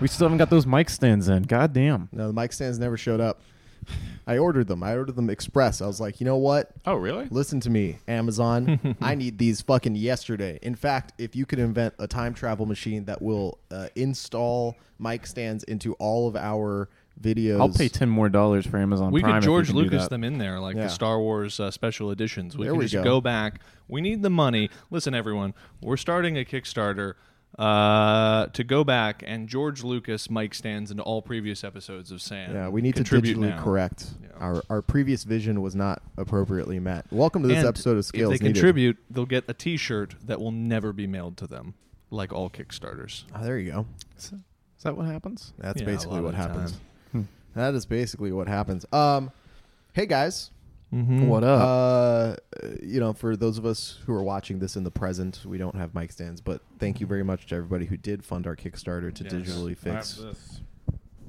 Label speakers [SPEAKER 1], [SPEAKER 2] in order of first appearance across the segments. [SPEAKER 1] We still haven't got those mic stands in. God damn.
[SPEAKER 2] No, the mic stands never showed up. I ordered them. I ordered them express. I was like, you know what?
[SPEAKER 3] Oh, really?
[SPEAKER 2] Listen to me, Amazon. I need these fucking yesterday. In fact, if you could invent a time travel machine that will uh, install mic stands into all of our videos,
[SPEAKER 1] I'll pay ten more dollars for Amazon.
[SPEAKER 3] We
[SPEAKER 1] Prime
[SPEAKER 3] could
[SPEAKER 1] if
[SPEAKER 3] George
[SPEAKER 1] can do
[SPEAKER 3] Lucas
[SPEAKER 1] that.
[SPEAKER 3] them in there, like
[SPEAKER 2] Yeah.
[SPEAKER 3] the Star Wars uh, special editions. We
[SPEAKER 2] There
[SPEAKER 3] can
[SPEAKER 2] we
[SPEAKER 3] just
[SPEAKER 2] go.
[SPEAKER 3] go. back. We need the money. Listen, everyone, we're starting a Kickstarter uh, to go back and George Lucas Mike stands into all previous episodes of Sam.
[SPEAKER 2] Yeah, we need to
[SPEAKER 3] Contribute
[SPEAKER 2] digitally
[SPEAKER 3] now.
[SPEAKER 2] correct.
[SPEAKER 3] Yeah.
[SPEAKER 2] Our our previous vision was not appropriately met. Welcome to this
[SPEAKER 3] And
[SPEAKER 2] episode of Scales
[SPEAKER 3] If they
[SPEAKER 2] Needed.
[SPEAKER 3] contribute, they'll get a T-shirt that will never be mailed to them, like all Kickstarters.
[SPEAKER 2] Oh, there you go.
[SPEAKER 1] Is that what happens?
[SPEAKER 2] That's
[SPEAKER 3] Yeah, a
[SPEAKER 2] basically
[SPEAKER 3] lot
[SPEAKER 2] what
[SPEAKER 3] of the
[SPEAKER 2] happens.
[SPEAKER 3] time.
[SPEAKER 2] That is basically what happens. Um, hey guys,
[SPEAKER 3] Mm-hmm.
[SPEAKER 1] What up?
[SPEAKER 2] Uh, you know, for those of us who are watching this in the present, we don't have mic stands, but thank you very much to everybody who did fund our Kickstarter to
[SPEAKER 3] Mm-hmm. Yes.
[SPEAKER 2] digitally
[SPEAKER 4] I have
[SPEAKER 2] fix.
[SPEAKER 4] this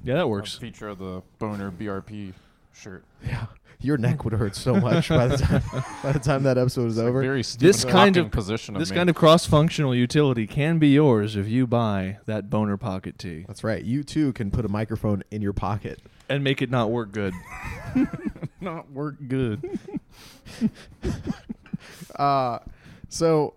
[SPEAKER 3] Yeah, that
[SPEAKER 4] a
[SPEAKER 3] works.
[SPEAKER 4] feature of the boner BRP shirt.
[SPEAKER 2] Yeah, your neck would hurt so much by the time by the time that episode is over.
[SPEAKER 4] Very Stephen
[SPEAKER 3] This kind
[SPEAKER 4] Hawking
[SPEAKER 3] of-
[SPEAKER 4] position of
[SPEAKER 3] This
[SPEAKER 4] me.
[SPEAKER 3] kind of cross-functional utility can be yours if you buy that boner pocket tee
[SPEAKER 2] That's right. You too can put a microphone in your pocket.
[SPEAKER 3] and make it not work good. Uh,
[SPEAKER 1] Not work good.
[SPEAKER 2] Uh, so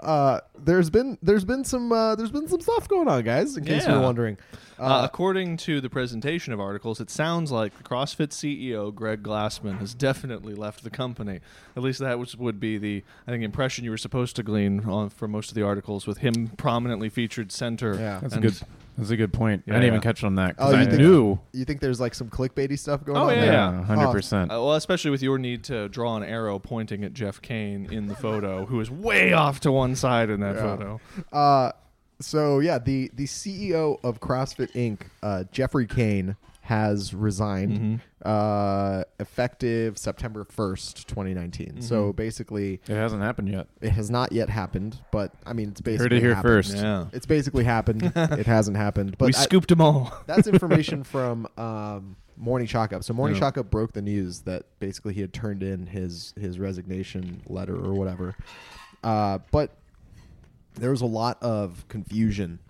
[SPEAKER 2] uh, there's been there's been some uh, there's been some stuff going on, guys. In case
[SPEAKER 3] Yeah.
[SPEAKER 2] you're wondering,
[SPEAKER 3] Uh, according to the presentation of articles, it sounds like the CrossFit CEO Greg Glassman has definitely left the company. At least that was, would be the I think impression you were supposed to glean on, from most of the articles, with him prominently featured center.
[SPEAKER 2] Yeah.
[SPEAKER 1] That's
[SPEAKER 3] and-
[SPEAKER 1] a good. That's a good point. I
[SPEAKER 3] Yeah.
[SPEAKER 1] didn't even catch on that 'cause
[SPEAKER 2] Oh, you
[SPEAKER 1] I
[SPEAKER 2] think-
[SPEAKER 1] knew.
[SPEAKER 2] you think there's like some clickbaity stuff going
[SPEAKER 3] Oh,
[SPEAKER 2] on?
[SPEAKER 3] yeah,
[SPEAKER 2] there?
[SPEAKER 3] yeah.
[SPEAKER 1] hundred
[SPEAKER 2] Oh,
[SPEAKER 1] percent.
[SPEAKER 3] Uh, well, especially with your need to draw an arrow pointing at Jeff Kane in the photo, who is way off to one side in that
[SPEAKER 2] Yeah.
[SPEAKER 3] photo.
[SPEAKER 2] Uh, so yeah, the the CEO of CrossFit Inc., uh, Jeffrey Kane, has resigned,
[SPEAKER 1] Mm-hmm.
[SPEAKER 2] uh, effective September first, twenty
[SPEAKER 1] Mm-hmm.
[SPEAKER 2] So basically,
[SPEAKER 1] It hasn't happened yet.
[SPEAKER 2] it has not yet happened, but I mean, it's basically
[SPEAKER 1] Heard it here
[SPEAKER 2] happened.
[SPEAKER 1] first.
[SPEAKER 3] Yeah,
[SPEAKER 2] It's basically happened. it hasn't happened, but
[SPEAKER 3] we
[SPEAKER 2] I-
[SPEAKER 3] scooped them all.
[SPEAKER 2] that's information from um, Morning Chalk Up. So Morning
[SPEAKER 3] Yeah.
[SPEAKER 2] Chalk Up broke the news that basically he had turned in his his resignation letter or whatever. Uh, but there was a lot of confusion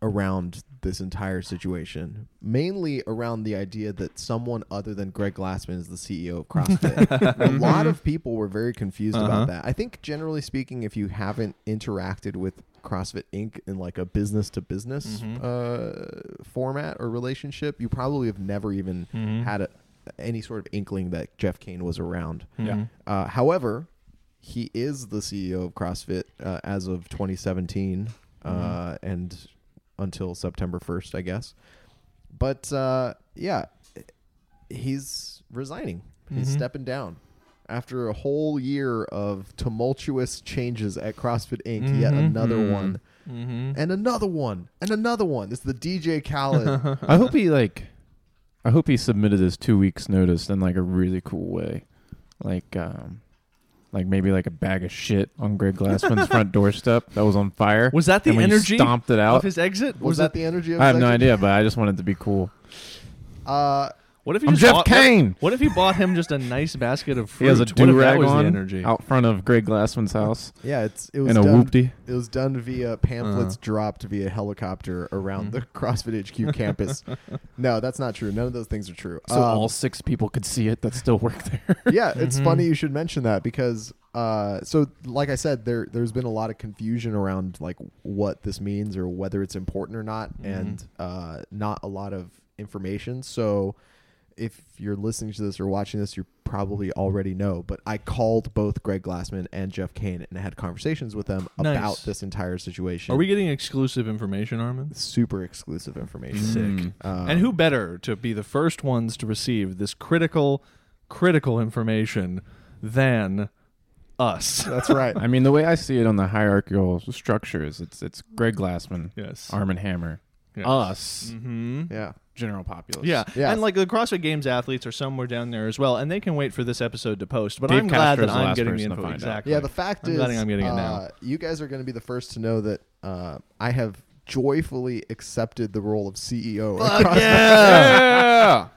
[SPEAKER 2] around this entire situation, mainly around the idea that someone other than Greg Glassman is the CEO of CrossFit. a lot of people were very confused
[SPEAKER 3] Uh-huh.
[SPEAKER 2] about that. I think generally speaking, if you haven't interacted with CrossFit Inc. in like a business to business uh, format or relationship, you probably have never even
[SPEAKER 3] Mm-hmm.
[SPEAKER 2] had a, any sort of inkling that Jeff Kane was around.
[SPEAKER 3] Mm-hmm.
[SPEAKER 1] Yeah.
[SPEAKER 2] Uh, however, he is the CEO of CrossFit uh, as of 2017 uh,
[SPEAKER 1] Mm-hmm.
[SPEAKER 2] and until September 1st, I guess. But uh, yeah, he's resigning. He's
[SPEAKER 1] Mm-hmm.
[SPEAKER 2] stepping down after a whole year of tumultuous changes at CrossFit Inc. Yet
[SPEAKER 1] Mm-hmm,
[SPEAKER 2] another one,
[SPEAKER 3] Mm-hmm.
[SPEAKER 2] and another one, and another one. It's the DJ Khaled.
[SPEAKER 1] I hope he like. I hope he submitted his two weeks notice in like a really cool way, like um, like maybe like a bag of shit on Greg Glassman's front doorstep that was on fire.
[SPEAKER 3] Was that the
[SPEAKER 1] and when he
[SPEAKER 3] energy
[SPEAKER 1] stomped it out?
[SPEAKER 3] of his exit?
[SPEAKER 2] Was, that the energy? Of
[SPEAKER 1] I have
[SPEAKER 2] his
[SPEAKER 1] no
[SPEAKER 2] exit?
[SPEAKER 1] idea, but I just wanted to be cool.
[SPEAKER 2] Uh,
[SPEAKER 3] What if he
[SPEAKER 1] I'm
[SPEAKER 3] just
[SPEAKER 1] Jeff
[SPEAKER 3] bought,
[SPEAKER 1] Kane!
[SPEAKER 3] What, what if he bought him just a nice basket of fruit?
[SPEAKER 1] He has a
[SPEAKER 3] what
[SPEAKER 1] do
[SPEAKER 3] if that
[SPEAKER 1] rag
[SPEAKER 3] was
[SPEAKER 1] on
[SPEAKER 3] the energy?
[SPEAKER 1] out front of Greg Glassman's house
[SPEAKER 2] yeah, it's it was
[SPEAKER 1] and a
[SPEAKER 2] done-
[SPEAKER 1] whoopty.
[SPEAKER 2] It was done via pamphlets
[SPEAKER 1] Uh.
[SPEAKER 3] Uh-huh.
[SPEAKER 2] dropped via helicopter around the CrossFit HQ campus. no, that's not true. None of those things are true.
[SPEAKER 1] So
[SPEAKER 2] Um,
[SPEAKER 1] all six people could see it that still work there.
[SPEAKER 2] yeah, it's funny
[SPEAKER 3] Mm-hmm.
[SPEAKER 2] you should mention that because uh, so like I said, there there's been a lot of confusion around like what this means or whether it's important or not,
[SPEAKER 3] Mm-hmm.
[SPEAKER 2] and uh, not a lot of information. So if you're listening to this or watching this, you probably already know. But I called both Greg Glassman and Jeff Kane and had conversations with them
[SPEAKER 3] Nice.
[SPEAKER 2] about this entire situation.
[SPEAKER 3] Are we getting exclusive information, Armin?
[SPEAKER 2] super exclusive information?
[SPEAKER 3] Sick.
[SPEAKER 1] Uh,
[SPEAKER 2] Um,
[SPEAKER 3] and who better to be the first ones to receive this critical, critical information than us?
[SPEAKER 2] That's right.
[SPEAKER 1] I mean, the way I see it on the hierarchical structure is it's it's Greg Glassman,
[SPEAKER 3] yes.
[SPEAKER 1] Arm and Hammer,
[SPEAKER 3] Yes.
[SPEAKER 1] us,
[SPEAKER 3] hmm
[SPEAKER 2] yeah.
[SPEAKER 1] general populace.
[SPEAKER 3] Yeah.
[SPEAKER 2] Yes.
[SPEAKER 3] and like the CrossFit Games athletes are somewhere down there as well, and they can wait for this episode to post. But
[SPEAKER 1] Dave
[SPEAKER 3] I'm glad
[SPEAKER 1] Castro's
[SPEAKER 3] that
[SPEAKER 1] the
[SPEAKER 3] I'm
[SPEAKER 1] last
[SPEAKER 3] getting the
[SPEAKER 1] person to
[SPEAKER 3] info.
[SPEAKER 1] find out.
[SPEAKER 3] exactly.
[SPEAKER 2] Yeah, the fact
[SPEAKER 3] I'm
[SPEAKER 2] is,
[SPEAKER 3] glad I'm getting it now.
[SPEAKER 2] uh, you guys are going to be the first to know that uh, I have joyfully accepted the role of E CEO.
[SPEAKER 3] Fuck yeah!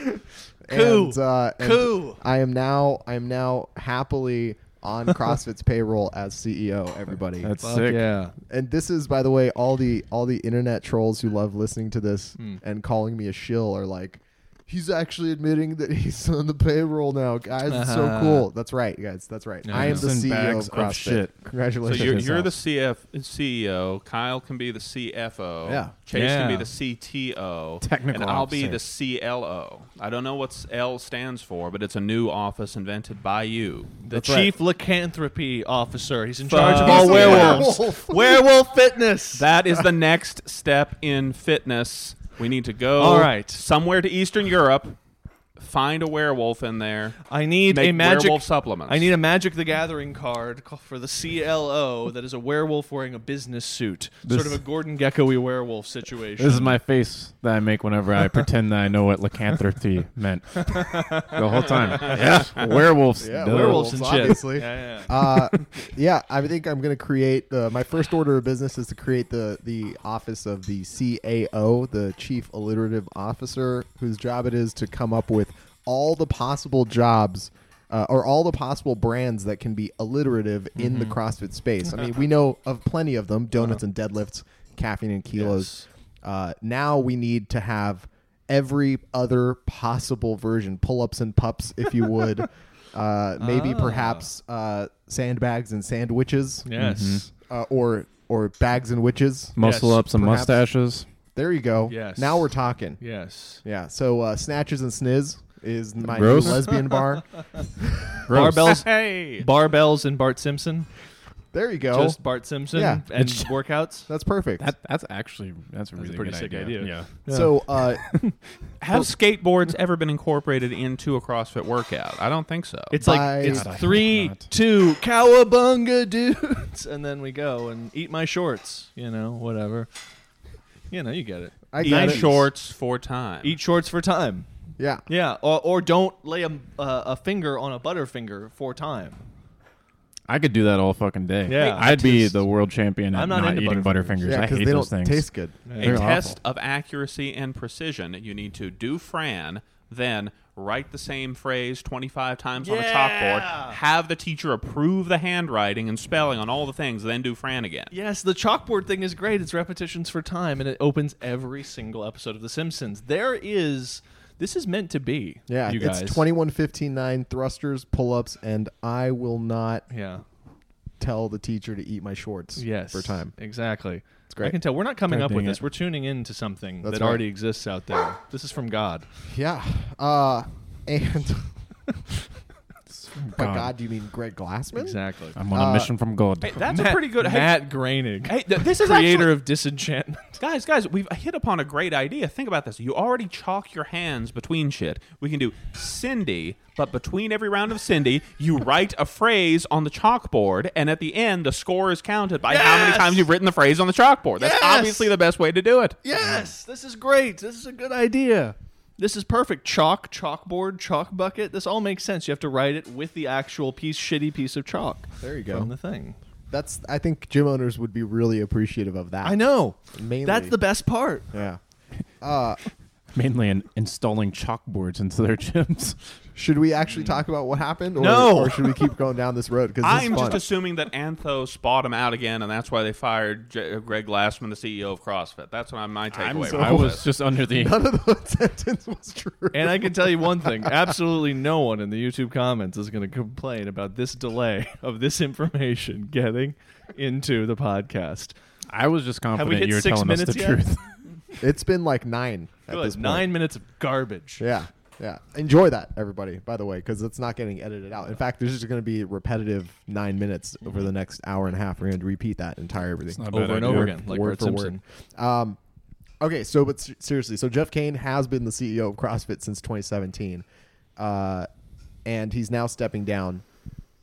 [SPEAKER 2] and,
[SPEAKER 3] Cool.
[SPEAKER 2] uh, and
[SPEAKER 3] Cool.
[SPEAKER 2] I am now. I am now happily on CrossFit's payroll as CEO. Everybody,
[SPEAKER 1] That's
[SPEAKER 3] Fuck
[SPEAKER 1] sick.
[SPEAKER 3] Yeah.
[SPEAKER 2] and this is by the way all the all the internet trolls who love listening to this
[SPEAKER 3] Hmm.
[SPEAKER 2] and calling me a shill are like he's actually admitting that he's on the payroll now guys it's so
[SPEAKER 3] Uh-huh.
[SPEAKER 2] cool that's right guys that's right
[SPEAKER 3] Yeah,
[SPEAKER 2] i am
[SPEAKER 3] yeah.
[SPEAKER 2] the
[SPEAKER 1] Send
[SPEAKER 2] ceo
[SPEAKER 1] bags
[SPEAKER 2] of
[SPEAKER 1] of
[SPEAKER 2] CrossFit.
[SPEAKER 1] shit.
[SPEAKER 5] So
[SPEAKER 2] congratulations
[SPEAKER 5] you're, you're the
[SPEAKER 1] E
[SPEAKER 5] CF, CEO. E Kyle can be the CFO.
[SPEAKER 2] Yeah.
[SPEAKER 5] Chase can be
[SPEAKER 3] Yeah.
[SPEAKER 5] the CTO.
[SPEAKER 1] Technical
[SPEAKER 5] And I'll be the
[SPEAKER 1] officer.
[SPEAKER 5] CLO. I don't know what L stands for, but it's a new office invented by you.
[SPEAKER 3] The
[SPEAKER 2] That's right. Oh,
[SPEAKER 3] chief lycanthropy officer. He's in charge of
[SPEAKER 5] Fuck.
[SPEAKER 3] all
[SPEAKER 5] He's a
[SPEAKER 3] werewolves.
[SPEAKER 2] werewolf.
[SPEAKER 3] Werewolf fitness.
[SPEAKER 5] That is the next step in fitness. We need to go
[SPEAKER 3] All right.
[SPEAKER 5] somewhere to Eastern Europe, find a werewolf in there,
[SPEAKER 3] I need
[SPEAKER 5] make
[SPEAKER 3] a magic.
[SPEAKER 5] werewolf supplements.
[SPEAKER 3] I need a Magic the Gathering card ca- for the CLO that is a werewolf wearing a business suit,
[SPEAKER 1] This-
[SPEAKER 3] sort of a Gordon Gecko-y werewolf situation.
[SPEAKER 1] This is my face that I make whenever I pretend that I know what lycanthropy meant the whole time. Yeah, werewolves.
[SPEAKER 2] Yeah,
[SPEAKER 1] duh.
[SPEAKER 3] werewolves and shit.
[SPEAKER 2] obviously.
[SPEAKER 3] Yeah, yeah.
[SPEAKER 2] uh, yeah, I think I'm gonna create the. My first order of business is to create the the office of the CAO, the Chief Alliterative Officer, whose job it is to come up with all the possible jobs. Uh, or all the possible brands that can be alliterative in the
[SPEAKER 3] Mm-hmm.
[SPEAKER 2] CrossFit space. I mean, we know of plenty of them: donuts and deadlifts, caffeine and kilos. Uh, now we need to have every other possible version: pull-ups and pups, if you would. uh, maybe
[SPEAKER 3] Ah.
[SPEAKER 2] perhaps uh, sandbags and sandwiches,
[SPEAKER 3] Yes.
[SPEAKER 1] mm-hmm.
[SPEAKER 2] uh, or or bags and witches.
[SPEAKER 1] Muscle
[SPEAKER 3] Yes,
[SPEAKER 1] ups and
[SPEAKER 2] perhaps.
[SPEAKER 1] mustaches.
[SPEAKER 2] There you go.
[SPEAKER 3] Yes.
[SPEAKER 2] Now we're talking. Yeah.
[SPEAKER 3] Yes.
[SPEAKER 2] so uh, snatches and sniz is my new
[SPEAKER 1] Gross.
[SPEAKER 2] lesbian bar.
[SPEAKER 1] Gross.
[SPEAKER 3] Barbells,
[SPEAKER 5] Hey.
[SPEAKER 3] barbells, and Bart Simpson.
[SPEAKER 2] There you go.
[SPEAKER 3] Just Bart Simpson
[SPEAKER 2] Yeah.
[SPEAKER 3] and
[SPEAKER 1] It's-
[SPEAKER 3] workouts.
[SPEAKER 2] That's perfect.
[SPEAKER 1] That, that's actually that's a really
[SPEAKER 3] pretty
[SPEAKER 1] good
[SPEAKER 3] sick
[SPEAKER 1] idea.
[SPEAKER 3] idea.
[SPEAKER 1] Yeah.
[SPEAKER 2] so uh,
[SPEAKER 5] Have skateboards ever been incorporated into a CrossFit workout? I don't think so.
[SPEAKER 3] It's
[SPEAKER 2] By-
[SPEAKER 3] like it's
[SPEAKER 1] God, I hope
[SPEAKER 3] three,
[SPEAKER 1] not.
[SPEAKER 3] two, cowabunga, dudes, and then we go and eat my shorts. You know, whatever. You know, you get it.
[SPEAKER 2] I
[SPEAKER 5] Eat
[SPEAKER 2] got it.
[SPEAKER 5] shorts for time.
[SPEAKER 3] Eat shorts for time.
[SPEAKER 2] Yeah.
[SPEAKER 3] Yeah, or, or don't lay a, uh, a finger on a butterfinger for time.
[SPEAKER 1] I could do that all fucking day.
[SPEAKER 3] Yeah.
[SPEAKER 1] I'd be
[SPEAKER 3] Just-
[SPEAKER 1] the world champion at
[SPEAKER 3] I'm not into
[SPEAKER 1] eating
[SPEAKER 3] Butterfingers.
[SPEAKER 1] butterfingers.
[SPEAKER 2] Yeah,
[SPEAKER 1] I
[SPEAKER 2] because
[SPEAKER 1] hate
[SPEAKER 2] they don't
[SPEAKER 1] those things.
[SPEAKER 2] taste good.
[SPEAKER 1] They're
[SPEAKER 5] a
[SPEAKER 1] awful.
[SPEAKER 5] test of accuracy and precision. You need to do Fran, then write the same phrase 25 times on a
[SPEAKER 3] Yeah.
[SPEAKER 5] chalkboard, have the teacher approve the handwriting and spelling on all the things, then do Fran again.
[SPEAKER 3] Yes, the chalkboard thing is great. It's repetitions for time, and it opens every single episode of The Simpsons. There is. This is meant to be.
[SPEAKER 2] Yeah,
[SPEAKER 3] you guys.
[SPEAKER 2] it's twenty one fifteen nine thrusters, pull ups, and I will not
[SPEAKER 3] Yeah.
[SPEAKER 2] tell the teacher to eat my shorts.
[SPEAKER 3] Yes.
[SPEAKER 2] for time.
[SPEAKER 3] Exactly. It's
[SPEAKER 2] great.
[SPEAKER 3] I can tell we're not coming
[SPEAKER 1] God
[SPEAKER 3] up with
[SPEAKER 1] dang
[SPEAKER 3] this.
[SPEAKER 1] it.
[SPEAKER 3] We're tuning into something
[SPEAKER 2] That's
[SPEAKER 3] that
[SPEAKER 2] right.
[SPEAKER 3] already exists out there. This is from God.
[SPEAKER 2] Yeah, uh, and by
[SPEAKER 1] God.
[SPEAKER 2] God, do you mean Greg Glassman?
[SPEAKER 3] Exactly.
[SPEAKER 1] I'm on a
[SPEAKER 2] Uh,
[SPEAKER 1] mission from God.
[SPEAKER 5] Hey, that's a
[SPEAKER 3] Matt-
[SPEAKER 5] pretty good. Hey,
[SPEAKER 3] Matt Groening.
[SPEAKER 5] hey, th- this is
[SPEAKER 3] creator
[SPEAKER 5] actually,
[SPEAKER 3] of Disenchantment.
[SPEAKER 5] guys, guys. We've hit upon a great idea. Think about this. You already chalk your hands between shit. We can do Cindy, but between every round of Cindy, you write a phrase on the chalkboard, and at the end, the score is counted by how many
[SPEAKER 3] Yes!
[SPEAKER 5] times you've written the phrase on the chalkboard. That's
[SPEAKER 3] Yes!
[SPEAKER 5] obviously the best way to do it.
[SPEAKER 3] Yes, this is great. This is a good idea. This is perfect. Chalk, chalkboard, chalk bucket. This all makes sense. You have to write it with the actual piece, shitty piece of chalk.
[SPEAKER 2] There you go.
[SPEAKER 3] From the thing.
[SPEAKER 2] That's I think gym owners would be really appreciative of that.
[SPEAKER 3] I know.
[SPEAKER 2] Mainly.
[SPEAKER 3] That's the best part.
[SPEAKER 2] Yeah.
[SPEAKER 1] Mainly in installing chalkboards into their gyms.
[SPEAKER 2] Should we actually talk about what happened? Or,
[SPEAKER 3] No.
[SPEAKER 2] Or should we keep going down this road? Because
[SPEAKER 5] I'm just assuming that Anthos bought him out again, and that's why they fired J- uh, Greg Glassman, the CEO of CrossFit. That's what I'm my takeaway.
[SPEAKER 1] I
[SPEAKER 5] from
[SPEAKER 1] was
[SPEAKER 5] this.
[SPEAKER 1] just under the
[SPEAKER 2] none of those sentence was true.
[SPEAKER 3] And I can tell you one thing absolutely no one in the YouTube comments is going to complain about this delay of this information getting into the podcast.
[SPEAKER 1] I was just
[SPEAKER 3] we
[SPEAKER 1] confident
[SPEAKER 3] hit
[SPEAKER 1] you were
[SPEAKER 3] six
[SPEAKER 1] telling us the
[SPEAKER 3] minutes yet?
[SPEAKER 1] truth.
[SPEAKER 2] it's been like nine at this
[SPEAKER 3] Good.
[SPEAKER 2] point.
[SPEAKER 3] Nine minutes of garbage.
[SPEAKER 2] Yeah. Yeah. Enjoy that, everybody. By the way, because it's not getting edited out. In fact, there's just going to be repetitive nine minutes over the next hour and a half. We're going to repeat that entire everything.
[SPEAKER 1] not
[SPEAKER 3] Over
[SPEAKER 1] Bad
[SPEAKER 3] and
[SPEAKER 1] idea.
[SPEAKER 3] over
[SPEAKER 1] Word-
[SPEAKER 3] again, like
[SPEAKER 2] word
[SPEAKER 3] Bart
[SPEAKER 2] for
[SPEAKER 3] Simpson.
[SPEAKER 2] word. Um, okay, so but ser- seriously, so Jeff Kane has been the CEO of CrossFit since 2017, uh, and he's now stepping down,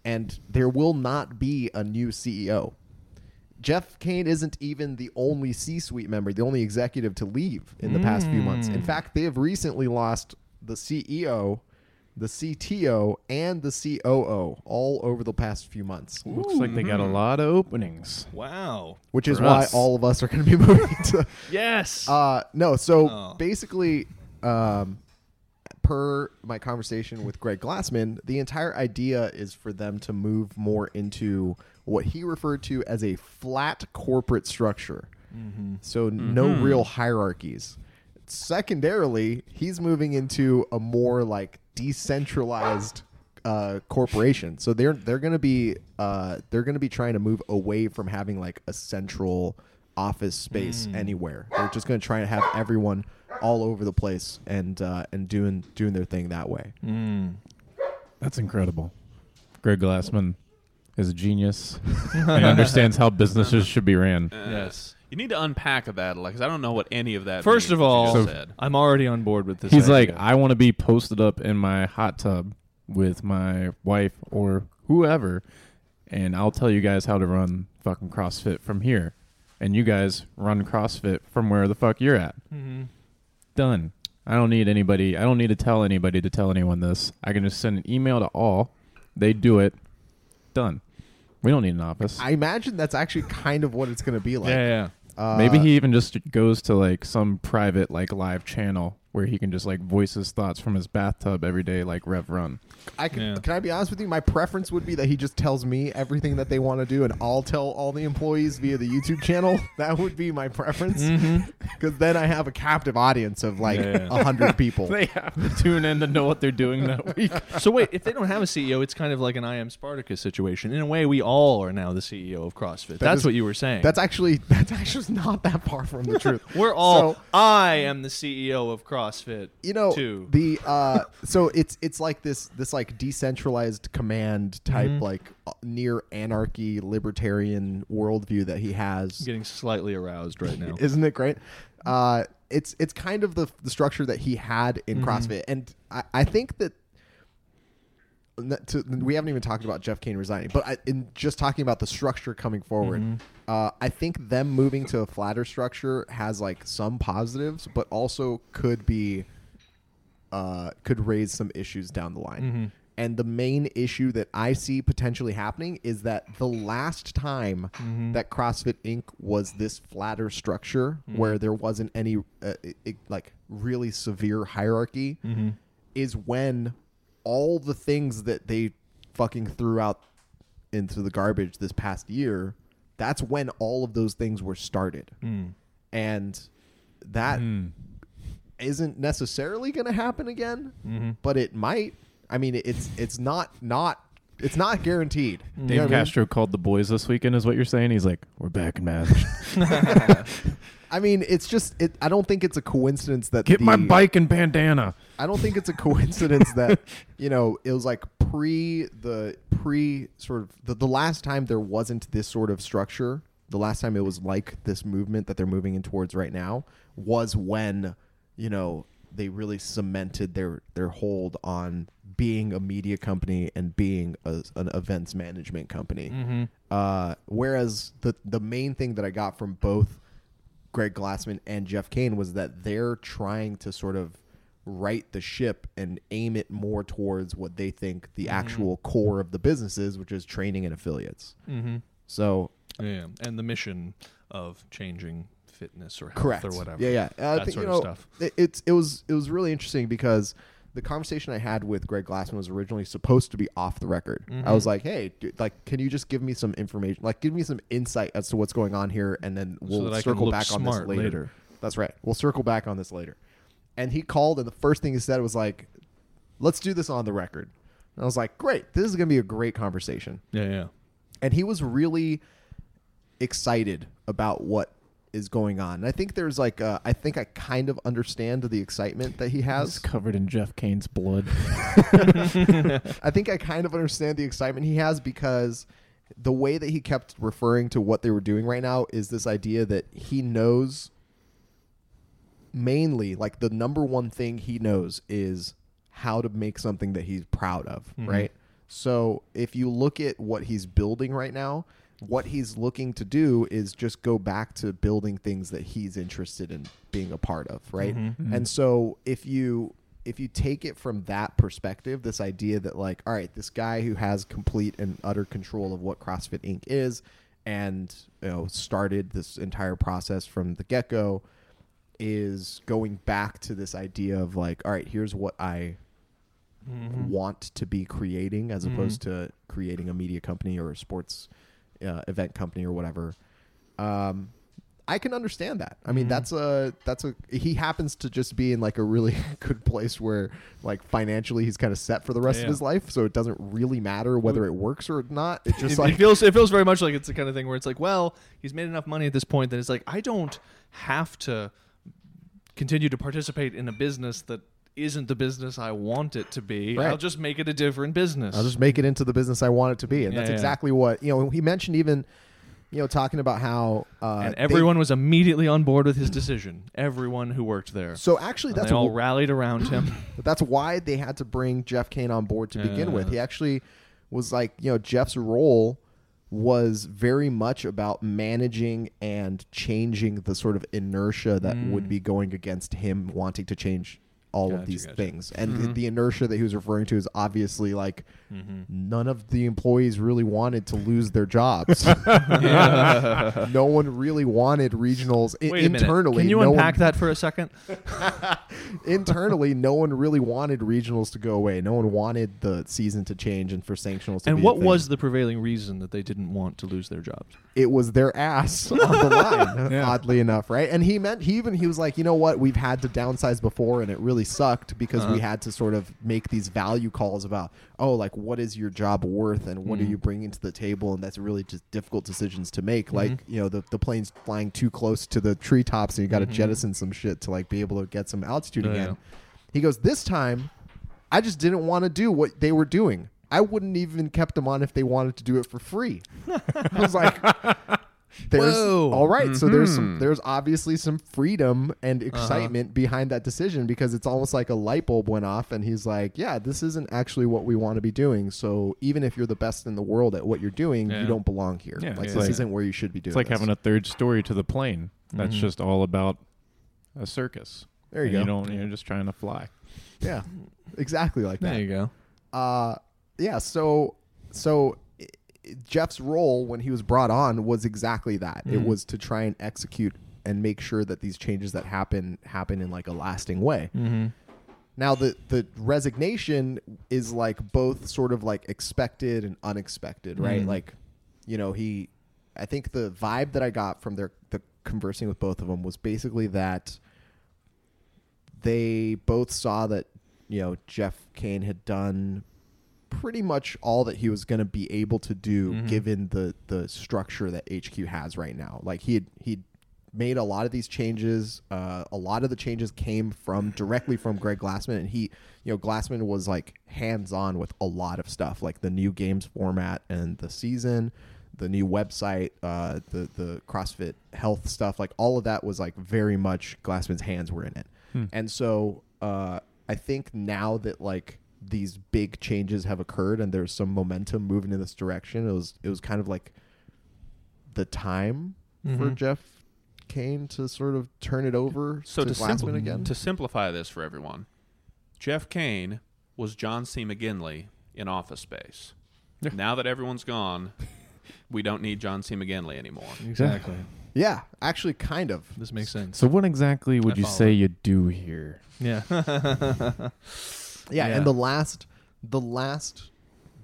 [SPEAKER 2] and there will not be a new CEO. Jeff Kane isn't even the only C-suite member, the only executive to leave in the past few months.
[SPEAKER 3] Hmm.
[SPEAKER 2] In fact, they have recently lost the CEO, the CTO, and the COO all over the past few months
[SPEAKER 1] Looks like they got a lot of openings.
[SPEAKER 3] Wow.
[SPEAKER 2] which is
[SPEAKER 1] For
[SPEAKER 2] why
[SPEAKER 1] us.
[SPEAKER 2] all of us are going to be moving to.
[SPEAKER 3] Yes.
[SPEAKER 2] Uh, no, so
[SPEAKER 3] Oh.
[SPEAKER 2] basically, um, per my conversation with Greg Glassman, the entire idea is for them to move more into what he referred to as a flat corporate structure. So no real hierarchies. Secondarily, he's moving into a more like decentralized uh, corporation. So they're they're gonna be uh, they're gonna be trying to move away from having like a central office space anywhere. They're just gonna try and have everyone all over the place and uh, and doing doing their thing that way.
[SPEAKER 1] That's incredible. Greg Glassman is a genius and understands how businesses should be ran.
[SPEAKER 3] yes.
[SPEAKER 5] You need to unpack that, because I don't know what any of that.
[SPEAKER 3] First
[SPEAKER 5] means,
[SPEAKER 3] of
[SPEAKER 5] what you
[SPEAKER 3] all,
[SPEAKER 5] just said.
[SPEAKER 3] I'm already on board with this.
[SPEAKER 1] He's like,
[SPEAKER 3] idea.
[SPEAKER 1] I want to be posted up in my hot tub with my wife or whoever, and I'll tell you guys how to run fucking CrossFit from here, and you guys run CrossFit from where the fuck you're at.
[SPEAKER 3] Mm-hmm.
[SPEAKER 1] Done. I don't need anybody. I don't need to tell anybody to tell anyone this. I can just send an email to all. They do it. Done. We don't need an office.
[SPEAKER 2] I imagine that's actually kind of what it's gonna be like.
[SPEAKER 3] yeah, yeah.
[SPEAKER 2] Uh,
[SPEAKER 1] Maybe he even just goes to like some private like live channel where he can just like voice his thoughts from his bathtub every day like Rev Run.
[SPEAKER 2] I can,
[SPEAKER 3] Yeah.
[SPEAKER 2] can I be honest with you? My preference would be that he just tells me everything that they want to do, and I'll tell all the employees via the YouTube channel. That would be my preference, because then I have a captive audience of like
[SPEAKER 3] Mm-hmm. Yeah.
[SPEAKER 2] a hundred people.
[SPEAKER 1] have to tune in to know what they're doing that week.
[SPEAKER 3] So wait, if they don't have a CEO, it's kind of like an I am Spartacus situation. In a way, we all are now the CEO of CrossFit. that's
[SPEAKER 2] is-
[SPEAKER 3] what you were saying.
[SPEAKER 2] That's actually that's actually not that far from the truth.
[SPEAKER 3] we're all.
[SPEAKER 2] So-
[SPEAKER 3] I am the CEO of CrossFit.
[SPEAKER 2] you know
[SPEAKER 3] too.
[SPEAKER 2] the uh so it's it's like this this like decentralized command type
[SPEAKER 3] Mm-hmm.
[SPEAKER 2] like uh, near anarchy libertarian worldview that he has
[SPEAKER 3] I'm getting slightly aroused right now.
[SPEAKER 2] Isn't it great? Uh, it's it's kind of the the structure that he had in
[SPEAKER 3] Mm-hmm.
[SPEAKER 2] CrossFit, and I, I think that. that- To, we haven't even talked about Jeff Kane resigning, but I, in just talking about the structure coming forward,
[SPEAKER 3] Mm-hmm.
[SPEAKER 2] uh, I think them moving to a flatter structure has like some positives, but also could be uh, could raise some issues down the line.
[SPEAKER 3] Mm-hmm.
[SPEAKER 2] And the main issue that I see potentially happening is that the last time
[SPEAKER 3] Mm-hmm.
[SPEAKER 2] that CrossFit Inc. was this flatter structure where there wasn't any uh, i i- like really severe hierarchy is when all the things that they fucking threw out into the garbage this past year, that's when all of those things were started. And that
[SPEAKER 1] Hmm.
[SPEAKER 2] isn't necessarily going to happen again, but it might. I mean, it's it's not not it's not guaranteed. You know
[SPEAKER 1] Dave
[SPEAKER 2] what I mean?
[SPEAKER 1] Castro called the boys this weekend, is what you're saying? He's like, we're back in Madison.
[SPEAKER 2] I mean, it's just it, I don't think it's a coincidence that
[SPEAKER 1] Get
[SPEAKER 2] the,
[SPEAKER 1] my bike and bandana.
[SPEAKER 2] I don't think it's a coincidence that you know it was like pre the pre sort of the, the last time there wasn't this sort of structure. The last time it was like this movement that they're moving in towards right now was when you know they really cemented their their hold on being a media company and being a, an events management company.
[SPEAKER 1] Mm-hmm.
[SPEAKER 2] Uh, whereas the the main thing that I got from both Greg Glassman and Jeff Kane was that they're trying to sort of right the ship and aim it more towards what they think the actual core of the business is, which is training and affiliates. Mm-hmm. So
[SPEAKER 3] yeah, and the mission of changing fitness or health
[SPEAKER 2] correct
[SPEAKER 3] or whatever.
[SPEAKER 2] Yeah, yeah. Uh, I
[SPEAKER 3] that
[SPEAKER 2] think,
[SPEAKER 3] sort
[SPEAKER 2] you know,
[SPEAKER 3] of stuff.
[SPEAKER 2] It, it's it was it was really interesting because the conversation I had with Greg Glassman was originally supposed to be off the record.
[SPEAKER 3] Mm-hmm.
[SPEAKER 2] I was like, hey, dude, like, can you just give me some information, like, give me some insight as to what's going on here, and then we'll
[SPEAKER 3] that I can
[SPEAKER 2] circle
[SPEAKER 3] look
[SPEAKER 2] back on this
[SPEAKER 3] smart
[SPEAKER 2] later.
[SPEAKER 3] later.
[SPEAKER 2] That's right. We'll circle back on this later. And he called, and the first thing he said was like, let's do this on the record. And I was like, great, this is gonna be a great conversation
[SPEAKER 3] Yeah, yeah.
[SPEAKER 2] and he was really excited about what is going on. And I think there's like uh, I think I kind of understand the excitement that he
[SPEAKER 1] It's
[SPEAKER 2] has.
[SPEAKER 1] covered in Jeff Kane's blood.
[SPEAKER 2] I think I kind of understand the excitement he has because the way that he kept referring to what they were doing right now is this idea that he knows mainly like the number one thing he knows is how to make something that he's proud of, right? So if you look at what he's building right now, what he's looking to do is just go back to building things that he's interested in being a part of, right? And so if you if you take it from that perspective, this idea that like, all right, this guy who has complete and utter control of what CrossFit Inc. is and you know started this entire process from the get go, is going back to this idea of like, all right, here's what I
[SPEAKER 3] Mm-hmm.
[SPEAKER 2] want to be creating, as opposed to creating a media company or a sports uh, event company or whatever. Um, I can understand that. I
[SPEAKER 3] Mm-hmm.
[SPEAKER 2] mean, that's a that's a he happens to just be in like a really good place where like financially he's kind of set for the rest
[SPEAKER 3] Yeah.
[SPEAKER 2] of his life, so it doesn't really matter whether it works or not. It just
[SPEAKER 3] it,
[SPEAKER 2] like
[SPEAKER 3] it feels it feels very much like it's the kind of thing where it's like, well, he's made enough money at this point that it's like I don't have to continue to participate in a business that isn't the business I want it to be.
[SPEAKER 2] Right.
[SPEAKER 3] I'll just make it a different business.
[SPEAKER 2] I'll just make it into the business I want it to be, and
[SPEAKER 3] Yeah,
[SPEAKER 2] that's
[SPEAKER 3] yeah.
[SPEAKER 2] exactly what you know. He mentioned even, you know, talking about how uh,
[SPEAKER 3] and
[SPEAKER 2] they-
[SPEAKER 3] everyone was immediately on board with his decision. Everyone who worked there.
[SPEAKER 2] so actually,
[SPEAKER 3] And
[SPEAKER 2] that's
[SPEAKER 3] they all
[SPEAKER 2] wh-
[SPEAKER 3] rallied around him.
[SPEAKER 2] that's why they had to bring Jeff Kane on board to begin with. He actually was like, you know, Jeff's role was very much about managing and changing the sort of inertia that would be going against him wanting to change all of
[SPEAKER 3] Mm. Gotcha,
[SPEAKER 2] these
[SPEAKER 3] gotcha.
[SPEAKER 2] things. And the, the inertia that he was referring to is obviously like
[SPEAKER 3] Mm-hmm.
[SPEAKER 2] none of the employees really wanted to lose their jobs. no one really wanted regionals I-
[SPEAKER 3] Wait a minute.
[SPEAKER 2] internally.
[SPEAKER 3] Can you
[SPEAKER 2] no
[SPEAKER 3] unpack
[SPEAKER 2] one,
[SPEAKER 3] that for a second?
[SPEAKER 2] internally, no one really wanted regionals to go away. No one wanted the season to change and for sanctionals to
[SPEAKER 3] And
[SPEAKER 2] be a
[SPEAKER 3] what
[SPEAKER 2] thing.
[SPEAKER 3] was the prevailing reason that they didn't want to lose their jobs?
[SPEAKER 2] it was their ass on the line, oddly enough, right? And he meant he even he was like, you know what, we've had to downsize before and it really sucked because we had to sort of make these value calls about, oh, like what is your job worth and what are you bringing to the table? And that's really just difficult decisions to make. Like, you know, the, the plane's flying too close to the treetops and you gotta jettison some shit to like be able to get some altitude
[SPEAKER 3] Yeah,
[SPEAKER 2] again.
[SPEAKER 3] yeah.
[SPEAKER 2] He goes, This time I just didn't want to do what they were doing. I wouldn't even kept them on if they wanted to do it for free. I was like, there's
[SPEAKER 3] Whoa.
[SPEAKER 2] all right, So there's
[SPEAKER 1] Mm-hmm.
[SPEAKER 2] some, there's obviously some freedom and
[SPEAKER 1] Uh-huh.
[SPEAKER 2] excitement behind that decision because it's almost like a light bulb went off and he's like, yeah, this isn't actually what we want to be doing. So even if you're the best in the world at what you're doing,
[SPEAKER 3] Yeah.
[SPEAKER 2] you don't belong here.
[SPEAKER 1] Yeah,
[SPEAKER 2] like
[SPEAKER 1] it's
[SPEAKER 2] this
[SPEAKER 1] like-
[SPEAKER 2] isn't where you should be doing.
[SPEAKER 1] It's like
[SPEAKER 2] this.
[SPEAKER 1] having a third story to the plane. That's just all about a circus.
[SPEAKER 2] There
[SPEAKER 1] And Mm-hmm.
[SPEAKER 2] you
[SPEAKER 1] You
[SPEAKER 2] go.
[SPEAKER 1] don't. You're just trying to fly.
[SPEAKER 2] yeah, exactly like that.
[SPEAKER 3] There you go.
[SPEAKER 2] uh yeah so so i- i- jeff's role when he was brought on was exactly that it was to try and execute and make sure that these changes that happen happen in like a lasting way
[SPEAKER 3] Mm-hmm.
[SPEAKER 2] now the the resignation is like both sort of like expected and unexpected right like you know he i think the vibe that i got from their the conversing with both of them was basically that they both saw that you know Jeff Kane had done pretty much all that he was going to be able to do given the the structure that HQ has right now. Like he had he made a lot of these changes. Uh, a lot of the changes came from directly from Greg Glassman, and he you know Glassman was like hands on with a lot of stuff, like the new games format and the season. The new website, uh, the the CrossFit health stuff, like all of that was like very much Glassman's hands were in it. And so uh, I think now that like these big changes have occurred and there's some momentum moving in this direction, it was it was kind of like the time for
[SPEAKER 3] Mm-hmm.
[SPEAKER 2] Jeff Kane to sort of turn it over
[SPEAKER 5] So
[SPEAKER 2] to,
[SPEAKER 5] to,
[SPEAKER 2] Glassman
[SPEAKER 5] simpl-
[SPEAKER 2] again.
[SPEAKER 5] to simplify this for everyone, Jeff Kane was John C. McGinley in Office Space. Now that everyone's gone, we don't need John C. McGinley anymore.
[SPEAKER 3] Exactly.
[SPEAKER 2] yeah, actually, kind of.
[SPEAKER 3] This makes sense.
[SPEAKER 1] So what exactly would
[SPEAKER 3] I
[SPEAKER 1] you
[SPEAKER 3] follow.
[SPEAKER 1] say you do here?
[SPEAKER 3] Yeah.
[SPEAKER 2] Yeah,
[SPEAKER 3] Yeah.
[SPEAKER 2] and the last the last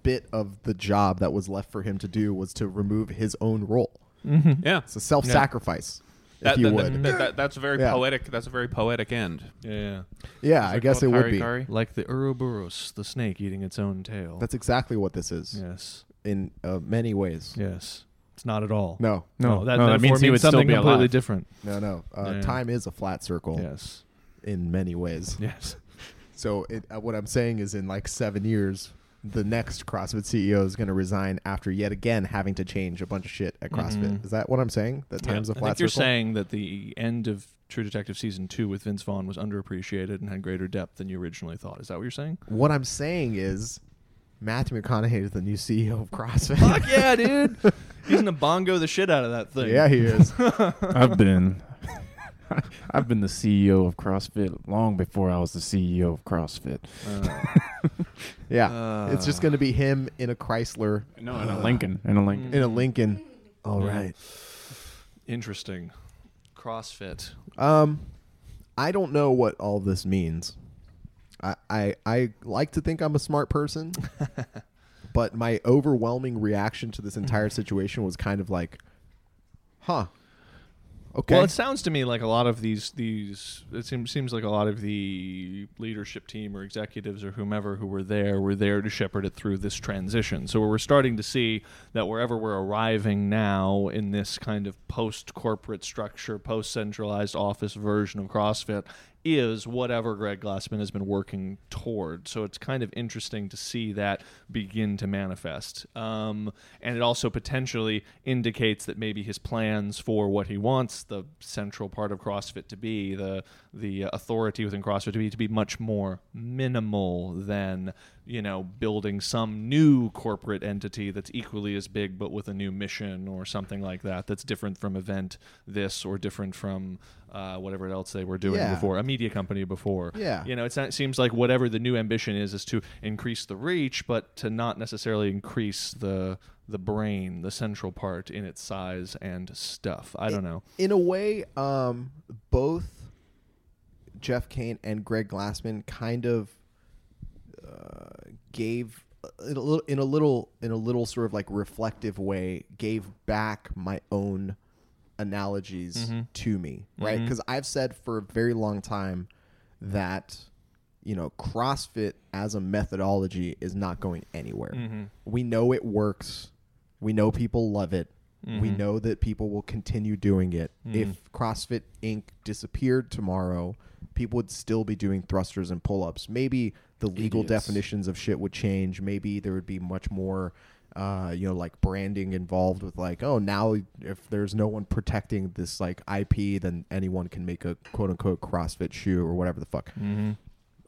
[SPEAKER 2] bit of the job that was left for him to do was to remove his own role.
[SPEAKER 3] Mm-hmm.
[SPEAKER 5] Yeah,
[SPEAKER 2] It's a self-sacrifice,
[SPEAKER 5] That-
[SPEAKER 2] if you
[SPEAKER 5] that-
[SPEAKER 2] would.
[SPEAKER 5] that- that- that's a very
[SPEAKER 2] Yeah.
[SPEAKER 5] poetic. That's a very poetic end.
[SPEAKER 3] yeah.
[SPEAKER 2] yeah, I guess it would be.
[SPEAKER 3] Like the Ouroboros, the snake eating its own tail.
[SPEAKER 2] That's exactly what this is.
[SPEAKER 3] yes.
[SPEAKER 2] in uh, many ways.
[SPEAKER 3] Yes. It's not at all. Oh,
[SPEAKER 2] No,
[SPEAKER 1] No,
[SPEAKER 3] that,
[SPEAKER 1] no, that
[SPEAKER 3] metaphor
[SPEAKER 1] means
[SPEAKER 3] means,
[SPEAKER 1] he would still
[SPEAKER 3] something
[SPEAKER 1] be
[SPEAKER 3] completely
[SPEAKER 1] alive.
[SPEAKER 3] different.
[SPEAKER 2] no, no. Uh,
[SPEAKER 3] Yeah.
[SPEAKER 2] Time is a flat circle
[SPEAKER 3] Yes.
[SPEAKER 2] in many ways.
[SPEAKER 3] Yes.
[SPEAKER 2] So it, uh, what I'm saying is, in like seven years, the next CrossFit CEO is going to resign after yet again having to change a bunch of shit at CrossFit. Is that what I'm saying? That
[SPEAKER 3] Mm-hmm. Yeah.
[SPEAKER 2] time's
[SPEAKER 3] I
[SPEAKER 2] a flat
[SPEAKER 3] think you're
[SPEAKER 2] circle.
[SPEAKER 3] saying that the end of True Detective season two with Vince Vaughn was underappreciated and had greater depth than you originally thought. Is that what you're saying?
[SPEAKER 2] what I'm saying is, Matthew McConaughey is the new CEO of CrossFit.
[SPEAKER 3] Fuck yeah, dude. He's gonna bongo the shit out of that thing.
[SPEAKER 2] yeah, he is.
[SPEAKER 1] I've been I've been the CEO of CrossFit long before I was the CEO of CrossFit.
[SPEAKER 3] Uh,
[SPEAKER 2] Yeah, it's just going to be him in a Chrysler,
[SPEAKER 1] No, and a Lincoln. And a Lincoln.
[SPEAKER 2] in a Lincoln. All
[SPEAKER 3] Yeah.
[SPEAKER 2] right.
[SPEAKER 3] Interesting. CrossFit.
[SPEAKER 2] Um, I don't know what all this means. I, I, I like to think I'm a smart person, but my overwhelming reaction to this entire situation was kind of like, huh. Okay.
[SPEAKER 3] Well, it sounds to me like a lot of these these it seems seems like a lot of the leadership team or executives or whomever who were there were there to shepherd it through this transition. So we're starting to see that wherever we're arriving now in this kind of post corporate structure, post centralized office version of CrossFit is whatever Greg Glassman has been working toward. So it's kind of interesting to see that begin to manifest. Um, and it also potentially indicates that maybe his plans for what he wants the central part of CrossFit to be, the the authority within CrossFit to be, to be much more minimal than you know building some new corporate entity that's equally as big but with a new mission or something like that that's different from event this or different from uh, whatever else they were doing
[SPEAKER 2] Yeah.
[SPEAKER 3] before a media company before.
[SPEAKER 2] Yeah.
[SPEAKER 3] You know, it's not, it seems like whatever the new ambition is is to increase the reach, but to not necessarily increase the the brain, the central part in its size and stuff. I don't know.
[SPEAKER 2] in a way, um, both Jeff Kane and Greg Glassman kind of uh, gave uh, in a little in a little in a little sort of like reflective way gave back my own analogies to me, right? Because I've said for a very long time that you know CrossFit as a methodology is not going anywhere.
[SPEAKER 3] Mm.
[SPEAKER 2] We know it works. We know people love it.
[SPEAKER 3] Mm-hmm.
[SPEAKER 2] We know that people will continue doing it. If CrossFit Inc. disappeared tomorrow, people would still be doing thrusters and pull ups. Maybe the legal definitions of shit would change. Maybe there would be much more, uh, you know, like branding involved with like, oh, now if there's no one protecting this like IP, then anyone can make a quote unquote CrossFit shoe or whatever the fuck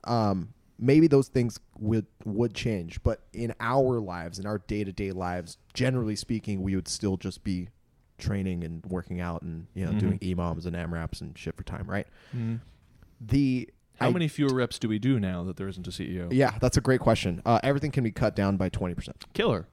[SPEAKER 2] um, maybe those things would would change, but in our lives, in our day to day lives, generally speaking, we would still just be training and working out and you know
[SPEAKER 3] Mm-hmm.
[SPEAKER 2] doing EMOMs and AMRAPs and shit for time, right? The
[SPEAKER 3] How
[SPEAKER 2] I-
[SPEAKER 3] many fewer reps do we do now that there isn't a E CEO?
[SPEAKER 2] Yeah, that's a great question. Uh, everything can be cut down by twenty percent.
[SPEAKER 3] Killer.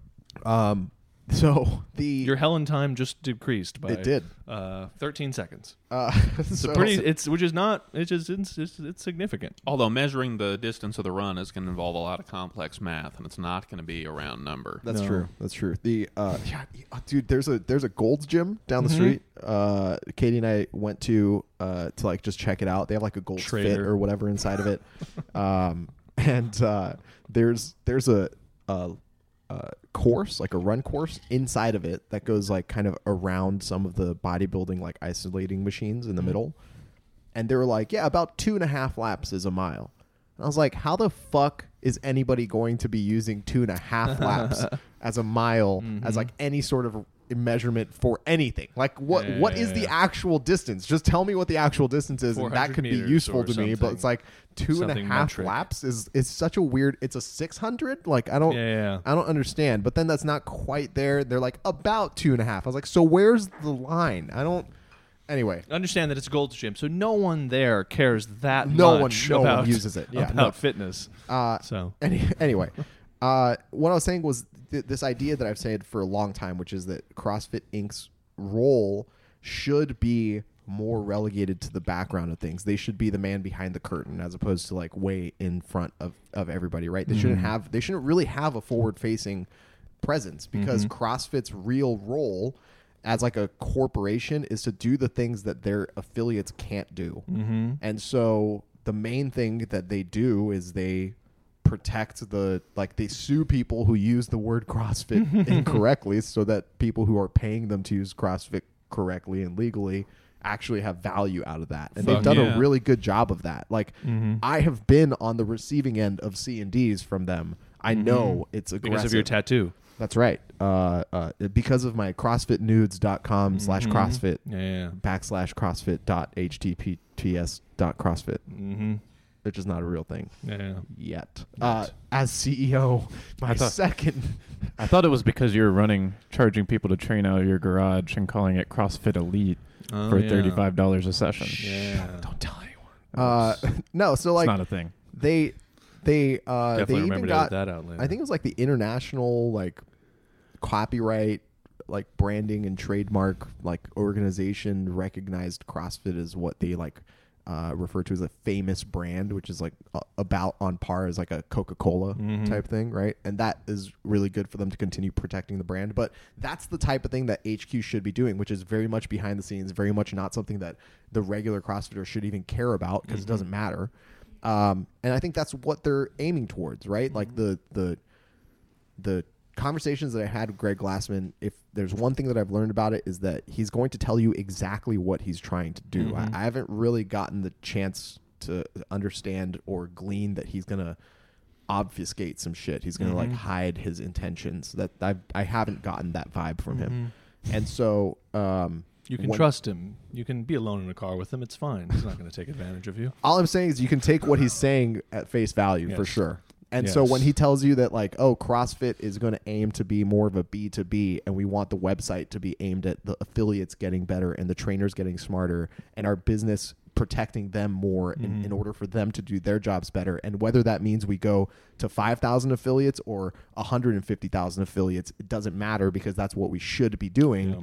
[SPEAKER 2] Um, so the
[SPEAKER 3] Your Helen time just decreased by
[SPEAKER 2] It did.
[SPEAKER 3] uh, 13 seconds.
[SPEAKER 2] uh, so,
[SPEAKER 3] So pretty, it's which is not, it's just it's, it's, it's significant.
[SPEAKER 5] Although measuring the distance of the run is going to involve a lot of complex math, and it's not going to be a round number.
[SPEAKER 2] That's
[SPEAKER 3] No.
[SPEAKER 2] true. That's true. The uh, yeah, uh, dude, there's a there's a Gold's Gym down the street. Uh, Katie and I went to uh to like just check it out. They have like a Gold's Fit
[SPEAKER 3] Traitor.
[SPEAKER 2] or whatever inside of it. um, and uh, there's there's a a, a course like a run course inside of it that goes like kind of around some of the bodybuilding like isolating machines in the middle. And they were like, yeah, about two and a half laps is a mile. And I was like, how the fuck is anybody going to be using two and a half laps as a mile as
[SPEAKER 3] Mm-hmm.
[SPEAKER 2] like any sort of measurement for anything? Like what
[SPEAKER 3] Yeah,
[SPEAKER 2] what
[SPEAKER 3] yeah,
[SPEAKER 2] is the
[SPEAKER 3] yeah.
[SPEAKER 2] actual distance? Just tell me what the actual distance is and that
[SPEAKER 3] 400
[SPEAKER 2] could be
[SPEAKER 3] meters
[SPEAKER 2] useful
[SPEAKER 3] or
[SPEAKER 2] to me, but
[SPEAKER 3] something.
[SPEAKER 2] it's like two and a half
[SPEAKER 3] Something metric.
[SPEAKER 2] laps is is such a weird it's a 600 like I don't
[SPEAKER 3] Yeah, yeah.
[SPEAKER 2] I don't understand. But then that's not quite there. They're like about two and a half. I was like, so where's the line? I don't. Anyway,
[SPEAKER 3] Understand that it's Gold's Gym, so no one there cares that
[SPEAKER 2] No one-
[SPEAKER 3] much
[SPEAKER 2] no one
[SPEAKER 3] about,
[SPEAKER 2] uses it. Yeah,
[SPEAKER 3] about
[SPEAKER 2] no.
[SPEAKER 3] fitness.
[SPEAKER 2] uh,
[SPEAKER 3] so
[SPEAKER 2] any, anyway, uh, what I was saying was th- this idea that I've said for a long time, which is that CrossFit Inc.'s role should be more relegated to the background of things. They should be the man behind the curtain as opposed to like way in front of, of everybody, right? They shouldn't have they shouldn't really have a forward facing presence because CrossFit's real role as like a corporation is to do the things that their affiliates can't do. And so the main thing that they do is they protect the like they sue people who use the word CrossFit incorrectly so that people who are paying them to use CrossFit correctly and legally actually have value out of that. And they've
[SPEAKER 5] Fuck
[SPEAKER 2] done
[SPEAKER 5] yeah.
[SPEAKER 2] a really good job of that. Like
[SPEAKER 3] Mm-hmm.
[SPEAKER 2] I have been on the receiving end of C and D's from them. I know it's aggressive.
[SPEAKER 3] Mm-hmm. because of your tattoo.
[SPEAKER 2] That's right. Uh, uh, because of my CrossFitNudes.com Um,
[SPEAKER 3] Mm-hmm.
[SPEAKER 2] slash CrossFit
[SPEAKER 3] Yeah, yeah.
[SPEAKER 2] backslash CrossFit dot HTTPS dot CrossFit,
[SPEAKER 3] Mm-hmm.
[SPEAKER 2] which is not a real thing
[SPEAKER 3] Yeah.
[SPEAKER 2] yet. Uh, as CEO, my
[SPEAKER 1] thought-
[SPEAKER 2] second.
[SPEAKER 1] I thought it was because you were running, charging people to train out of your garage and calling it CrossFit Elite
[SPEAKER 3] Oh,
[SPEAKER 1] for
[SPEAKER 3] yeah.
[SPEAKER 1] thirty-five dollars a session.
[SPEAKER 3] Yeah.
[SPEAKER 2] Don't tell anyone. Uh, no, so
[SPEAKER 1] it's
[SPEAKER 2] like
[SPEAKER 1] not a thing.
[SPEAKER 2] they they uh, they
[SPEAKER 3] Definitely
[SPEAKER 2] even
[SPEAKER 3] remember to
[SPEAKER 2] got
[SPEAKER 3] edit that out later.
[SPEAKER 2] I think it was like the international like copyright like branding and trademark like organization recognized CrossFit as what they like uh, referred to as a famous brand, which is like a- about on par as like a Coca Cola type thing, right? And that is really good for them to continue protecting the brand. But that's the type of thing that HQ should be doing, which is very much behind the scenes, very much not something that the regular CrossFitter should even care about because it doesn't matter. Um, and I think that's what they're aiming towards, right? Like the the the conversations that I had with Greg Glassman, if there's one thing that I've learned about it is that he's going to tell you exactly what he's trying to do.
[SPEAKER 3] Mm-hmm.
[SPEAKER 2] I, I haven't really gotten the chance to understand or glean that he's gonna obfuscate some shit. He's gonna
[SPEAKER 3] Mm-hmm.
[SPEAKER 2] like hide his intentions. That I I haven't gotten that vibe from him. And so um,
[SPEAKER 3] Mm-hmm. You can
[SPEAKER 2] when-
[SPEAKER 3] trust him. You can be alone in a car with him. It's fine. He's not going to take advantage of you.
[SPEAKER 2] all I'm saying is you can take what he's saying at face value for
[SPEAKER 3] Yes.
[SPEAKER 2] sure. And so
[SPEAKER 3] Yes.
[SPEAKER 2] when he tells you that like, oh, CrossFit is going to aim to be more of a B to B, and we want the website to be aimed at the affiliates getting better and the trainers getting smarter and our business protecting them more
[SPEAKER 3] Mm-hmm.
[SPEAKER 2] in, in order for them to do their jobs better and whether that means we go to 5000 affiliates or 150000 affiliates it doesn't matter because that's what we should be doing
[SPEAKER 3] Yeah.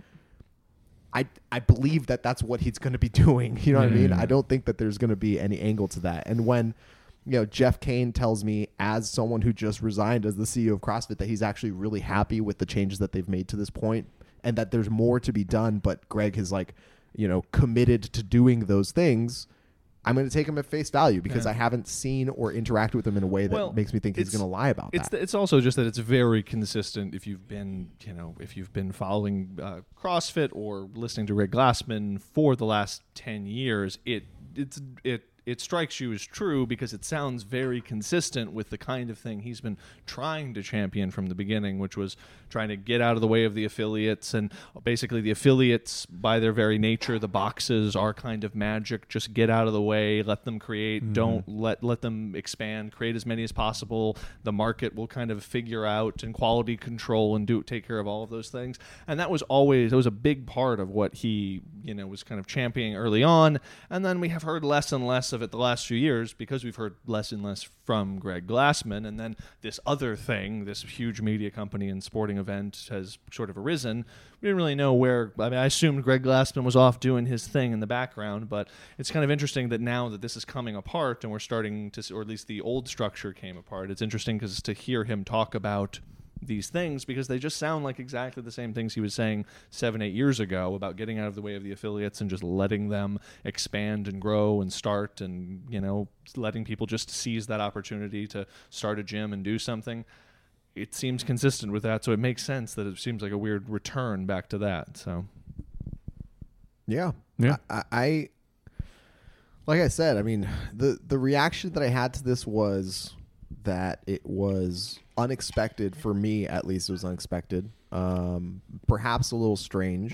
[SPEAKER 2] I I believe that that's what he's going to be doing. You know what I mean?
[SPEAKER 3] Mm.
[SPEAKER 2] I don't think that there's going to be any angle to that. And when you know Jeff Kane tells me as someone who just resigned as the CEO of CrossFit that he's actually really happy with the changes that they've made to this point and that there's more to be done, but Greg has like, you know, committed to doing those things. I'm going to take him at face value because I haven't seen or interacted with him in a way that
[SPEAKER 3] Well,
[SPEAKER 2] makes me think he's
[SPEAKER 3] it's-
[SPEAKER 2] going to lie about
[SPEAKER 3] It's
[SPEAKER 2] that.
[SPEAKER 3] th- it's also just that it's very consistent. If you've been you know if you've been following uh, CrossFit or listening to Rick Glassman for the last ten years, it it's it it strikes you as true because it sounds very consistent with the kind of thing he's been trying to champion from the beginning, which was trying to get out of the way of the affiliates and basically the affiliates by their very nature, the boxes are kind of magic. Just get out of the way, let them create. Don't let let them expand. Create as many as possible. The market will kind of figure out and quality control and do take care of all of those things. And that was always that was a big part of what he you know was kind of championing early on. And then we have heard less and less of it the last few years because we've heard less and less from Greg Glassman. And then this other thing, this huge media company and sporting event has sort of arisen. We didn't really know where. I mean, I assumed Greg Glassman was off doing his thing in the background, but it's kind of interesting that now that this is coming apart and we're starting to, s- or at least the old structure came apart. It's interesting because to hear him talk about these things because they just sound like exactly the same things he was saying seven, eight years ago about getting out of the way of the affiliates and just letting them expand and grow and start and, you know, letting people just seize that opportunity to start a gym and do something. It seems consistent with that, so it makes sense that it seems like a weird return back to that. So
[SPEAKER 2] Yeah.
[SPEAKER 1] Yeah.
[SPEAKER 2] I, I like I said, I mean, the the reaction that I had to this was that it was unexpected for me at least it was unexpected. Um perhaps a little strange.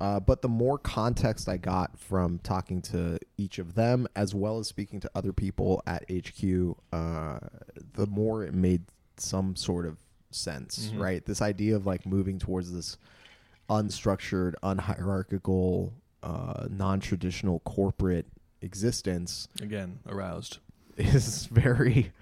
[SPEAKER 2] Uh, but the more context I got from talking to each of them, as well as speaking to other people at HQ, uh, the more it made some sort of sense, right? This idea of like moving towards this unstructured, unhierarchical, uh, non-traditional corporate existence
[SPEAKER 3] again, aroused.
[SPEAKER 2] is very,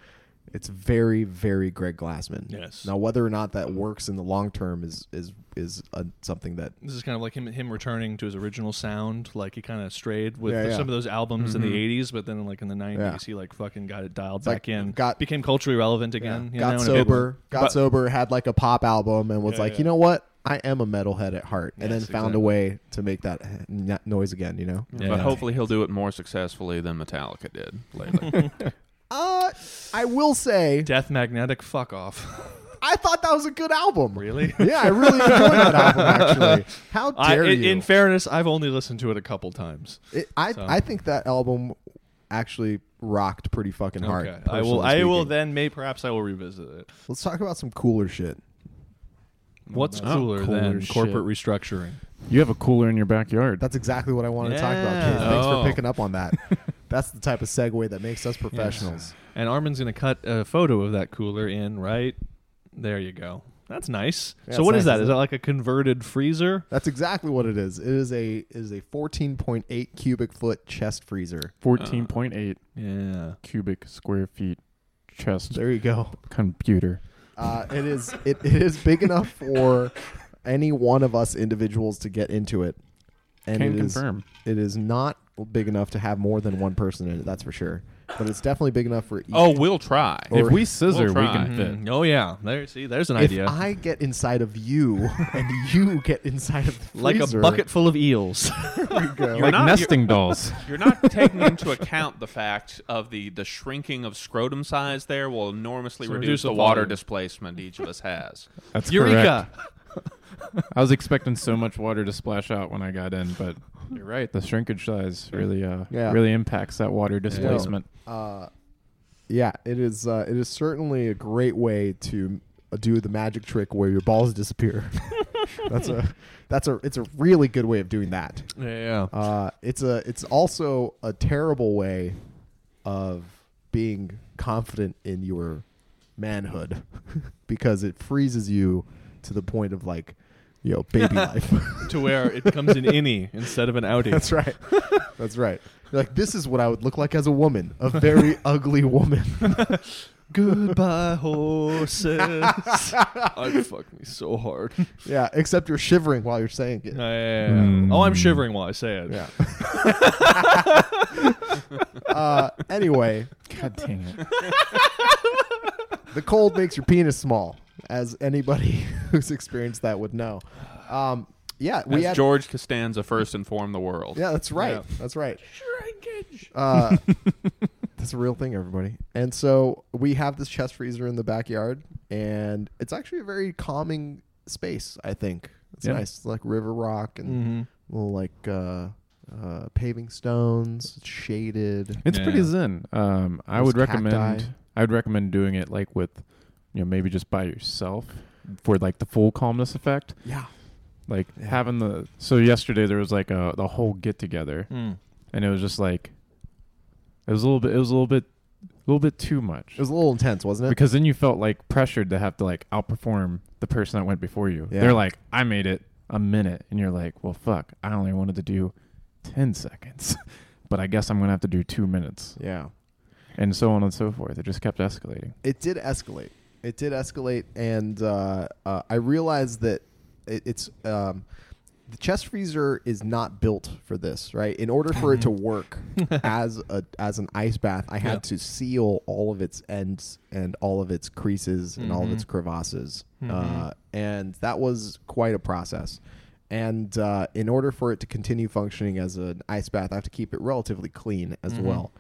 [SPEAKER 2] it's very, very Greg Glassman.
[SPEAKER 3] Yes.
[SPEAKER 2] Now, whether or not that works in the long term is is is uh something that
[SPEAKER 3] This is kind of like him him returning to his original sound, like he kind of strayed with
[SPEAKER 2] Yeah,
[SPEAKER 3] the-
[SPEAKER 2] yeah. Mm-hmm.
[SPEAKER 3] some of those albums in the '80s, but then like in the '90s,
[SPEAKER 2] Yeah.
[SPEAKER 3] he like fucking got it dialed
[SPEAKER 2] like
[SPEAKER 3] back in,
[SPEAKER 2] got-
[SPEAKER 3] became culturally relevant again. you know,
[SPEAKER 2] got
[SPEAKER 3] in a big way.
[SPEAKER 2] sober, got sober, had like a pop album, and was
[SPEAKER 3] Yeah,
[SPEAKER 2] like,
[SPEAKER 3] yeah.
[SPEAKER 2] you know what? I am a metalhead at heart, and then
[SPEAKER 3] Yes,
[SPEAKER 2] found a
[SPEAKER 3] exactly.
[SPEAKER 2] way to make that n- noise again. You know,
[SPEAKER 3] Yeah.
[SPEAKER 5] But hopefully he'll do it more successfully than Metallica did lately.
[SPEAKER 2] uh, I will say,
[SPEAKER 3] Death Magnetic, fuck off.
[SPEAKER 2] I thought that was a good album.
[SPEAKER 3] Really?
[SPEAKER 2] Yeah, I really enjoyed that album. Actually, how
[SPEAKER 3] I,
[SPEAKER 2] dare
[SPEAKER 3] in,
[SPEAKER 2] you?
[SPEAKER 3] in fairness, I've only listened to it a couple times.
[SPEAKER 2] It- I I think that album actually rocked pretty fucking hard.
[SPEAKER 3] Okay. I will.
[SPEAKER 2] personally
[SPEAKER 3] I will
[SPEAKER 2] speaking.
[SPEAKER 3] then. May perhaps I will revisit it.
[SPEAKER 2] Let's talk about some cooler shit.
[SPEAKER 3] What's
[SPEAKER 1] Oh,
[SPEAKER 3] cooler,
[SPEAKER 1] cooler
[SPEAKER 3] than
[SPEAKER 1] shit.
[SPEAKER 3] corporate restructuring?
[SPEAKER 1] You have a cooler in your backyard.
[SPEAKER 2] That's exactly what I wanted to talk about. Keith.
[SPEAKER 3] Yeah.
[SPEAKER 2] Thanks
[SPEAKER 5] Oh.
[SPEAKER 2] for picking up on that. That's the type of segue that makes us professionals.
[SPEAKER 3] And Armin's gonna cut a photo of that cooler in. Right there, you go. That's nice.
[SPEAKER 2] Yeah,
[SPEAKER 3] so
[SPEAKER 2] it's
[SPEAKER 3] what is
[SPEAKER 2] nice,
[SPEAKER 3] that?
[SPEAKER 2] isn't
[SPEAKER 3] Is
[SPEAKER 2] it?
[SPEAKER 3] that like a converted freezer?
[SPEAKER 2] That's exactly what it is. It is a it is a 14.8 cubic foot chest freezer.
[SPEAKER 1] Fourteen point eight
[SPEAKER 3] Yeah.
[SPEAKER 1] cubic square feet chest
[SPEAKER 2] There you go.
[SPEAKER 1] computer.
[SPEAKER 2] Uh, it is it, it is big enough for any one of us individuals to get into it. And
[SPEAKER 1] Can
[SPEAKER 2] it is-
[SPEAKER 1] confirm.
[SPEAKER 2] it is not big enough to have more than one person in it. That's for sure. But it's definitely big enough for each.
[SPEAKER 5] Oh, we'll try.
[SPEAKER 1] If we scissor,
[SPEAKER 5] We'll
[SPEAKER 1] we
[SPEAKER 5] try.
[SPEAKER 1] can fit.
[SPEAKER 3] Mm, Oh yeah, there. See, there's an
[SPEAKER 2] if
[SPEAKER 3] idea.
[SPEAKER 2] I get inside of you and you get inside of the
[SPEAKER 3] like a
[SPEAKER 2] freezer,
[SPEAKER 3] bucket full of eels.
[SPEAKER 2] you go.
[SPEAKER 5] You're
[SPEAKER 1] Like
[SPEAKER 5] not-
[SPEAKER 1] nesting dolls.
[SPEAKER 5] You're not taking into account the fact of the the shrinking of scrotum size. There will enormously
[SPEAKER 3] So
[SPEAKER 5] reduce,
[SPEAKER 3] reduce
[SPEAKER 5] the,
[SPEAKER 3] the
[SPEAKER 5] water
[SPEAKER 3] volume.
[SPEAKER 5] displacement each of us has.
[SPEAKER 1] That's
[SPEAKER 3] Eureka!
[SPEAKER 1] correct. I was expecting so much water to splash out when I got in, but you're right. The shrinkage size really, uh,
[SPEAKER 2] Yeah.
[SPEAKER 1] really impacts that water displacement.
[SPEAKER 2] Uh, yeah, it is. Uh, it is certainly a great way to uh, do the magic trick where your balls disappear. that's a that's a it's a really good way of doing that.
[SPEAKER 3] Yeah, yeah.
[SPEAKER 2] Uh, it's a it's also a terrible way of being confident in your manhood because it freezes you to the point of like you know baby life.
[SPEAKER 3] to where it becomes an innie instead of an outie.
[SPEAKER 2] That's right. That's right. You're like this is what I would look like as a woman, a very ugly woman.
[SPEAKER 3] Goodbye, horses. I fuck me so hard. Yeah,
[SPEAKER 2] Yeah, except you're shivering while you're saying it.
[SPEAKER 3] yeah, yeah.
[SPEAKER 1] Mm.
[SPEAKER 3] Oh, I'm shivering while I say it.
[SPEAKER 2] Yeah. uh, anyway,
[SPEAKER 1] God dang it!
[SPEAKER 2] the cold makes your penis small, as anybody who's experienced that would know. Um, yeah, we
[SPEAKER 5] As
[SPEAKER 2] had.
[SPEAKER 5] George Costanza first informed the world.
[SPEAKER 2] yeah, that's right.
[SPEAKER 3] Yeah.
[SPEAKER 2] That's right.
[SPEAKER 5] Shrinkage.
[SPEAKER 2] Uh, that's a real thing, everybody. And so we have this chest freezer in the backyard, and it's actually a very calming space. I think it's
[SPEAKER 1] Yeah.
[SPEAKER 2] nice, like river rock and
[SPEAKER 3] Mm-hmm.
[SPEAKER 2] little like uh, uh, paving stones, it's shaded.
[SPEAKER 1] It's
[SPEAKER 3] Yeah.
[SPEAKER 1] pretty zen. Um, I
[SPEAKER 2] Those
[SPEAKER 1] would recommend.
[SPEAKER 2] cacti.
[SPEAKER 1] I would recommend doing it like with, you know, maybe just by yourself for like the full calmness effect.
[SPEAKER 2] Yeah.
[SPEAKER 1] Like having the. So yesterday there was like a the whole get together, and it was just like, it was a little bit. It was a little bit, a little bit too much.
[SPEAKER 2] It was a little intense, wasn't it?
[SPEAKER 1] because then you felt like pressured to have to like outperform the person that went before you.
[SPEAKER 2] Yeah.
[SPEAKER 1] They're like, I made it a minute, and you're like, well, fuck, I only wanted to do ten seconds, but I guess I'm gonna have to do two minutes,
[SPEAKER 2] yeah.
[SPEAKER 1] and so on and so forth. It just kept escalating.
[SPEAKER 2] It did escalate. It did escalate, and uh, uh, I realized that it, it's um, the chest freezer is not built for this, right? In order for it to work as a as an ice bath, I had
[SPEAKER 3] Yeah.
[SPEAKER 2] to seal all of its ends and all of its creases and all of its crevasses, uh, and that was quite a process. And uh, in order for it to continue functioning as an ice bath, I have to keep it relatively clean as well.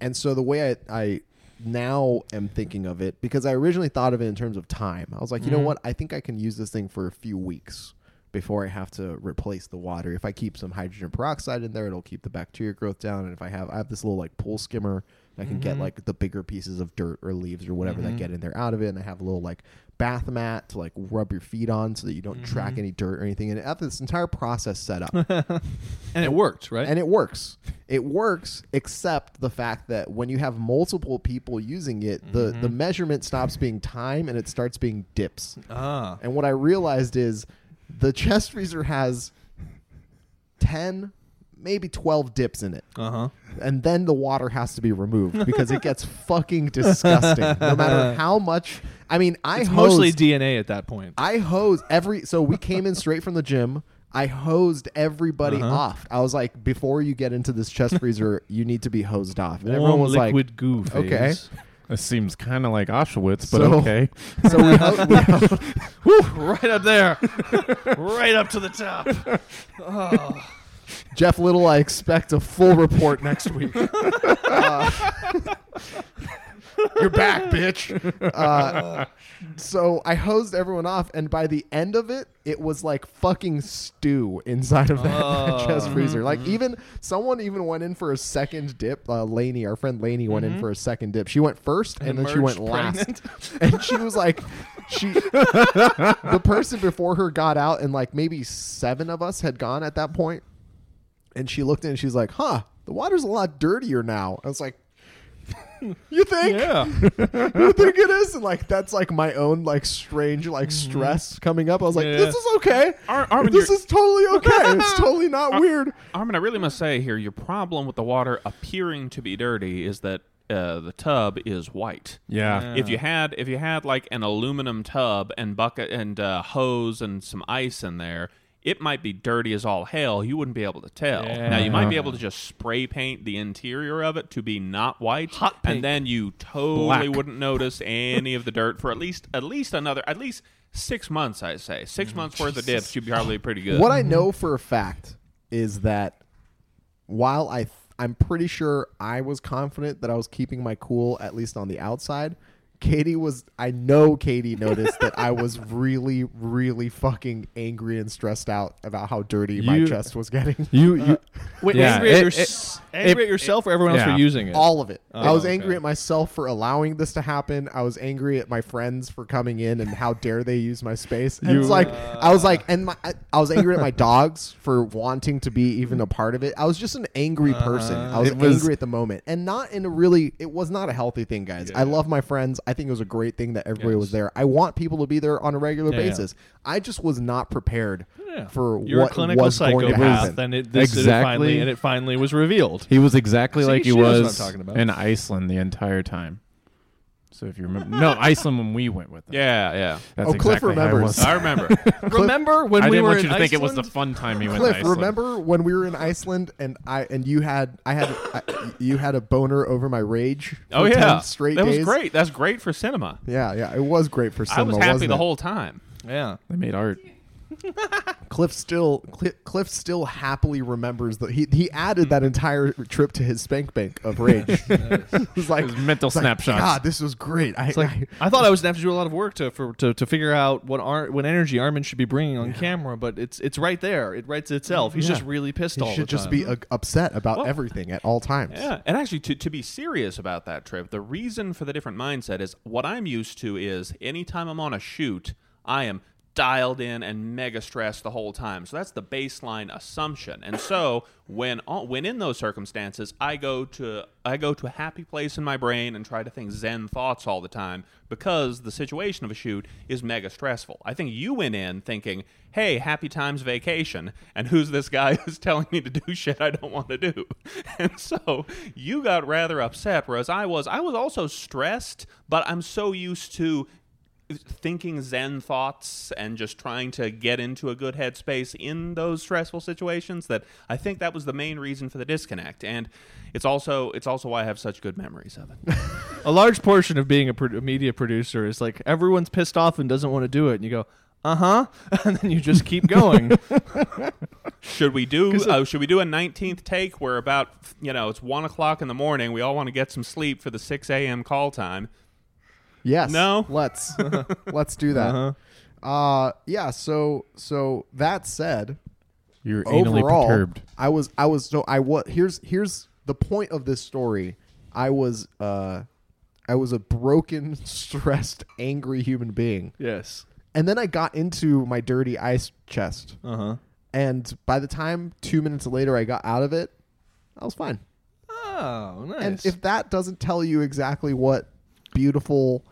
[SPEAKER 2] And so the way I, I now am thinking of it, because I originally thought of it in terms of time, I was like, you know what? I think I can use this thing for a few weeks before I have to replace the water. If I keep some hydrogen peroxide in there, it'll keep the bacteria growth down. And if I have, I have this little like pool skimmer, I can get like the bigger pieces of dirt or leaves or whatever that get in there out of it. And I have a little like bath mat to like rub your feet on so that you don't track any dirt or anything. And I have this entire process set up.
[SPEAKER 3] Mm. And it worked, right?
[SPEAKER 2] and it works. It works, except the fact that when you have multiple people using it, the, the measurement stops being time and it starts being dips.
[SPEAKER 3] ah.
[SPEAKER 2] And what I realized is the chest freezer has 10, maybe 12 dips in it.
[SPEAKER 3] Uh huh.
[SPEAKER 2] And then the water has to be removed because it gets fucking disgusting. No matter how much. I mean, I
[SPEAKER 3] It's mostly
[SPEAKER 2] hosed-
[SPEAKER 3] DNA at that point.
[SPEAKER 2] I hosed every. So we came in straight from the gym. I hosed everybody
[SPEAKER 3] Uh-huh.
[SPEAKER 2] off. I was like, before you get into this chest freezer, you need to be hosed off. And everyone
[SPEAKER 3] Warm
[SPEAKER 2] was like,
[SPEAKER 3] liquid goo
[SPEAKER 2] okay.
[SPEAKER 3] phase.
[SPEAKER 1] This seems kind of like Auschwitz, but
[SPEAKER 2] So-
[SPEAKER 1] okay.
[SPEAKER 2] so we, ho- we ho-
[SPEAKER 3] right up there, right up to the top. Oh.
[SPEAKER 2] Jeff Little, I expect a full report next week. Uh, You're back, bitch. Uh, so I hosed everyone off, and by the end of it, it was like fucking stew inside of that,
[SPEAKER 3] Oh.
[SPEAKER 2] chest freezer. Like even someone even went in for a second dip. Uh, Lainey, our friend Lainey, went in for a second dip. She went first, and, then she went
[SPEAKER 3] emerged
[SPEAKER 2] last. and she was like, she the person before her got out, and like maybe seven of us had gone at that point. And she looked in and she's like, huh, the water's a lot dirtier now. I was like, you think?
[SPEAKER 3] Yeah.
[SPEAKER 2] You think it is? And like, that's like my own like strange like stress coming up. I was like,
[SPEAKER 3] Yeah.
[SPEAKER 2] this is okay.
[SPEAKER 5] Mm-hmm. Ar- Armin,
[SPEAKER 2] this
[SPEAKER 5] you're-
[SPEAKER 2] is totally okay. it's totally not weird.
[SPEAKER 5] Armin, I really must say here, your problem with the water appearing to be dirty is that uh, the tub is white.
[SPEAKER 1] Yeah.
[SPEAKER 5] If you had if you had like an aluminum tub and bucket and uh, hose and some ice in there, it might be dirty as all hell. You wouldn't be able to tell.
[SPEAKER 3] Yeah.
[SPEAKER 5] Now you might be able to just spray paint the interior of it to be not white,
[SPEAKER 3] Hot pink.
[SPEAKER 5] and then you totally
[SPEAKER 1] Black.
[SPEAKER 5] wouldn't notice any of the dirt for at least at least another at least six months. I say six months worth of dips. You'd be probably pretty good.
[SPEAKER 2] Mm, What I know for a fact is that while I, th- I'm pretty sure I was confident that I was keeping my cool at least on the outside. Katie was. I know Katie noticed that I was really, really fucking angry and stressed out about how dirty my
[SPEAKER 1] You-
[SPEAKER 2] chest was getting.
[SPEAKER 1] You you
[SPEAKER 3] Wait,
[SPEAKER 1] Yeah,
[SPEAKER 3] angry, at
[SPEAKER 1] it-
[SPEAKER 3] your,
[SPEAKER 1] it-
[SPEAKER 3] s- angry
[SPEAKER 1] it-
[SPEAKER 3] at yourself or everyone else
[SPEAKER 1] yeah.
[SPEAKER 3] for using it? Oh,
[SPEAKER 2] all of it. I was
[SPEAKER 3] okay.
[SPEAKER 2] angry at myself for allowing this to happen. I was angry at my friends for coming in and how dare they use my space. And it's
[SPEAKER 1] You-
[SPEAKER 2] like I was like, and my, I, I was angry at my dogs for wanting to be even a part of it. I was just an angry
[SPEAKER 3] Uh,
[SPEAKER 2] person. I was,
[SPEAKER 1] It was-
[SPEAKER 2] angry at the moment, and not in a really. It was not a healthy thing, guys. I love my friends. I think it was a great thing that everybody was there. I want people to be there on a regular
[SPEAKER 3] Yeah, yeah.
[SPEAKER 2] basis. I just was not prepared
[SPEAKER 3] Yeah.
[SPEAKER 2] for
[SPEAKER 3] You're
[SPEAKER 2] what
[SPEAKER 3] a clinical
[SPEAKER 2] was going to
[SPEAKER 3] psychopath,
[SPEAKER 2] happen.
[SPEAKER 3] and it, this, exactly. it
[SPEAKER 1] Exactly.
[SPEAKER 3] finally and it finally was revealed.
[SPEAKER 1] he was exactly
[SPEAKER 3] See,
[SPEAKER 1] like he
[SPEAKER 3] she knows what
[SPEAKER 1] was
[SPEAKER 3] I'm talking about.
[SPEAKER 1] in Iceland the entire time. So if you remember, no Iceland when we went with them.
[SPEAKER 5] Yeah, yeah.
[SPEAKER 1] That's
[SPEAKER 2] Oh, Cliff
[SPEAKER 1] exactly how I
[SPEAKER 2] remembers.
[SPEAKER 1] was.
[SPEAKER 5] I remember.
[SPEAKER 3] Remember when
[SPEAKER 1] I
[SPEAKER 3] we
[SPEAKER 1] didn't
[SPEAKER 3] were
[SPEAKER 1] want you
[SPEAKER 3] in
[SPEAKER 1] to think it was the
[SPEAKER 3] Iceland?
[SPEAKER 1] fun time you went to
[SPEAKER 2] Cliff,
[SPEAKER 1] Iceland.
[SPEAKER 2] remember when we were in Iceland and I and you had I had I, you had a boner over my rage? for
[SPEAKER 5] Oh yeah,
[SPEAKER 2] 10 straight
[SPEAKER 5] That
[SPEAKER 2] days.
[SPEAKER 5] was great. That's great for cinema.
[SPEAKER 2] Yeah, yeah, it was great for cinema.
[SPEAKER 5] I was happy
[SPEAKER 2] wasn't
[SPEAKER 5] the
[SPEAKER 2] it?
[SPEAKER 5] whole time.
[SPEAKER 3] Yeah.
[SPEAKER 1] They made art.
[SPEAKER 2] Cliff still Cli- Cliff still happily remembers that he he added that entire trip to his spank bank of rage. it was like
[SPEAKER 1] His mental
[SPEAKER 2] it's like,
[SPEAKER 1] snapshots.
[SPEAKER 2] God, this was great. I,
[SPEAKER 3] It's like I thought I was gonna have to do a lot of work to for, to, to figure out what Ar- what energy Armin should be bringing on camera, but it's it's right there. It writes itself. He's just really pissed all
[SPEAKER 2] he should
[SPEAKER 3] the time.
[SPEAKER 2] just be uh, upset about
[SPEAKER 5] Well-
[SPEAKER 2] everything at all times.
[SPEAKER 5] Yeah, and actually, to, to be serious about that trip, the reason for the different mindset is what I'm used to is anytime I'm on a shoot, I am dialed in and mega stressed the whole time. So that's the baseline assumption. And so when all, when in those circumstances, I go to I go to a happy place in my brain and try to think zen thoughts all the time because the situation of a shoot is mega stressful. I think you went in thinking, "Hey, happy times vacation," and who's this guy who's telling me to do shit I don't want to do? And so you got rather upset, whereas I was. I was also stressed, but I'm so used to thinking zen thoughts and just trying to get into a good headspace in those stressful situations that I think that was the main reason for the disconnect and it's also it's also why I have such good memories of it.
[SPEAKER 3] a large portion of being a, pro- a media producer is like everyone's pissed off and doesn't want to do it, and you go, uh huh, and then you just keep going.
[SPEAKER 5] should we do uh, should we do a 19th take where about you know it's 1 o'clock in the morning we all want to get some sleep for the 6 a.m. call time
[SPEAKER 2] Yes.
[SPEAKER 5] No?
[SPEAKER 2] Let's let's do that. uh yeah. So so that said,
[SPEAKER 1] You're anally
[SPEAKER 2] overall,
[SPEAKER 1] perturbed.
[SPEAKER 2] I was I was so I was here's here's the point of this story. I was uh I was a broken, stressed, angry human being,
[SPEAKER 3] yes.
[SPEAKER 2] and then I got into my dirty ice chest.
[SPEAKER 3] Uh huh.
[SPEAKER 2] And by the time two minutes later I got out of it, I was fine.
[SPEAKER 3] Oh, nice.
[SPEAKER 2] And if that doesn't tell you exactly what beautiful,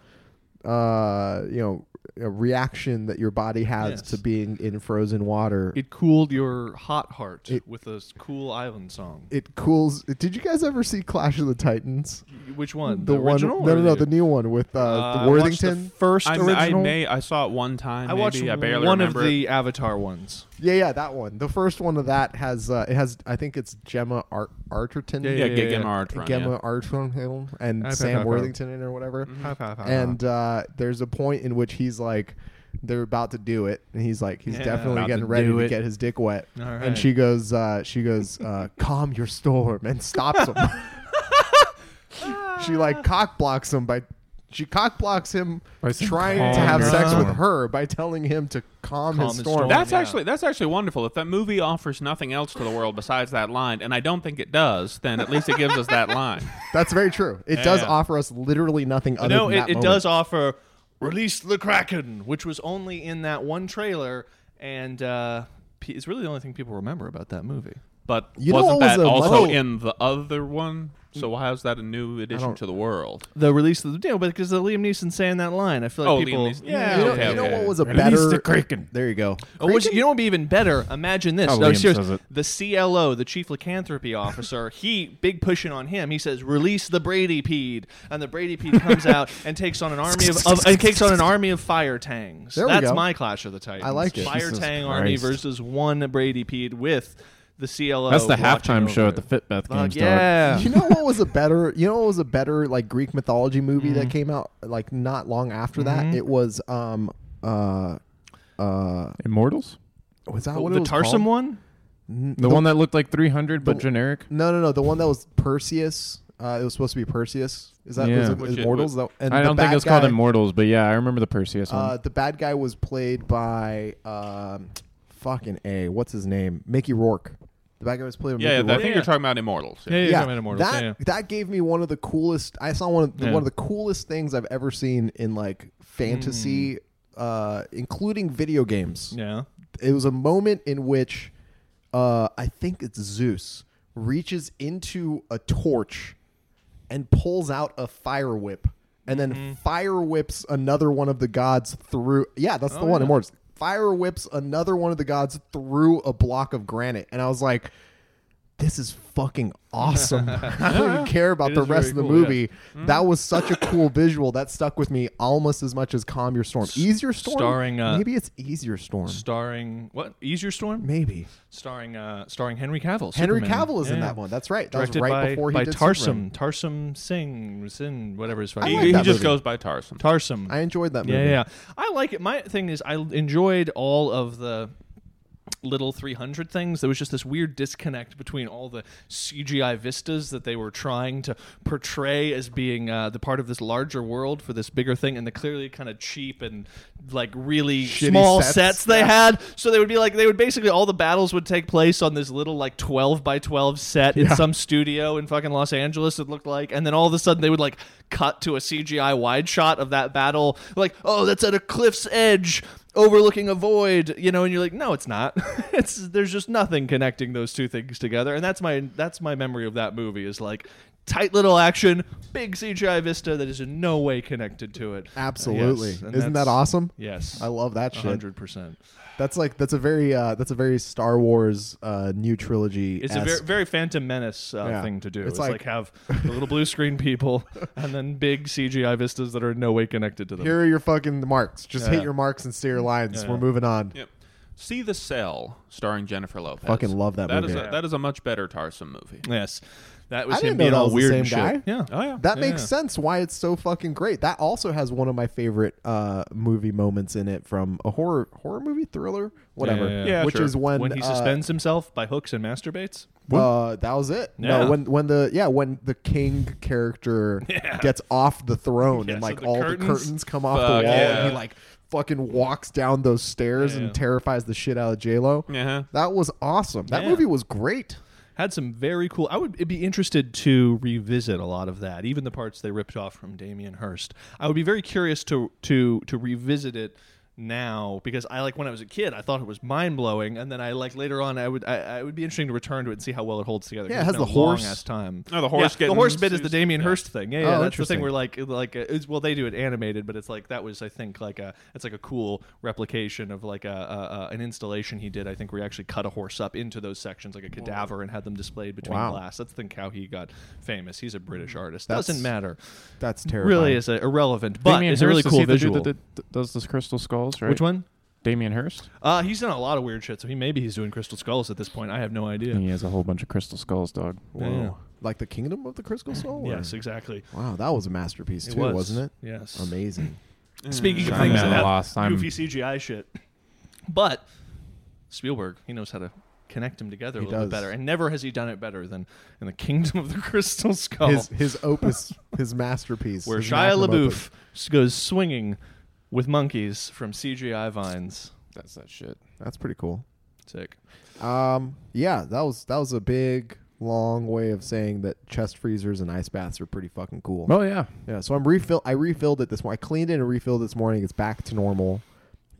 [SPEAKER 2] uh, you know, uh, reaction that your body has
[SPEAKER 3] Yes.
[SPEAKER 2] to being in frozen water, it,
[SPEAKER 3] it cooled your hot heart
[SPEAKER 2] It-
[SPEAKER 3] with a s- cool island song.
[SPEAKER 2] cools. Did you guys ever see Clash of the Titans?
[SPEAKER 3] Which one?
[SPEAKER 2] The, one,
[SPEAKER 3] original?
[SPEAKER 2] no,
[SPEAKER 3] or
[SPEAKER 2] no, no, the new one with uh,
[SPEAKER 3] Uh,
[SPEAKER 2] the
[SPEAKER 3] I watched
[SPEAKER 2] Worthington.
[SPEAKER 3] the first
[SPEAKER 5] I,
[SPEAKER 3] original.
[SPEAKER 5] I may I saw it one time
[SPEAKER 3] I watched
[SPEAKER 5] maybe I barely
[SPEAKER 3] one
[SPEAKER 5] remember
[SPEAKER 3] of
[SPEAKER 5] it.
[SPEAKER 3] the Avatar ones.
[SPEAKER 2] yeah, yeah, that one. The first one of that has uh, it has I think it's Gemma Ar- Arterton.
[SPEAKER 5] yeah,
[SPEAKER 3] yeah,
[SPEAKER 5] Gig
[SPEAKER 3] yeah.
[SPEAKER 5] and Art Run, yeah.
[SPEAKER 2] Gemma Arterton and
[SPEAKER 3] I- I- I-
[SPEAKER 2] Sam
[SPEAKER 3] I-
[SPEAKER 2] Worthington in it or whatever.
[SPEAKER 5] Mm-hmm.
[SPEAKER 3] And
[SPEAKER 2] and uh, there's a point in which he's like they're about to do it and he's like he's
[SPEAKER 3] Yeah.
[SPEAKER 2] definitely
[SPEAKER 1] About
[SPEAKER 2] getting
[SPEAKER 1] to
[SPEAKER 2] ready
[SPEAKER 1] do
[SPEAKER 2] to
[SPEAKER 1] it.
[SPEAKER 2] get his dick wet
[SPEAKER 3] All right.
[SPEAKER 2] and she goes uh, she goes uh, calm your storm and stops him she like cock blocks him by she cock blocks him
[SPEAKER 1] By saying,
[SPEAKER 2] trying to
[SPEAKER 1] "Calm
[SPEAKER 2] have
[SPEAKER 1] your
[SPEAKER 2] sex with
[SPEAKER 1] storm."
[SPEAKER 2] her by telling him to calm,
[SPEAKER 3] Calm
[SPEAKER 2] his
[SPEAKER 3] his
[SPEAKER 2] storm,
[SPEAKER 3] storm.
[SPEAKER 5] That's
[SPEAKER 3] Yeah.
[SPEAKER 5] actually that's actually wonderful. If that movie offers nothing else to the world besides that line, and I don't think it does, then at least it gives us that line.
[SPEAKER 2] that's very true it does
[SPEAKER 5] Yeah.
[SPEAKER 2] offer us literally nothing other
[SPEAKER 3] no,
[SPEAKER 2] than
[SPEAKER 3] it,
[SPEAKER 2] that
[SPEAKER 3] it
[SPEAKER 2] moment.
[SPEAKER 3] does offer "Release the Kraken," which was only in that one trailer, and uh, pe- it's really the only thing people remember about that movie.
[SPEAKER 5] But
[SPEAKER 2] You know
[SPEAKER 5] wasn't
[SPEAKER 2] what was
[SPEAKER 5] that
[SPEAKER 2] a
[SPEAKER 5] also
[SPEAKER 2] much-
[SPEAKER 5] in the other one? So how's that a new addition
[SPEAKER 2] don't-
[SPEAKER 5] to the world?
[SPEAKER 3] the release of the deal, but because the Liam Neeson saying that line, I feel like
[SPEAKER 5] Oh, Liam
[SPEAKER 3] people.
[SPEAKER 5] Neeson.
[SPEAKER 3] Yeah,
[SPEAKER 2] You know,
[SPEAKER 5] okay,
[SPEAKER 2] you know
[SPEAKER 5] okay.
[SPEAKER 2] what was a
[SPEAKER 1] Release
[SPEAKER 2] better
[SPEAKER 1] the Kraken.
[SPEAKER 2] There you go.
[SPEAKER 3] Oh, which, you know what would be even better? Imagine this.
[SPEAKER 1] How
[SPEAKER 3] No,
[SPEAKER 1] Liam
[SPEAKER 3] seriously,
[SPEAKER 1] Oh, says it.
[SPEAKER 3] The CLO, the chief lycanthropy officer, he big pushing on him. He says, "Release the Brady Pede," and the Brady Pede comes out and takes on an army of, of and takes on an army of fire tangs.
[SPEAKER 2] There we
[SPEAKER 3] That's
[SPEAKER 2] go.
[SPEAKER 3] my Clash of the Titans.
[SPEAKER 2] I like it.
[SPEAKER 3] Fire
[SPEAKER 1] Jesus
[SPEAKER 3] tang army
[SPEAKER 1] Christ.
[SPEAKER 3] versus one Brady Pede with the CLO.
[SPEAKER 1] That's the
[SPEAKER 3] watching
[SPEAKER 1] halftime
[SPEAKER 3] over
[SPEAKER 1] show at
[SPEAKER 3] it.
[SPEAKER 1] the Fitbeth
[SPEAKER 3] Fuck
[SPEAKER 1] games. dog.
[SPEAKER 3] yeah.
[SPEAKER 2] you know what was a better you know what was a better like greek mythology movie
[SPEAKER 1] Mm-hmm.
[SPEAKER 2] that came out like not long after that it was um uh uh
[SPEAKER 1] Immortals,
[SPEAKER 2] was that
[SPEAKER 3] The-
[SPEAKER 2] Uh, what
[SPEAKER 3] the
[SPEAKER 2] it was
[SPEAKER 3] Tarsum
[SPEAKER 2] called?
[SPEAKER 3] one?
[SPEAKER 1] the, one that looked like 300 but generic.
[SPEAKER 2] no no no the one that was perseus uh it was supposed to be perseus is that
[SPEAKER 1] Yeah.
[SPEAKER 2] was
[SPEAKER 1] Which
[SPEAKER 2] it
[SPEAKER 5] it
[SPEAKER 2] immortals
[SPEAKER 5] was-
[SPEAKER 2] That- and
[SPEAKER 1] I
[SPEAKER 2] the
[SPEAKER 1] don't think
[SPEAKER 2] bad
[SPEAKER 1] it's called
[SPEAKER 2] guy-
[SPEAKER 1] Immortals, but yeah, I remember the Perseus
[SPEAKER 2] uh
[SPEAKER 1] one.
[SPEAKER 2] the bad guy was played by um fucking a what's his name mickey rourke the bad guy was played by
[SPEAKER 5] Yeah,
[SPEAKER 2] mickey
[SPEAKER 5] I
[SPEAKER 2] rourke
[SPEAKER 5] think
[SPEAKER 3] yeah.
[SPEAKER 5] you're talking about Immortals.
[SPEAKER 3] yeah,
[SPEAKER 2] yeah,
[SPEAKER 3] talking about Immortals,
[SPEAKER 2] that
[SPEAKER 3] yeah, yeah.
[SPEAKER 2] that gave me one of the coolest. I saw one of the,
[SPEAKER 3] Yeah.
[SPEAKER 2] one of the coolest things I've ever seen in like fantasy, uh, including video games.
[SPEAKER 3] Hmm. Yeah.
[SPEAKER 2] It was a moment in which uh, I think it's Zeus reaches into a torch and pulls out a fire whip, and
[SPEAKER 3] Mm-hmm.
[SPEAKER 2] then fire whips another one of the gods through. Yeah, that's
[SPEAKER 3] Oh,
[SPEAKER 2] the one. Immortals. Fire whips another one of the gods through a block of granite, and I was like this is fucking awesome. I don't even care about
[SPEAKER 3] It
[SPEAKER 2] the
[SPEAKER 3] is
[SPEAKER 2] rest
[SPEAKER 3] very
[SPEAKER 2] of the
[SPEAKER 3] cool, Mm-hmm.
[SPEAKER 2] movie. That was such a cool visual that stuck with me almost as much as Calm Your Storm. Ease Your Storm?
[SPEAKER 3] starring, uh,
[SPEAKER 2] Maybe it's Ease Your Storm.
[SPEAKER 3] Starring what? Easier Storm?
[SPEAKER 2] Maybe.
[SPEAKER 3] Starring uh, starring Henry Cavill.
[SPEAKER 2] Henry
[SPEAKER 3] Superman.
[SPEAKER 2] Cavill is in
[SPEAKER 3] Yeah.
[SPEAKER 2] that one. That's right. That was
[SPEAKER 3] Directed
[SPEAKER 2] right
[SPEAKER 3] by,
[SPEAKER 2] before he
[SPEAKER 3] by
[SPEAKER 2] did Superman.
[SPEAKER 3] Tarsum. Tarsum Singh, Singh, whatever his fucking
[SPEAKER 2] I
[SPEAKER 5] He,
[SPEAKER 2] like
[SPEAKER 5] he
[SPEAKER 3] name
[SPEAKER 2] that
[SPEAKER 3] is.
[SPEAKER 5] just
[SPEAKER 2] movie.
[SPEAKER 5] goes by Tarsum.
[SPEAKER 3] Tarsum.
[SPEAKER 2] I enjoyed that movie.
[SPEAKER 3] yeah, yeah, yeah. I like it. My thing is, I enjoyed all of the little 300 things. There was just this weird disconnect between all the CGI vistas that they were trying to portray as being uh, the part of this larger world for this bigger thing, and the clearly kind of cheap and like really
[SPEAKER 2] Shitty
[SPEAKER 3] small
[SPEAKER 2] sets.
[SPEAKER 3] sets, they had. So they would be like, they would basically all the battles would take place on this little like 12 by 12 set in some studio in fucking Los Angeles. It looked like, and then all of a sudden they would like cut to a CGI wide shot of that battle. Like, oh, that's at a cliff's edge overlooking a void, you know, and you're like, no, it's not. it's there's just nothing connecting those two things together, and that's my that's my memory of that movie is like tight little action, big CGI vista that is in no way connected to it. Uh, yes,
[SPEAKER 2] Absolutely.
[SPEAKER 3] and
[SPEAKER 2] Isn't that
[SPEAKER 3] that's-
[SPEAKER 2] awesome?
[SPEAKER 3] Yes,
[SPEAKER 2] I love that shit.
[SPEAKER 3] hundred percent.
[SPEAKER 2] That's like that's a very uh, that's a very Star Wars uh, new trilogy.
[SPEAKER 3] It's a very, very Phantom Menace uh,
[SPEAKER 2] Yeah.
[SPEAKER 3] thing to do.
[SPEAKER 2] It's
[SPEAKER 3] It's,
[SPEAKER 2] like-
[SPEAKER 3] like, have the little blue screen people and then big CGI vistas that are in no way connected to them.
[SPEAKER 2] Here are your fucking marks. Just hit
[SPEAKER 3] Yeah.
[SPEAKER 2] your marks and stay your lines.
[SPEAKER 3] Yeah.
[SPEAKER 2] We're moving on.
[SPEAKER 5] Yep. See the Cell, starring Jennifer Lopez.
[SPEAKER 2] Fucking love that movie.
[SPEAKER 5] Is a,
[SPEAKER 3] Yeah.
[SPEAKER 5] that is a much better Tarsum movie.
[SPEAKER 3] yes, that
[SPEAKER 2] I
[SPEAKER 3] was
[SPEAKER 2] didn't
[SPEAKER 3] him
[SPEAKER 2] know
[SPEAKER 3] being
[SPEAKER 2] that
[SPEAKER 3] all
[SPEAKER 2] was the
[SPEAKER 3] weird
[SPEAKER 2] same
[SPEAKER 3] and shit.
[SPEAKER 2] guy.
[SPEAKER 3] Yeah.
[SPEAKER 5] Oh yeah.
[SPEAKER 2] That
[SPEAKER 3] Yeah,
[SPEAKER 2] makes
[SPEAKER 3] yeah.
[SPEAKER 2] sense why it's so fucking great. That also has one of my favorite uh, movie moments in it from a horror horror movie thriller, whatever.
[SPEAKER 3] yeah, yeah.
[SPEAKER 5] Yeah,
[SPEAKER 2] which
[SPEAKER 5] sure.
[SPEAKER 2] is when
[SPEAKER 3] when he
[SPEAKER 2] uh,
[SPEAKER 3] suspends himself by hooks and masturbates.
[SPEAKER 2] Uh, that was it.
[SPEAKER 3] Yeah.
[SPEAKER 2] No, when when the yeah when the king character gets off the throne
[SPEAKER 3] Yeah,
[SPEAKER 2] and
[SPEAKER 3] so
[SPEAKER 2] like
[SPEAKER 3] the
[SPEAKER 2] all the
[SPEAKER 3] curtains-
[SPEAKER 2] curtains come off
[SPEAKER 5] Fuck
[SPEAKER 2] the wall
[SPEAKER 5] yeah.
[SPEAKER 2] and he like fucking walks down those stairs
[SPEAKER 3] Yeah.
[SPEAKER 2] and terrifies the shit out of J Lo.
[SPEAKER 5] Yeah.
[SPEAKER 2] That was awesome. That
[SPEAKER 3] Yeah.
[SPEAKER 2] movie was great.
[SPEAKER 3] Had some very cool. I would be interested to revisit a lot of that, even the parts they ripped off from Damien Hirst. I would be very curious to to to revisit it now because I like when I was a kid, I thought it was mind blowing, and then I like later on, I would I, I would be interesting to return to it and see how well it holds together.
[SPEAKER 2] Yeah, it
[SPEAKER 3] It's
[SPEAKER 2] has
[SPEAKER 3] been
[SPEAKER 2] the
[SPEAKER 3] a long
[SPEAKER 2] horse.
[SPEAKER 3] ass time.
[SPEAKER 5] Oh, the horse
[SPEAKER 3] Yeah, the
[SPEAKER 5] getting
[SPEAKER 3] horse bit is the
[SPEAKER 5] seized.
[SPEAKER 3] Damien
[SPEAKER 5] Yeah.
[SPEAKER 3] Hirst thing. Yeah, yeah,
[SPEAKER 2] Oh,
[SPEAKER 3] that's the
[SPEAKER 2] interesting.
[SPEAKER 3] thing where like like uh, it's, well they do it animated, but it's like that was I think like a it's like a cool replication of like a, a, a an installation he did. I think where he actually cut a horse up into those sections like a cadaver and had them displayed between
[SPEAKER 2] Wow.
[SPEAKER 3] glass. That's the think how he got famous. He's a
[SPEAKER 1] Mm.
[SPEAKER 3] British artist.
[SPEAKER 2] That's
[SPEAKER 3] Doesn't matter.
[SPEAKER 2] That's terrifying.
[SPEAKER 3] Really is a, irrelevant, but it's a really
[SPEAKER 1] Hirst is
[SPEAKER 3] cool
[SPEAKER 1] he the dude
[SPEAKER 3] visual.
[SPEAKER 1] that did- does this Crystal Skulls, right?
[SPEAKER 3] Which one?
[SPEAKER 1] Damien Hirst.
[SPEAKER 3] Uh, he's done a lot of weird shit, so he maybe he's doing Crystal Skulls at this point. I have no idea.
[SPEAKER 1] He has a whole bunch of Crystal Skulls, dog.
[SPEAKER 2] Whoa. like the Kingdom of the Crystal Soul. or-
[SPEAKER 3] Yes, exactly.
[SPEAKER 2] Wow, that was a masterpiece
[SPEAKER 3] It
[SPEAKER 2] too,
[SPEAKER 3] was.
[SPEAKER 2] wasn't it?
[SPEAKER 3] Yes.
[SPEAKER 2] Amazing.
[SPEAKER 3] Speaking of
[SPEAKER 1] I'm
[SPEAKER 3] things that
[SPEAKER 1] at a
[SPEAKER 3] have
[SPEAKER 1] loss. I'm-
[SPEAKER 3] goofy CGI shit, but Spielberg, he knows how to connect them together
[SPEAKER 2] He
[SPEAKER 3] a little
[SPEAKER 2] does.
[SPEAKER 3] bit better, and never has he done it better than in the Kingdom of the Crystal Skull,
[SPEAKER 2] His his opus, his masterpiece.
[SPEAKER 3] where
[SPEAKER 2] his
[SPEAKER 3] Oh. Shia
[SPEAKER 2] magnum
[SPEAKER 3] LaBeouf
[SPEAKER 2] opus.
[SPEAKER 3] s- goes swinging with monkeys from CGI vines.
[SPEAKER 1] That's that shit.
[SPEAKER 2] That's pretty cool.
[SPEAKER 3] Sick.
[SPEAKER 2] Um, yeah, that was that was a big long way of saying that chest freezers and ice baths are pretty fucking cool.
[SPEAKER 1] Oh yeah.
[SPEAKER 2] Yeah, so I'm refill. I refilled it this morning. I cleaned it and refilled this morning. It's back to normal.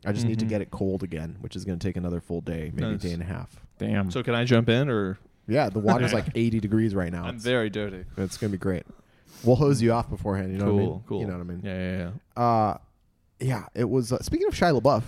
[SPEAKER 2] I just need to get it cold again, which is going to take another full day, maybe a
[SPEAKER 3] Mm-hmm. Nice.
[SPEAKER 2] day and a half.
[SPEAKER 1] Damn.
[SPEAKER 3] So can I jump in, or
[SPEAKER 2] Yeah, the water's like 80 degrees right now.
[SPEAKER 3] I'm
[SPEAKER 2] It's,
[SPEAKER 3] very dirty.
[SPEAKER 2] it's gonna be great. We'll hose you off beforehand. You know
[SPEAKER 3] cool,
[SPEAKER 2] what I mean?
[SPEAKER 3] cool.
[SPEAKER 2] You know what I mean?
[SPEAKER 3] Yeah, yeah, yeah.
[SPEAKER 2] Uh, yeah. It was. Uh, speaking of Shia LaBeouf,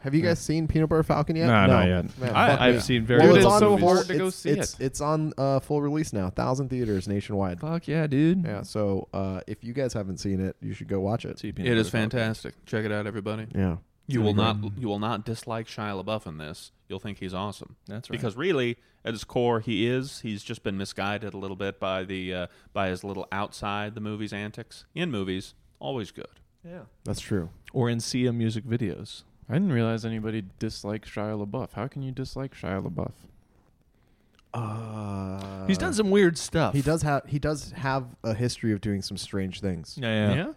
[SPEAKER 2] have you guys seen Peanut Butter Falcon yet?
[SPEAKER 1] Nah,
[SPEAKER 2] no,
[SPEAKER 1] not yet.
[SPEAKER 2] Man, fuck
[SPEAKER 3] I,
[SPEAKER 2] me.
[SPEAKER 3] I've seen very
[SPEAKER 2] Well,
[SPEAKER 3] little
[SPEAKER 2] it's on
[SPEAKER 4] so
[SPEAKER 2] full-
[SPEAKER 4] hard to go
[SPEAKER 2] it's-
[SPEAKER 4] see
[SPEAKER 2] it's- It's on uh, full release now. Thousand theaters nationwide.
[SPEAKER 3] Fuck yeah, dude.
[SPEAKER 2] Yeah. So uh, if you guys haven't seen it, you should go watch it.
[SPEAKER 5] It is fantastic. Check it out, everybody.
[SPEAKER 2] Yeah.
[SPEAKER 5] You will not you will not dislike Shia LaBeouf in this. You'll think he's awesome.
[SPEAKER 3] That's right.
[SPEAKER 5] Because really, at his core, he is. He's just been misguided a little bit by the uh, by his little outside the movies antics. In movies, always good.
[SPEAKER 3] yeah.
[SPEAKER 2] That's true.
[SPEAKER 3] Or in Sia music videos.
[SPEAKER 1] I didn't realize anybody disliked Shia LaBeouf. How can you dislike Shia
[SPEAKER 2] Mm.
[SPEAKER 1] LaBeouf?
[SPEAKER 2] Uh,
[SPEAKER 3] He's done some weird stuff.
[SPEAKER 2] He does have he does have a history of doing some strange things.
[SPEAKER 3] Yeah, yeah.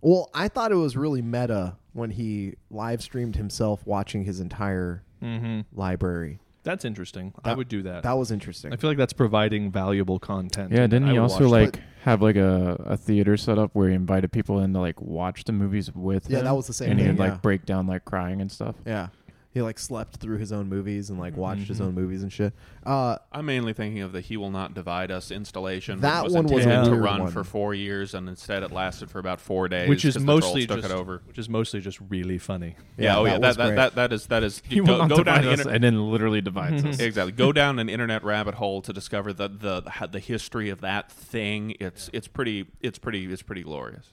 [SPEAKER 2] Well, I thought it was really meta when he live streamed himself watching his entire
[SPEAKER 3] Mm-hmm.
[SPEAKER 2] library.
[SPEAKER 3] That's interesting. I
[SPEAKER 2] That-
[SPEAKER 3] would do that.
[SPEAKER 2] That was interesting.
[SPEAKER 3] I feel like that's providing valuable content.
[SPEAKER 1] Yeah, didn't
[SPEAKER 3] I
[SPEAKER 1] he
[SPEAKER 3] would
[SPEAKER 1] also
[SPEAKER 3] watch
[SPEAKER 1] like
[SPEAKER 2] that.
[SPEAKER 1] have like a, a theater set up where he invited people in to like watch the movies with
[SPEAKER 2] Yeah,
[SPEAKER 1] him?
[SPEAKER 2] that was the same
[SPEAKER 1] And
[SPEAKER 2] thing,
[SPEAKER 1] he'd
[SPEAKER 2] yeah.
[SPEAKER 1] like break down like crying and stuff.
[SPEAKER 2] yeah. He like slept through his own movies and like watched his
[SPEAKER 3] Mhm.
[SPEAKER 2] own movies and shit. Uh
[SPEAKER 5] I'm mainly thinking of the "He Will Not Divide Us" installation.
[SPEAKER 2] That
[SPEAKER 5] which
[SPEAKER 2] one was a
[SPEAKER 5] intended to
[SPEAKER 2] weird
[SPEAKER 5] run
[SPEAKER 2] one.
[SPEAKER 5] for four years, and instead it lasted for about four days,
[SPEAKER 3] which is
[SPEAKER 5] 'cause the
[SPEAKER 3] mostly
[SPEAKER 5] trolls
[SPEAKER 3] just
[SPEAKER 5] took it over.
[SPEAKER 3] which is mostly just really funny.
[SPEAKER 5] Yeah, oh yeah,
[SPEAKER 2] was
[SPEAKER 5] that that,
[SPEAKER 2] great.
[SPEAKER 5] that that is that is
[SPEAKER 1] He
[SPEAKER 5] go,
[SPEAKER 1] will not
[SPEAKER 5] go down
[SPEAKER 1] divide
[SPEAKER 5] the
[SPEAKER 1] us
[SPEAKER 5] inter-
[SPEAKER 1] and then literally divides
[SPEAKER 3] Mm-hmm.
[SPEAKER 1] us.
[SPEAKER 5] exactly go down an internet rabbit hole to discover the the the, the history of that thing. It's it's pretty it's pretty it's pretty glorious.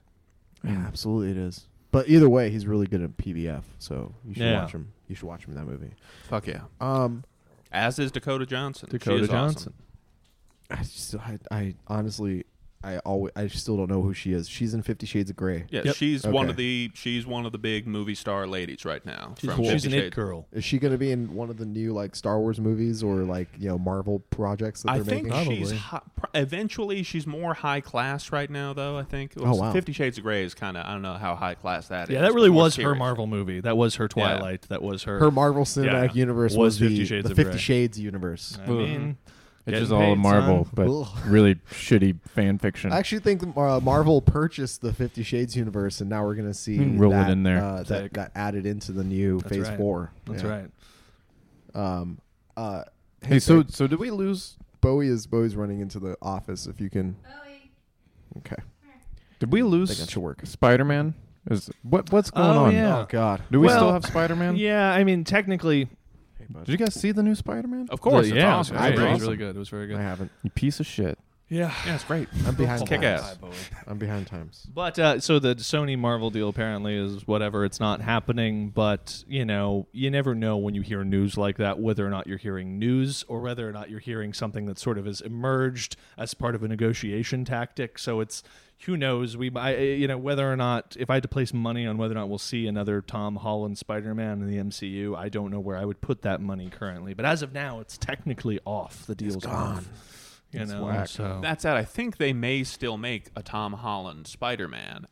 [SPEAKER 2] Yeah, absolutely it is. But either way, he's really good at PBF, so you should
[SPEAKER 3] Yeah.
[SPEAKER 2] watch him. You should watch him in that movie.
[SPEAKER 5] Fuck yeah.
[SPEAKER 2] Um
[SPEAKER 5] As is Dakota Johnson. She
[SPEAKER 3] Dakota
[SPEAKER 5] is awesome.
[SPEAKER 3] Johnson.
[SPEAKER 2] I just I, I honestly I always I still don't know who she is. She's in 50 Shades of Grey.
[SPEAKER 5] Yeah,
[SPEAKER 3] Yep.
[SPEAKER 5] she's one
[SPEAKER 2] Okay.
[SPEAKER 5] of the she's one of the big movie star ladies right now.
[SPEAKER 3] She's,
[SPEAKER 5] from
[SPEAKER 3] she's
[SPEAKER 5] Fifty
[SPEAKER 3] an it
[SPEAKER 5] Shades.
[SPEAKER 3] girl.
[SPEAKER 2] Is she going to be in one of the new like Star Wars movies or like you know Marvel projects that
[SPEAKER 5] I
[SPEAKER 2] they're
[SPEAKER 5] think
[SPEAKER 2] making?
[SPEAKER 5] she's hi, pr- eventually she's more high class right now though. I think
[SPEAKER 2] Oh, wow.
[SPEAKER 5] Fifty Shades of Grey is kind of I don't know how high class that is.
[SPEAKER 3] Yeah, that really
[SPEAKER 5] More
[SPEAKER 3] was her
[SPEAKER 5] serious.
[SPEAKER 3] Marvel movie. That was her Twilight. That was her.
[SPEAKER 2] her Marvel Cinematic
[SPEAKER 3] Yeah.
[SPEAKER 2] Universe was,
[SPEAKER 3] Was
[SPEAKER 2] the
[SPEAKER 3] 50
[SPEAKER 2] the
[SPEAKER 3] Shades
[SPEAKER 2] 50
[SPEAKER 3] of Grey.
[SPEAKER 2] Shades universe.
[SPEAKER 3] I mean,
[SPEAKER 1] It's
[SPEAKER 3] Getting
[SPEAKER 1] just all
[SPEAKER 3] paid,
[SPEAKER 1] Marvel,
[SPEAKER 3] son.
[SPEAKER 1] but
[SPEAKER 2] Ugh.
[SPEAKER 1] really shitty fan fiction.
[SPEAKER 2] I actually think uh, Marvel purchased the 50 Shades universe and now we're going to see
[SPEAKER 1] Hmm, roll it
[SPEAKER 2] that,
[SPEAKER 1] in there.
[SPEAKER 2] uh, that
[SPEAKER 3] Sick.
[SPEAKER 2] got added into the new
[SPEAKER 3] That's
[SPEAKER 2] Phase
[SPEAKER 3] right.
[SPEAKER 2] 4.
[SPEAKER 3] that's
[SPEAKER 2] Yeah.
[SPEAKER 3] right.
[SPEAKER 2] Um uh
[SPEAKER 1] hey, so so did we lose?
[SPEAKER 2] Bowie is Bowie's running into the office if you can
[SPEAKER 6] Bowie.
[SPEAKER 2] Okay.
[SPEAKER 1] Did we
[SPEAKER 2] I think that
[SPEAKER 1] lose
[SPEAKER 2] should work.
[SPEAKER 1] Spider Man? Is what what's going
[SPEAKER 3] Oh,
[SPEAKER 1] on?
[SPEAKER 3] yeah.
[SPEAKER 2] Oh god.
[SPEAKER 1] Do we
[SPEAKER 3] Well-
[SPEAKER 1] still have Spider Man?
[SPEAKER 3] Yeah, I mean, technically,
[SPEAKER 2] Hey, bud.
[SPEAKER 1] Did you guys see the new Spider Man?
[SPEAKER 3] Oh.
[SPEAKER 5] Of course, it's
[SPEAKER 3] yeah,
[SPEAKER 5] awesome.
[SPEAKER 3] it was great.
[SPEAKER 1] Great.
[SPEAKER 3] It was really good. It was very
[SPEAKER 2] I
[SPEAKER 3] good.
[SPEAKER 2] haven't.
[SPEAKER 1] You piece of shit.
[SPEAKER 3] Yeah,
[SPEAKER 5] Yeah, it's great.
[SPEAKER 2] I'm behind
[SPEAKER 5] Kick
[SPEAKER 2] times.
[SPEAKER 5] ass.
[SPEAKER 2] I'm behind times.
[SPEAKER 3] But uh, so the Sony Marvel deal apparently is whatever. It's not happening. But you know, you never know when you hear news like that whether or not you're hearing news or whether or not you're hearing something that sort of has emerged as part of a negotiation tactic. So it's who knows. We I, you know whether or not if I had to place money on whether or not we'll see another Tom Holland Spider Man in the MCU, I don't know where I would put that money currently. But as of now, it's technically off. The deal's gone. Off, you know,
[SPEAKER 2] whack.
[SPEAKER 3] so
[SPEAKER 5] That said, I think they may still make a Tom Holland Spider Man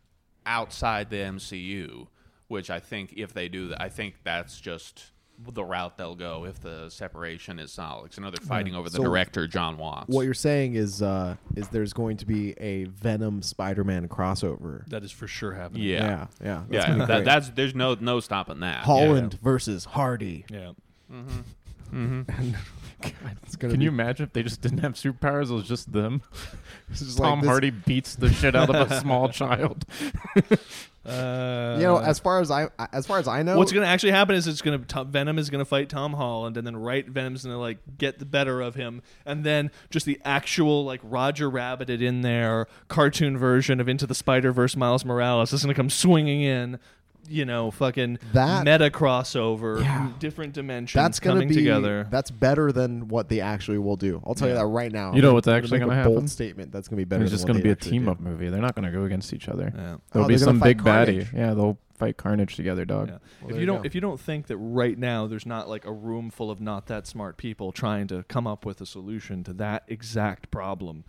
[SPEAKER 5] outside the MCU, which I think if they do that, I think that's just the route they'll go if the separation is solid. 'Cause I know they're fighting over the
[SPEAKER 2] So-
[SPEAKER 5] director, John Watts.
[SPEAKER 2] What you're saying is uh is there's going to be a Venom Spider-Man crossover.
[SPEAKER 3] that is for sure happening.
[SPEAKER 5] yeah.
[SPEAKER 2] Yeah. Yeah.
[SPEAKER 5] Yeah,
[SPEAKER 2] That's gonna be
[SPEAKER 5] that,
[SPEAKER 2] great.
[SPEAKER 5] that's there's no no stopping that. Mm-hmm.
[SPEAKER 2] Holland versus Hardy.
[SPEAKER 3] Yeah.
[SPEAKER 2] Mm-hmm. It's gonna
[SPEAKER 1] Can
[SPEAKER 2] be
[SPEAKER 1] you imagine if they just didn't have superpowers? It was just them.
[SPEAKER 2] it's just like
[SPEAKER 1] Tom
[SPEAKER 2] this-
[SPEAKER 1] Hardy beats the shit out of a small child.
[SPEAKER 3] Uh,
[SPEAKER 2] You know, as far as I as far as I know,
[SPEAKER 3] What's going to actually happen is it's going to Tom, Venom is going to fight Tom Holland, and then right Venom's going to like get the better of him, and then just the actual like Roger Rabbited in there cartoon version of Into the Spider Verse Miles Morales is going to come swinging in, you know, fucking
[SPEAKER 2] That-
[SPEAKER 3] meta crossover,
[SPEAKER 2] Yeah.
[SPEAKER 3] different dimensions
[SPEAKER 2] that's gonna
[SPEAKER 3] coming
[SPEAKER 2] be
[SPEAKER 3] together.
[SPEAKER 2] that's better than what they actually will do. I'll tell you that right now.
[SPEAKER 1] You know what's
[SPEAKER 2] I'm gonna
[SPEAKER 1] actually
[SPEAKER 2] make a
[SPEAKER 1] gonna happen?
[SPEAKER 2] Bold statement. That's going to be better.
[SPEAKER 1] It's
[SPEAKER 2] than
[SPEAKER 1] just
[SPEAKER 2] what
[SPEAKER 1] going to
[SPEAKER 2] they
[SPEAKER 1] be a
[SPEAKER 2] actually
[SPEAKER 1] team
[SPEAKER 2] do.
[SPEAKER 1] up movie. They're not going to go against each other.
[SPEAKER 3] yeah.
[SPEAKER 1] There'll
[SPEAKER 2] Oh,
[SPEAKER 1] be
[SPEAKER 2] they're gonna
[SPEAKER 1] some
[SPEAKER 2] fight
[SPEAKER 1] big
[SPEAKER 2] Carnage.
[SPEAKER 1] baddie. Yeah, they'll fight Carnage together, dog.
[SPEAKER 3] Yeah.
[SPEAKER 2] there
[SPEAKER 3] if
[SPEAKER 2] you
[SPEAKER 3] you don't,
[SPEAKER 2] go.
[SPEAKER 3] if you don't think that right now there's not like a room full of not that smart people trying to come up with a solution to that exact problem,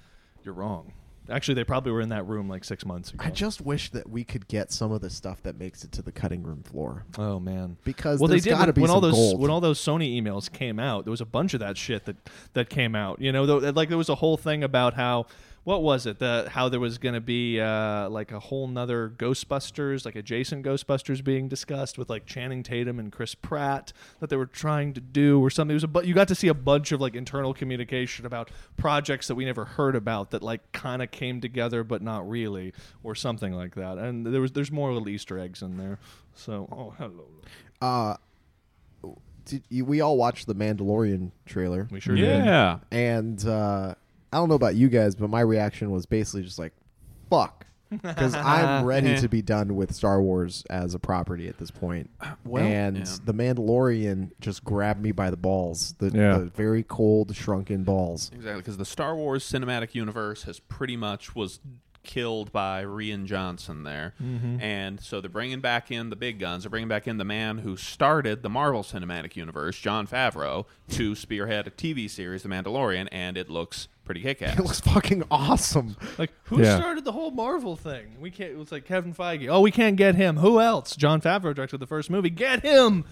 [SPEAKER 3] you're wrong. Actually, they probably were in that room like six months ago.
[SPEAKER 2] I just wish that we could get some of the stuff that makes it to the cutting room floor
[SPEAKER 3] oh man.
[SPEAKER 2] because
[SPEAKER 3] well, they
[SPEAKER 2] there's
[SPEAKER 3] did
[SPEAKER 2] got to
[SPEAKER 3] when,
[SPEAKER 2] be
[SPEAKER 3] when
[SPEAKER 2] some
[SPEAKER 3] all those
[SPEAKER 2] gold.
[SPEAKER 3] when all those Sony emails came out. There was a bunch of that shit that that came out. You know, though, like there was a whole thing about how what was it? The how there was going to be uh, like a whole nother Ghostbusters, like adjacent Ghostbusters being discussed with like Channing Tatum and Chris Pratt that they were trying to do or something. It was a but you got to see a bunch of like internal communication about projects that we never heard about that like kind of came together but not really or something like that. And there was there's more little Easter eggs in there. So oh hello,
[SPEAKER 2] Uh, did you, we all watched the Mandalorian trailer,
[SPEAKER 3] we sure did.
[SPEAKER 5] yeah.
[SPEAKER 2] and uh, I don't know about you guys, but my reaction was basically just like, "Fuck," because I'm ready to be done with Star Wars as a property at this point.
[SPEAKER 5] Well,
[SPEAKER 2] and
[SPEAKER 5] yeah.
[SPEAKER 2] the Mandalorian just grabbed me by the balls, the,
[SPEAKER 1] Yeah.
[SPEAKER 2] the very cold, shrunken balls.
[SPEAKER 5] Exactly, because the Star Wars cinematic universe has pretty much was killed by Rian Johnson there,
[SPEAKER 2] Mm-hmm.
[SPEAKER 5] and so they're bringing back in the big guns. They're bringing back in the man who started the Marvel cinematic universe, John Favreau, to spearhead a TV series, The Mandalorian, and it looks pretty kick-ass.
[SPEAKER 2] It looks fucking awesome.
[SPEAKER 3] Like who
[SPEAKER 1] Yeah.
[SPEAKER 3] started the whole Marvel thing? We can't. It was like Kevin Feige. Oh, we can't get him. Who else? John Favreau directed the first movie. Get him.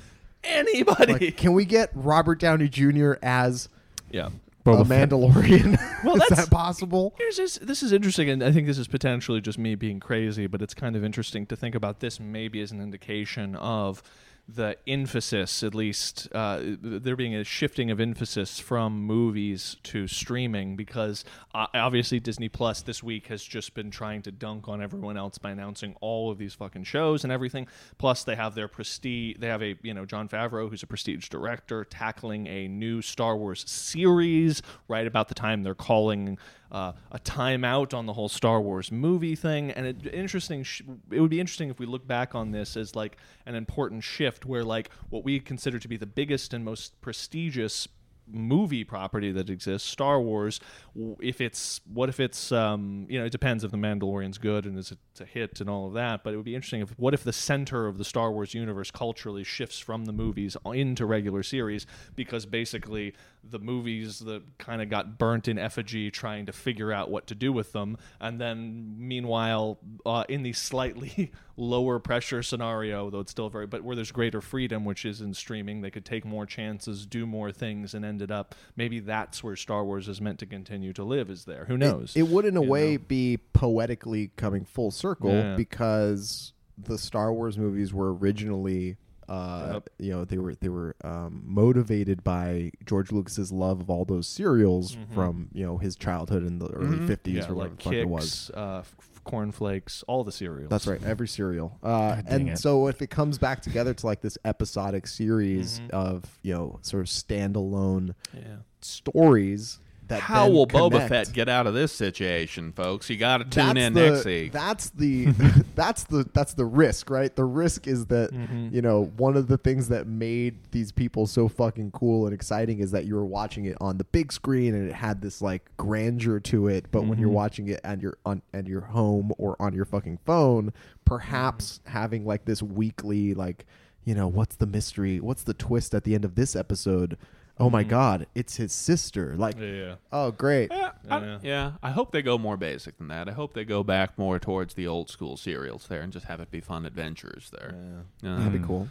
[SPEAKER 3] Anybody?
[SPEAKER 2] Like, can we get Robert Downey Jr. as
[SPEAKER 5] yeah,
[SPEAKER 2] a
[SPEAKER 1] Boba Fett.
[SPEAKER 2] Mandalorian?
[SPEAKER 3] Well,
[SPEAKER 2] Is
[SPEAKER 3] that's-
[SPEAKER 2] that possible?
[SPEAKER 3] Here's this. This is interesting, and I think this is potentially just me being crazy, but it's kind of interesting to think about this maybe as an indication of the emphasis, at least uh, th- there being a shifting of emphasis from movies to streaming, because uh, obviously Disney Plus this week has just been trying to dunk on everyone else by announcing all of these fucking shows and everything. Plus, they have their prestige. They have a you know John Favreau, who's a prestige director, tackling a new Star Wars series right about the time they're calling uh, a timeout on the whole Star Wars movie thing. And it interesting. Sh- it would be interesting if we look back on this as like an important shift, where like what we consider to be the biggest and most prestigious movie property that exists star wars w- if it's what if it's um you know it depends if the mandalorian's good and is it it's a hit and all of that but it would be interesting if what if the center of the star wars universe culturally shifts from the movies into regular series because basically the movies that kind of got burnt in effigy trying to figure out what to do with them and then meanwhile uh, in the slightly lower pressure scenario though it's still very but where there's greater freedom which is in streaming they could take more chances do more things and ended up maybe that's where star wars is meant to continue to live is there who knows
[SPEAKER 2] It, it would, in a
[SPEAKER 3] you
[SPEAKER 2] way,
[SPEAKER 3] know?
[SPEAKER 2] be poetically coming full circle
[SPEAKER 3] Yeah.
[SPEAKER 2] because the Star Wars movies were originally, uh, you know, they were they were um, motivated by George Lucas's love of all those serials from you know his childhood in the early 50s
[SPEAKER 3] Mm-hmm. yeah,
[SPEAKER 2] or whatever
[SPEAKER 3] like
[SPEAKER 2] the fuck it was.
[SPEAKER 3] kicks uh, f- cornflakes all the cereals
[SPEAKER 2] That's right, every cereal. Uh,
[SPEAKER 1] dang
[SPEAKER 2] and
[SPEAKER 1] it.
[SPEAKER 2] so if it comes back together to like this episodic series of you know sort of standalone
[SPEAKER 3] Mm-hmm. yeah
[SPEAKER 2] stories that
[SPEAKER 5] how
[SPEAKER 2] then
[SPEAKER 5] will Boba
[SPEAKER 2] connect-
[SPEAKER 5] Fett get out of this situation, folks? You got to tune
[SPEAKER 2] that's
[SPEAKER 5] in
[SPEAKER 2] the,
[SPEAKER 5] next week.
[SPEAKER 2] That's the that's the that's the risk, right? The risk is that
[SPEAKER 5] Mm-hmm.
[SPEAKER 2] you know one of the things that made these people so fucking cool and exciting is that you were watching it on the big screen and it had this like grandeur to it. But when you're
[SPEAKER 5] Mm-hmm.
[SPEAKER 2] watching it at your on at your home or on your fucking phone, perhaps
[SPEAKER 5] Mm-hmm.
[SPEAKER 2] having like this weekly like you know what's the mystery? What's the twist at the end of this episode? Oh my god, it's his sister! Like,
[SPEAKER 3] yeah, yeah.
[SPEAKER 2] oh great.
[SPEAKER 5] Mm-hmm. Yeah, I,
[SPEAKER 3] Yeah.
[SPEAKER 5] yeah. I hope they go more basic than that. I hope they go back more towards the old school serials there and just have it be fun adventures there. Um,
[SPEAKER 2] That'd be cool.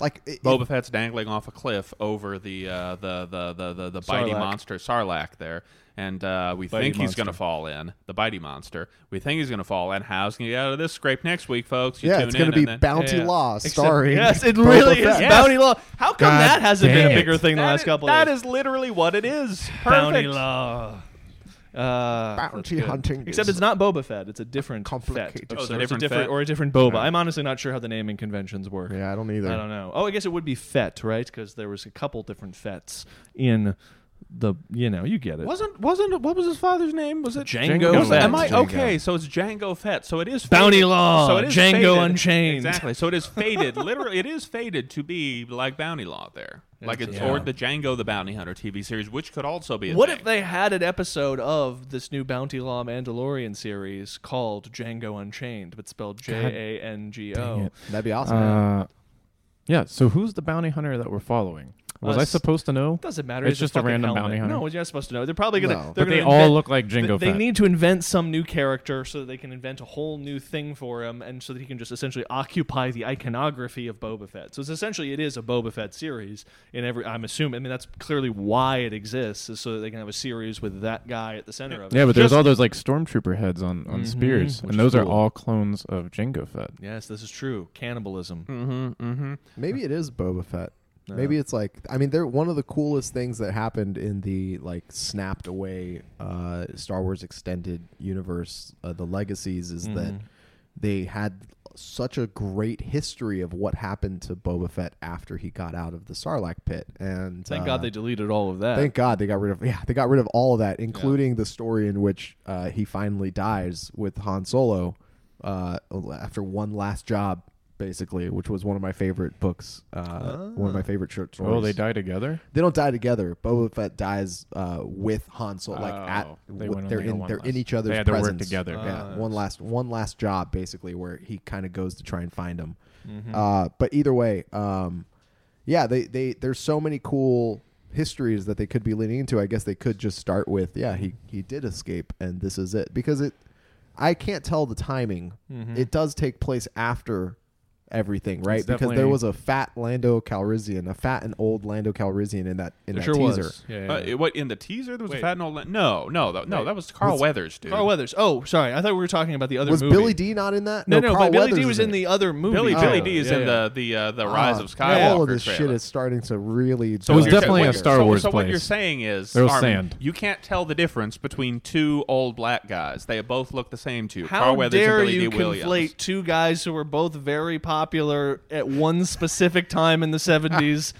[SPEAKER 2] Like it- it-
[SPEAKER 5] Boba Fett's dangling off a cliff over the uh, the, the the the the bitey
[SPEAKER 3] Sarlacc.
[SPEAKER 5] monster Sarlacc there, and uh, we think he's
[SPEAKER 1] monster.
[SPEAKER 5] going to fall in the bitey monster. We think he's going to fall in. How's he going to get out of this scrape next week, folks? You
[SPEAKER 2] yeah,
[SPEAKER 5] tune
[SPEAKER 2] it's
[SPEAKER 5] in
[SPEAKER 2] going to be
[SPEAKER 5] and then-
[SPEAKER 2] Bounty
[SPEAKER 3] Yeah.
[SPEAKER 2] Law
[SPEAKER 3] Except-
[SPEAKER 2] starring.
[SPEAKER 3] Yes, it
[SPEAKER 2] Boba
[SPEAKER 3] really is
[SPEAKER 2] Fett.
[SPEAKER 5] Yes.
[SPEAKER 3] Bounty Law. How come
[SPEAKER 1] God
[SPEAKER 3] that hasn't been
[SPEAKER 1] damn
[SPEAKER 3] a
[SPEAKER 1] it.
[SPEAKER 3] bigger thing the
[SPEAKER 5] That
[SPEAKER 3] last
[SPEAKER 5] is-
[SPEAKER 3] couple
[SPEAKER 5] That
[SPEAKER 3] of years?
[SPEAKER 5] is literally what it is. Perfect.
[SPEAKER 3] Bounty Law. Uh,
[SPEAKER 2] Bounty
[SPEAKER 3] that's good.
[SPEAKER 2] hunting
[SPEAKER 3] Except
[SPEAKER 2] is
[SPEAKER 3] it's not Boba Fett; it's a different
[SPEAKER 2] complicated
[SPEAKER 3] Fett,
[SPEAKER 5] Oh, it's a
[SPEAKER 3] Or it's
[SPEAKER 5] different Fett?
[SPEAKER 3] or a different Boba. I'm honestly not sure how the naming conventions work.
[SPEAKER 2] Yeah, I don't either.
[SPEAKER 3] I don't know. Oh, I guess it would be Fett, right? Because there was a couple different Fets in the. You know, you get it.
[SPEAKER 5] Wasn't wasn't what was his father's name? Was it
[SPEAKER 3] Django
[SPEAKER 1] Django
[SPEAKER 3] Fett?
[SPEAKER 1] Fett.
[SPEAKER 5] Am I
[SPEAKER 2] Django.
[SPEAKER 5] okay? So it's Django Fett. So it is
[SPEAKER 3] Bounty
[SPEAKER 5] fated-
[SPEAKER 3] Law, Django Unchained.
[SPEAKER 5] Exactly. So it is fated. literally, it is fated to be like Bounty Law. There, like it's
[SPEAKER 3] Yeah.
[SPEAKER 5] or the Django the Bounty Hunter TV series, which could also be. A
[SPEAKER 3] What
[SPEAKER 5] thing.
[SPEAKER 3] if they had an episode of this new Bounty Law Mandalorian series called Django Unchained, but spelled J A N G
[SPEAKER 1] dang
[SPEAKER 3] O?
[SPEAKER 1] it.
[SPEAKER 3] Uh,
[SPEAKER 2] That'd be awesome.
[SPEAKER 1] Uh, yeah. So who's the bounty hunter that we're following? Was
[SPEAKER 3] Uh,
[SPEAKER 1] I
[SPEAKER 3] s-
[SPEAKER 1] supposed to know?
[SPEAKER 3] Doesn't matter.
[SPEAKER 1] It's
[SPEAKER 3] a
[SPEAKER 1] just a
[SPEAKER 3] fucking
[SPEAKER 1] random
[SPEAKER 3] helmet.
[SPEAKER 1] bounty hunter.
[SPEAKER 3] No, you're not supposed to know. They're probably gonna.
[SPEAKER 2] No.
[SPEAKER 1] But
[SPEAKER 3] they're gonna
[SPEAKER 1] they all
[SPEAKER 3] invent-
[SPEAKER 1] look like
[SPEAKER 3] th-
[SPEAKER 1] Jingo
[SPEAKER 3] They,
[SPEAKER 1] Fett.
[SPEAKER 3] need to invent some new character so that they can invent a whole new thing for him, and so that he can just essentially occupy the iconography of Boba Fett. So it's essentially it is a Boba Fett series in every. I'm assuming. I mean, that's clearly why it exists is so that they can have a series with that guy at the center of it.
[SPEAKER 1] yeah, but there's
[SPEAKER 5] Just-
[SPEAKER 1] all those like stormtrooper heads on, on spears,
[SPEAKER 3] which
[SPEAKER 1] and those
[SPEAKER 3] is
[SPEAKER 1] are
[SPEAKER 3] cool.
[SPEAKER 1] all clones of Jingo Fett.
[SPEAKER 3] Yes, this is true. Cannibalism.
[SPEAKER 5] Mm-hmm. Mm-hmm.
[SPEAKER 2] Maybe it is Boba Fett. Maybe it's like I mean, they're one of the coolest things that happened in the like snapped away uh, Star Wars extended universe. Uh, the legacies is that
[SPEAKER 3] Mm-hmm.
[SPEAKER 2] they had such a great history of what happened to Boba Fett after he got out of the Sarlacc pit, and
[SPEAKER 3] Thank
[SPEAKER 2] uh,
[SPEAKER 3] God they deleted all of that.
[SPEAKER 2] Thank God they got rid of yeah they got rid of all of that, including the story in which uh, he finally dies with Han Solo uh, after one last job, basically, which was one of my favorite books, uh, one of my favorite short stories.
[SPEAKER 1] Oh, they die together.
[SPEAKER 2] They don't die together. Boba Fett dies uh, with Han Solo, like at
[SPEAKER 1] Oh, they
[SPEAKER 2] they
[SPEAKER 1] went on
[SPEAKER 2] are
[SPEAKER 1] their
[SPEAKER 2] in
[SPEAKER 1] one
[SPEAKER 2] they're in
[SPEAKER 1] last-
[SPEAKER 2] each other's
[SPEAKER 1] they had to work
[SPEAKER 2] presence.
[SPEAKER 1] together.
[SPEAKER 2] yeah,
[SPEAKER 3] Ah,
[SPEAKER 2] one last one last job basically where he kind of goes to try and find him. Uh, but either way, um, yeah, they they there's so many cool histories that they could be leaning into. I guess they could just start with yeah he he did escape and this is it because it I can't tell the timing. It does take place after everything, right? because there
[SPEAKER 1] definitely-
[SPEAKER 2] was a fat Lando Calrissian, a fat and old Lando Calrissian in that in
[SPEAKER 3] There
[SPEAKER 2] that
[SPEAKER 3] sure
[SPEAKER 2] teaser.
[SPEAKER 3] was. Yeah, yeah,
[SPEAKER 5] Uh,
[SPEAKER 3] yeah.
[SPEAKER 5] it- what in the teaser? There was a
[SPEAKER 3] Wait.
[SPEAKER 5] fat and old. la- No, no, that, no, that was Carl Weathers, dude.
[SPEAKER 3] Carl Weathers. Oh, sorry. I thought we were talking about the other
[SPEAKER 2] Was
[SPEAKER 3] movie.
[SPEAKER 2] Billy D not in that?
[SPEAKER 3] No, no,
[SPEAKER 2] Carl
[SPEAKER 3] but Billy D
[SPEAKER 2] Weathers
[SPEAKER 3] was
[SPEAKER 2] is
[SPEAKER 3] in the other movie.
[SPEAKER 5] Billy, Billy
[SPEAKER 3] Oh,
[SPEAKER 5] D is
[SPEAKER 3] yeah,
[SPEAKER 5] in
[SPEAKER 3] yeah.
[SPEAKER 5] the the uh, the Rise
[SPEAKER 2] Ah,
[SPEAKER 5] of Skywalker.
[SPEAKER 2] yeah, All of this
[SPEAKER 5] trailer.
[SPEAKER 2] shit is starting to really.
[SPEAKER 1] So it was
[SPEAKER 5] you're-
[SPEAKER 1] definitely
[SPEAKER 5] what
[SPEAKER 1] a
[SPEAKER 5] you're-
[SPEAKER 1] Star
[SPEAKER 5] so-
[SPEAKER 1] Wars
[SPEAKER 5] So what you're
[SPEAKER 1] place.
[SPEAKER 5] saying is,
[SPEAKER 1] There was
[SPEAKER 5] Armin,
[SPEAKER 1] sand.
[SPEAKER 5] You can't tell the difference between two old black guys. They both look the same to you.
[SPEAKER 3] How
[SPEAKER 5] Carl Weathers
[SPEAKER 3] dare
[SPEAKER 5] and Billy
[SPEAKER 3] you
[SPEAKER 5] D. Williams.
[SPEAKER 3] conflate two guys who were both very popular at one specific time in the 70s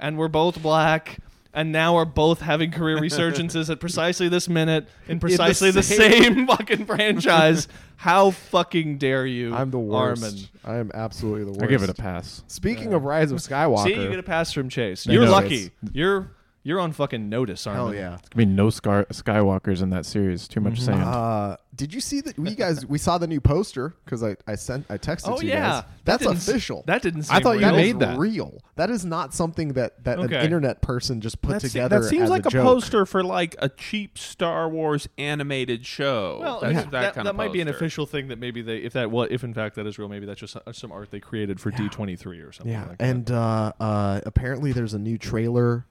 [SPEAKER 3] and were both black and now are both having career resurgences at precisely this minute in precisely the, same.
[SPEAKER 2] same-
[SPEAKER 3] fucking franchise. How fucking dare you?
[SPEAKER 2] I'm the worst.
[SPEAKER 3] Armin.
[SPEAKER 2] I am absolutely the worst.
[SPEAKER 1] I give it a pass.
[SPEAKER 2] Speaking of Rise of Skywalker,
[SPEAKER 3] See, you get a pass from Chase.
[SPEAKER 2] They
[SPEAKER 3] You're
[SPEAKER 2] know
[SPEAKER 3] lucky. You're you're on fucking notice, Armin.
[SPEAKER 2] hell yeah.
[SPEAKER 1] I mean, no Scar- Skywalkers in that series. Too much sand.
[SPEAKER 2] Uh, did you see that? We guys, we saw the new poster because I, I sent, I texted
[SPEAKER 3] Oh
[SPEAKER 2] to you
[SPEAKER 3] yeah,
[SPEAKER 2] guys. That's
[SPEAKER 3] that didn't s-
[SPEAKER 2] official.
[SPEAKER 3] That didn't. Seem
[SPEAKER 1] I thought you
[SPEAKER 3] real.
[SPEAKER 2] that is
[SPEAKER 1] made that.
[SPEAKER 2] real. That is not something that, that
[SPEAKER 3] Okay.
[SPEAKER 2] an internet person just put
[SPEAKER 5] That se-
[SPEAKER 2] together.
[SPEAKER 5] That seems
[SPEAKER 2] as
[SPEAKER 5] like
[SPEAKER 2] a,
[SPEAKER 5] a,
[SPEAKER 2] joke.
[SPEAKER 5] poster for like a cheap Star Wars animated show.
[SPEAKER 3] Well,
[SPEAKER 5] That's
[SPEAKER 3] yeah.
[SPEAKER 5] that,
[SPEAKER 3] that, that,
[SPEAKER 5] kind of
[SPEAKER 3] might be an
[SPEAKER 5] poster.
[SPEAKER 3] official thing that maybe they, if that was, if in fact that is real, maybe that's just uh, some art they created for D twenty three or something.
[SPEAKER 2] Yeah,
[SPEAKER 3] like that.
[SPEAKER 2] and uh, uh, apparently there's a new trailer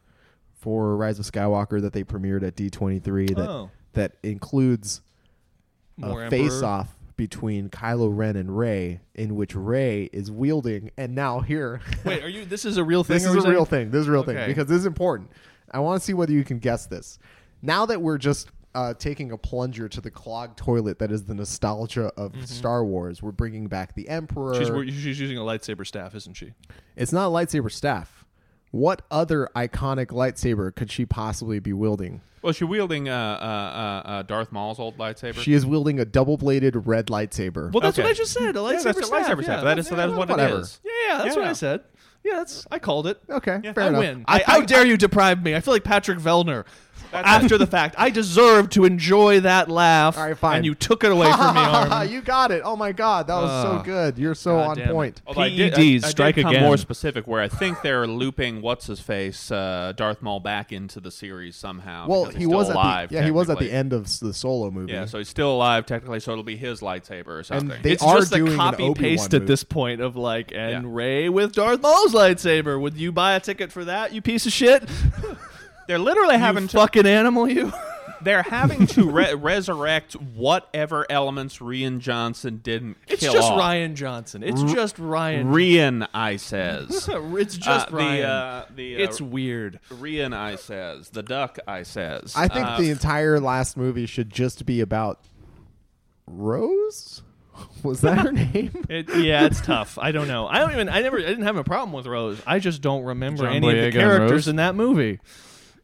[SPEAKER 2] for Rise of Skywalker that they premiered at D23 that
[SPEAKER 3] Oh.
[SPEAKER 2] that includes
[SPEAKER 3] More
[SPEAKER 2] a
[SPEAKER 3] Emperor.
[SPEAKER 2] face-off between Kylo Ren and Rey, in which Rey is wielding, and now here,
[SPEAKER 3] Wait, are you? This is a real thing.
[SPEAKER 2] this
[SPEAKER 3] or
[SPEAKER 2] is a
[SPEAKER 3] that-
[SPEAKER 2] real thing. This is a real
[SPEAKER 3] Okay.
[SPEAKER 2] thing because this is important. I want to see whether you can guess this. Now that we're just uh, taking a plunger to the clogged toilet that is the nostalgia of Star Wars, we're bringing back the Emperor.
[SPEAKER 3] Mm-hmm. She's, we're- she's using a lightsaber staff, isn't she?
[SPEAKER 2] It's not a lightsaber staff. What other iconic lightsaber could she possibly be wielding?
[SPEAKER 5] Well, is she wielding uh, uh, uh, uh, Darth Maul's old lightsaber.
[SPEAKER 2] She is wielding a double bladed red lightsaber.
[SPEAKER 3] Well, that's
[SPEAKER 5] that's
[SPEAKER 3] what
[SPEAKER 5] what Okay.
[SPEAKER 3] I
[SPEAKER 5] I
[SPEAKER 3] just
[SPEAKER 5] just
[SPEAKER 3] said. A lightsaber
[SPEAKER 5] yeah, that's a
[SPEAKER 3] staff.
[SPEAKER 5] lightsaber staff. That is so that is what
[SPEAKER 2] whatever.
[SPEAKER 5] it is.
[SPEAKER 3] Yeah, yeah, that's what I
[SPEAKER 5] Yeah.
[SPEAKER 3] said. Yeah, that's I called it.
[SPEAKER 2] okay,
[SPEAKER 5] Yeah,
[SPEAKER 2] fair
[SPEAKER 3] I
[SPEAKER 2] enough. Ah,
[SPEAKER 3] win.
[SPEAKER 2] I
[SPEAKER 3] I, how
[SPEAKER 2] thought-
[SPEAKER 3] dare you deprive me? I feel like Patrick Vellner. After the fact, I deserve to enjoy that laugh.
[SPEAKER 2] All right, fine.
[SPEAKER 3] And you took it away from me, Armin.
[SPEAKER 2] you got it. Oh my god, that was so
[SPEAKER 3] Ah.
[SPEAKER 2] good. You're so
[SPEAKER 3] God
[SPEAKER 2] on
[SPEAKER 3] damn it.
[SPEAKER 2] point.
[SPEAKER 5] Although I did-
[SPEAKER 3] PEDs,
[SPEAKER 5] I- I did
[SPEAKER 3] E strike
[SPEAKER 5] come
[SPEAKER 3] again.
[SPEAKER 5] More specific, where I think they're looping what's his face, uh, Darth Maul, back into the series somehow.
[SPEAKER 2] Well,
[SPEAKER 5] because he's
[SPEAKER 2] he was
[SPEAKER 5] still alive.
[SPEAKER 2] at the, yeah, he was at the
[SPEAKER 5] technically.
[SPEAKER 2] end of s- the solo movie.
[SPEAKER 5] Yeah, so he's still alive technically, so it'll be his lightsaber or something.
[SPEAKER 2] they
[SPEAKER 5] It's-
[SPEAKER 3] it's
[SPEAKER 2] are
[SPEAKER 3] just
[SPEAKER 2] doing
[SPEAKER 3] a
[SPEAKER 2] an
[SPEAKER 3] copy paste
[SPEAKER 2] Obi-Wan
[SPEAKER 3] at this point of like, and
[SPEAKER 5] Yeah.
[SPEAKER 3] Ray with Darth Maul's lightsaber. Would you buy a ticket for that, you piece of shit?
[SPEAKER 5] they're literally
[SPEAKER 3] you
[SPEAKER 5] having to
[SPEAKER 3] fucking animal, you.
[SPEAKER 5] they're having to re- resurrect whatever elements Rian Johnson didn't
[SPEAKER 3] It's
[SPEAKER 5] kill
[SPEAKER 3] just
[SPEAKER 5] off.
[SPEAKER 3] Ryan Johnson. It's just Ryan.
[SPEAKER 5] Rian, I
[SPEAKER 3] it's
[SPEAKER 5] says. Uh,
[SPEAKER 3] just Ryan.
[SPEAKER 5] the uh, the uh,
[SPEAKER 3] it's weird.
[SPEAKER 5] Rian, I says. The duck, I says.
[SPEAKER 2] I think
[SPEAKER 5] Uh,
[SPEAKER 2] the entire last movie should just be about Rose. Was that her name?
[SPEAKER 3] It, yeah, it's tough. I don't know. I don't even. I never. I didn't have a problem with Rose. I just don't remember
[SPEAKER 1] John
[SPEAKER 3] any of the
[SPEAKER 1] Boyega and
[SPEAKER 3] characters
[SPEAKER 1] Rose?
[SPEAKER 3] in that movie.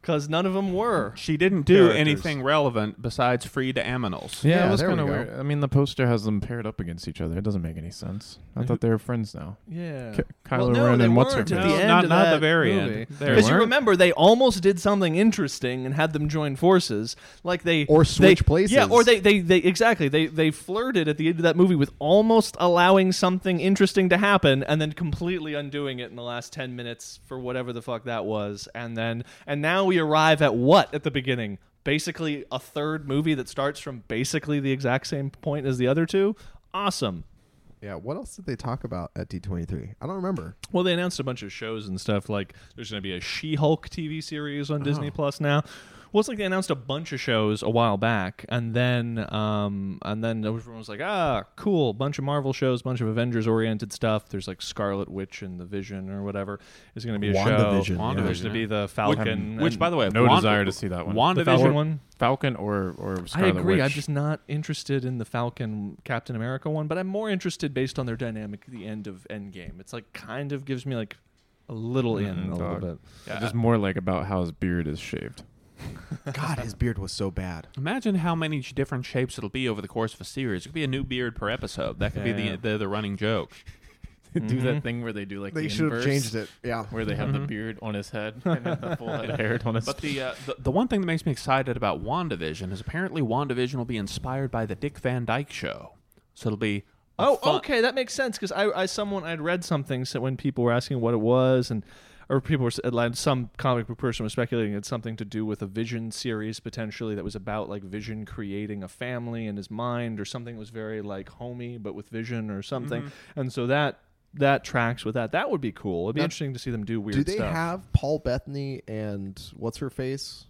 [SPEAKER 3] because none of them were.
[SPEAKER 5] She didn't do
[SPEAKER 3] Characters.
[SPEAKER 5] anything relevant besides free to aminals.
[SPEAKER 1] Yeah,
[SPEAKER 2] Yeah,
[SPEAKER 1] it was
[SPEAKER 2] there we
[SPEAKER 1] kind of
[SPEAKER 2] go.
[SPEAKER 1] weird. I mean, the poster has them paired up against each other. It doesn't make any sense. I thought they were friends now.
[SPEAKER 3] Yeah.
[SPEAKER 1] K- Kylo
[SPEAKER 3] well, no,
[SPEAKER 1] Ren
[SPEAKER 3] they
[SPEAKER 1] and what's her
[SPEAKER 3] weren't at
[SPEAKER 1] face?
[SPEAKER 3] the
[SPEAKER 5] No,
[SPEAKER 3] end
[SPEAKER 5] not-
[SPEAKER 3] of
[SPEAKER 5] not the
[SPEAKER 3] that
[SPEAKER 5] very end.
[SPEAKER 3] movie.
[SPEAKER 5] They
[SPEAKER 3] you
[SPEAKER 1] weren't?
[SPEAKER 3] remember they almost did something interesting and had them join forces, like they
[SPEAKER 2] Or
[SPEAKER 3] they-
[SPEAKER 2] switch places.
[SPEAKER 3] Yeah, or they they, they exactly they they flirted at the end of that movie with almost allowing something interesting to happen and then completely undoing it in the last ten minutes for whatever the fuck that was, and then and now we arrive at what at the beginning. Basically, a third movie that starts from basically the exact same point as the other two. Awesome.
[SPEAKER 2] Yeah, what else did they talk about at D23? I don't remember.
[SPEAKER 3] Well, they announced a bunch of shows and stuff. Like there's going to be a She-Hulk TV series on Disney
[SPEAKER 5] Oh.
[SPEAKER 3] Plus now. Well, it's like they announced a bunch of shows a while back, and then um, and then everyone was like, ah, cool, bunch of Marvel shows, bunch of Avengers-oriented stuff. There's like Scarlet Witch and the Vision or whatever is going to be a show.
[SPEAKER 2] WandaVision,
[SPEAKER 5] yeah.
[SPEAKER 3] There's going to be the Falcon,
[SPEAKER 5] Which,
[SPEAKER 3] and-
[SPEAKER 5] by the way,
[SPEAKER 1] No
[SPEAKER 5] Wand-
[SPEAKER 1] desire to see that one.
[SPEAKER 5] WandaVision-
[SPEAKER 3] the Falcon one.
[SPEAKER 1] Falcon or or
[SPEAKER 3] I
[SPEAKER 1] Scarlet
[SPEAKER 3] agree.
[SPEAKER 1] Witch.
[SPEAKER 3] I'm just not interested in the Falcon Captain America one, but I'm more interested based on their dynamic at the end of Endgame. It's like kind of gives me like a little in
[SPEAKER 1] Mm,
[SPEAKER 3] a little
[SPEAKER 1] dog.
[SPEAKER 3] bit.
[SPEAKER 1] Yeah, just more like about how his beard is shaved.
[SPEAKER 2] God, his beard was so bad.
[SPEAKER 5] Imagine how many different shapes it'll be over the course of a series. It could be a new beard per episode. That could
[SPEAKER 3] Yeah.
[SPEAKER 5] be the, the the running joke.
[SPEAKER 1] do
[SPEAKER 3] Mm-hmm.
[SPEAKER 1] that thing where they do like
[SPEAKER 2] They should have changed it. Yeah.
[SPEAKER 1] where they have the beard on his head and then the full head of hair on his.
[SPEAKER 5] But the, uh, the the one thing that makes me excited about WandaVision is apparently WandaVision will be inspired by the Dick Van Dyke Show. So it'll be a
[SPEAKER 3] Oh,
[SPEAKER 5] fun-
[SPEAKER 3] okay, that makes sense because I, I, someone I'd read something so when people were asking what it was, and or people were s- like, some comic book person was speculating it's something to do with a Vision series potentially that was about like Vision creating a family in his mind or something that was very like homey but with Vision or something, and so that that tracks with that. That would be cool. It'd be interesting to see them do weird.
[SPEAKER 2] Do they
[SPEAKER 3] stuff.
[SPEAKER 2] have Paul Bethany and what's her face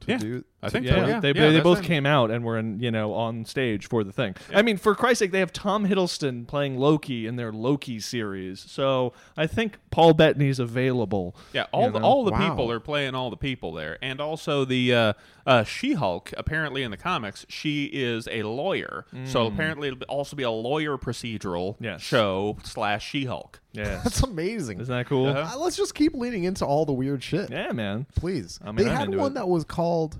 [SPEAKER 2] to
[SPEAKER 5] Yeah.
[SPEAKER 2] do?
[SPEAKER 5] I think
[SPEAKER 3] Yeah,
[SPEAKER 5] so. Yeah,
[SPEAKER 3] they,
[SPEAKER 5] Yeah,
[SPEAKER 3] they
[SPEAKER 5] that's
[SPEAKER 3] both
[SPEAKER 5] it.
[SPEAKER 3] came out and were in, you know on stage for the thing. I mean, for Christ's sake, they have Tom Hiddleston playing Loki in their Loki series, so I think Paul Bettany's available.
[SPEAKER 5] Yeah, all
[SPEAKER 3] You
[SPEAKER 5] the,
[SPEAKER 3] know?
[SPEAKER 5] all the
[SPEAKER 2] Wow.
[SPEAKER 5] people are playing all the people there, and also the uh, uh, She Hulk. Apparently, in the comics, she is a lawyer, so apparently it'll be- also be a lawyer procedural
[SPEAKER 3] Mm. Yes.
[SPEAKER 5] show slash She Hulk.
[SPEAKER 2] That's
[SPEAKER 3] Yes,
[SPEAKER 2] amazing.
[SPEAKER 3] isn't that cool?
[SPEAKER 5] Uh-huh.
[SPEAKER 2] Uh, let's just keep leaning into all the weird shit.
[SPEAKER 3] Yeah, man.
[SPEAKER 2] Please.
[SPEAKER 3] I mean,
[SPEAKER 2] they
[SPEAKER 3] I'm
[SPEAKER 2] had
[SPEAKER 3] into
[SPEAKER 2] one
[SPEAKER 3] it.
[SPEAKER 2] that was called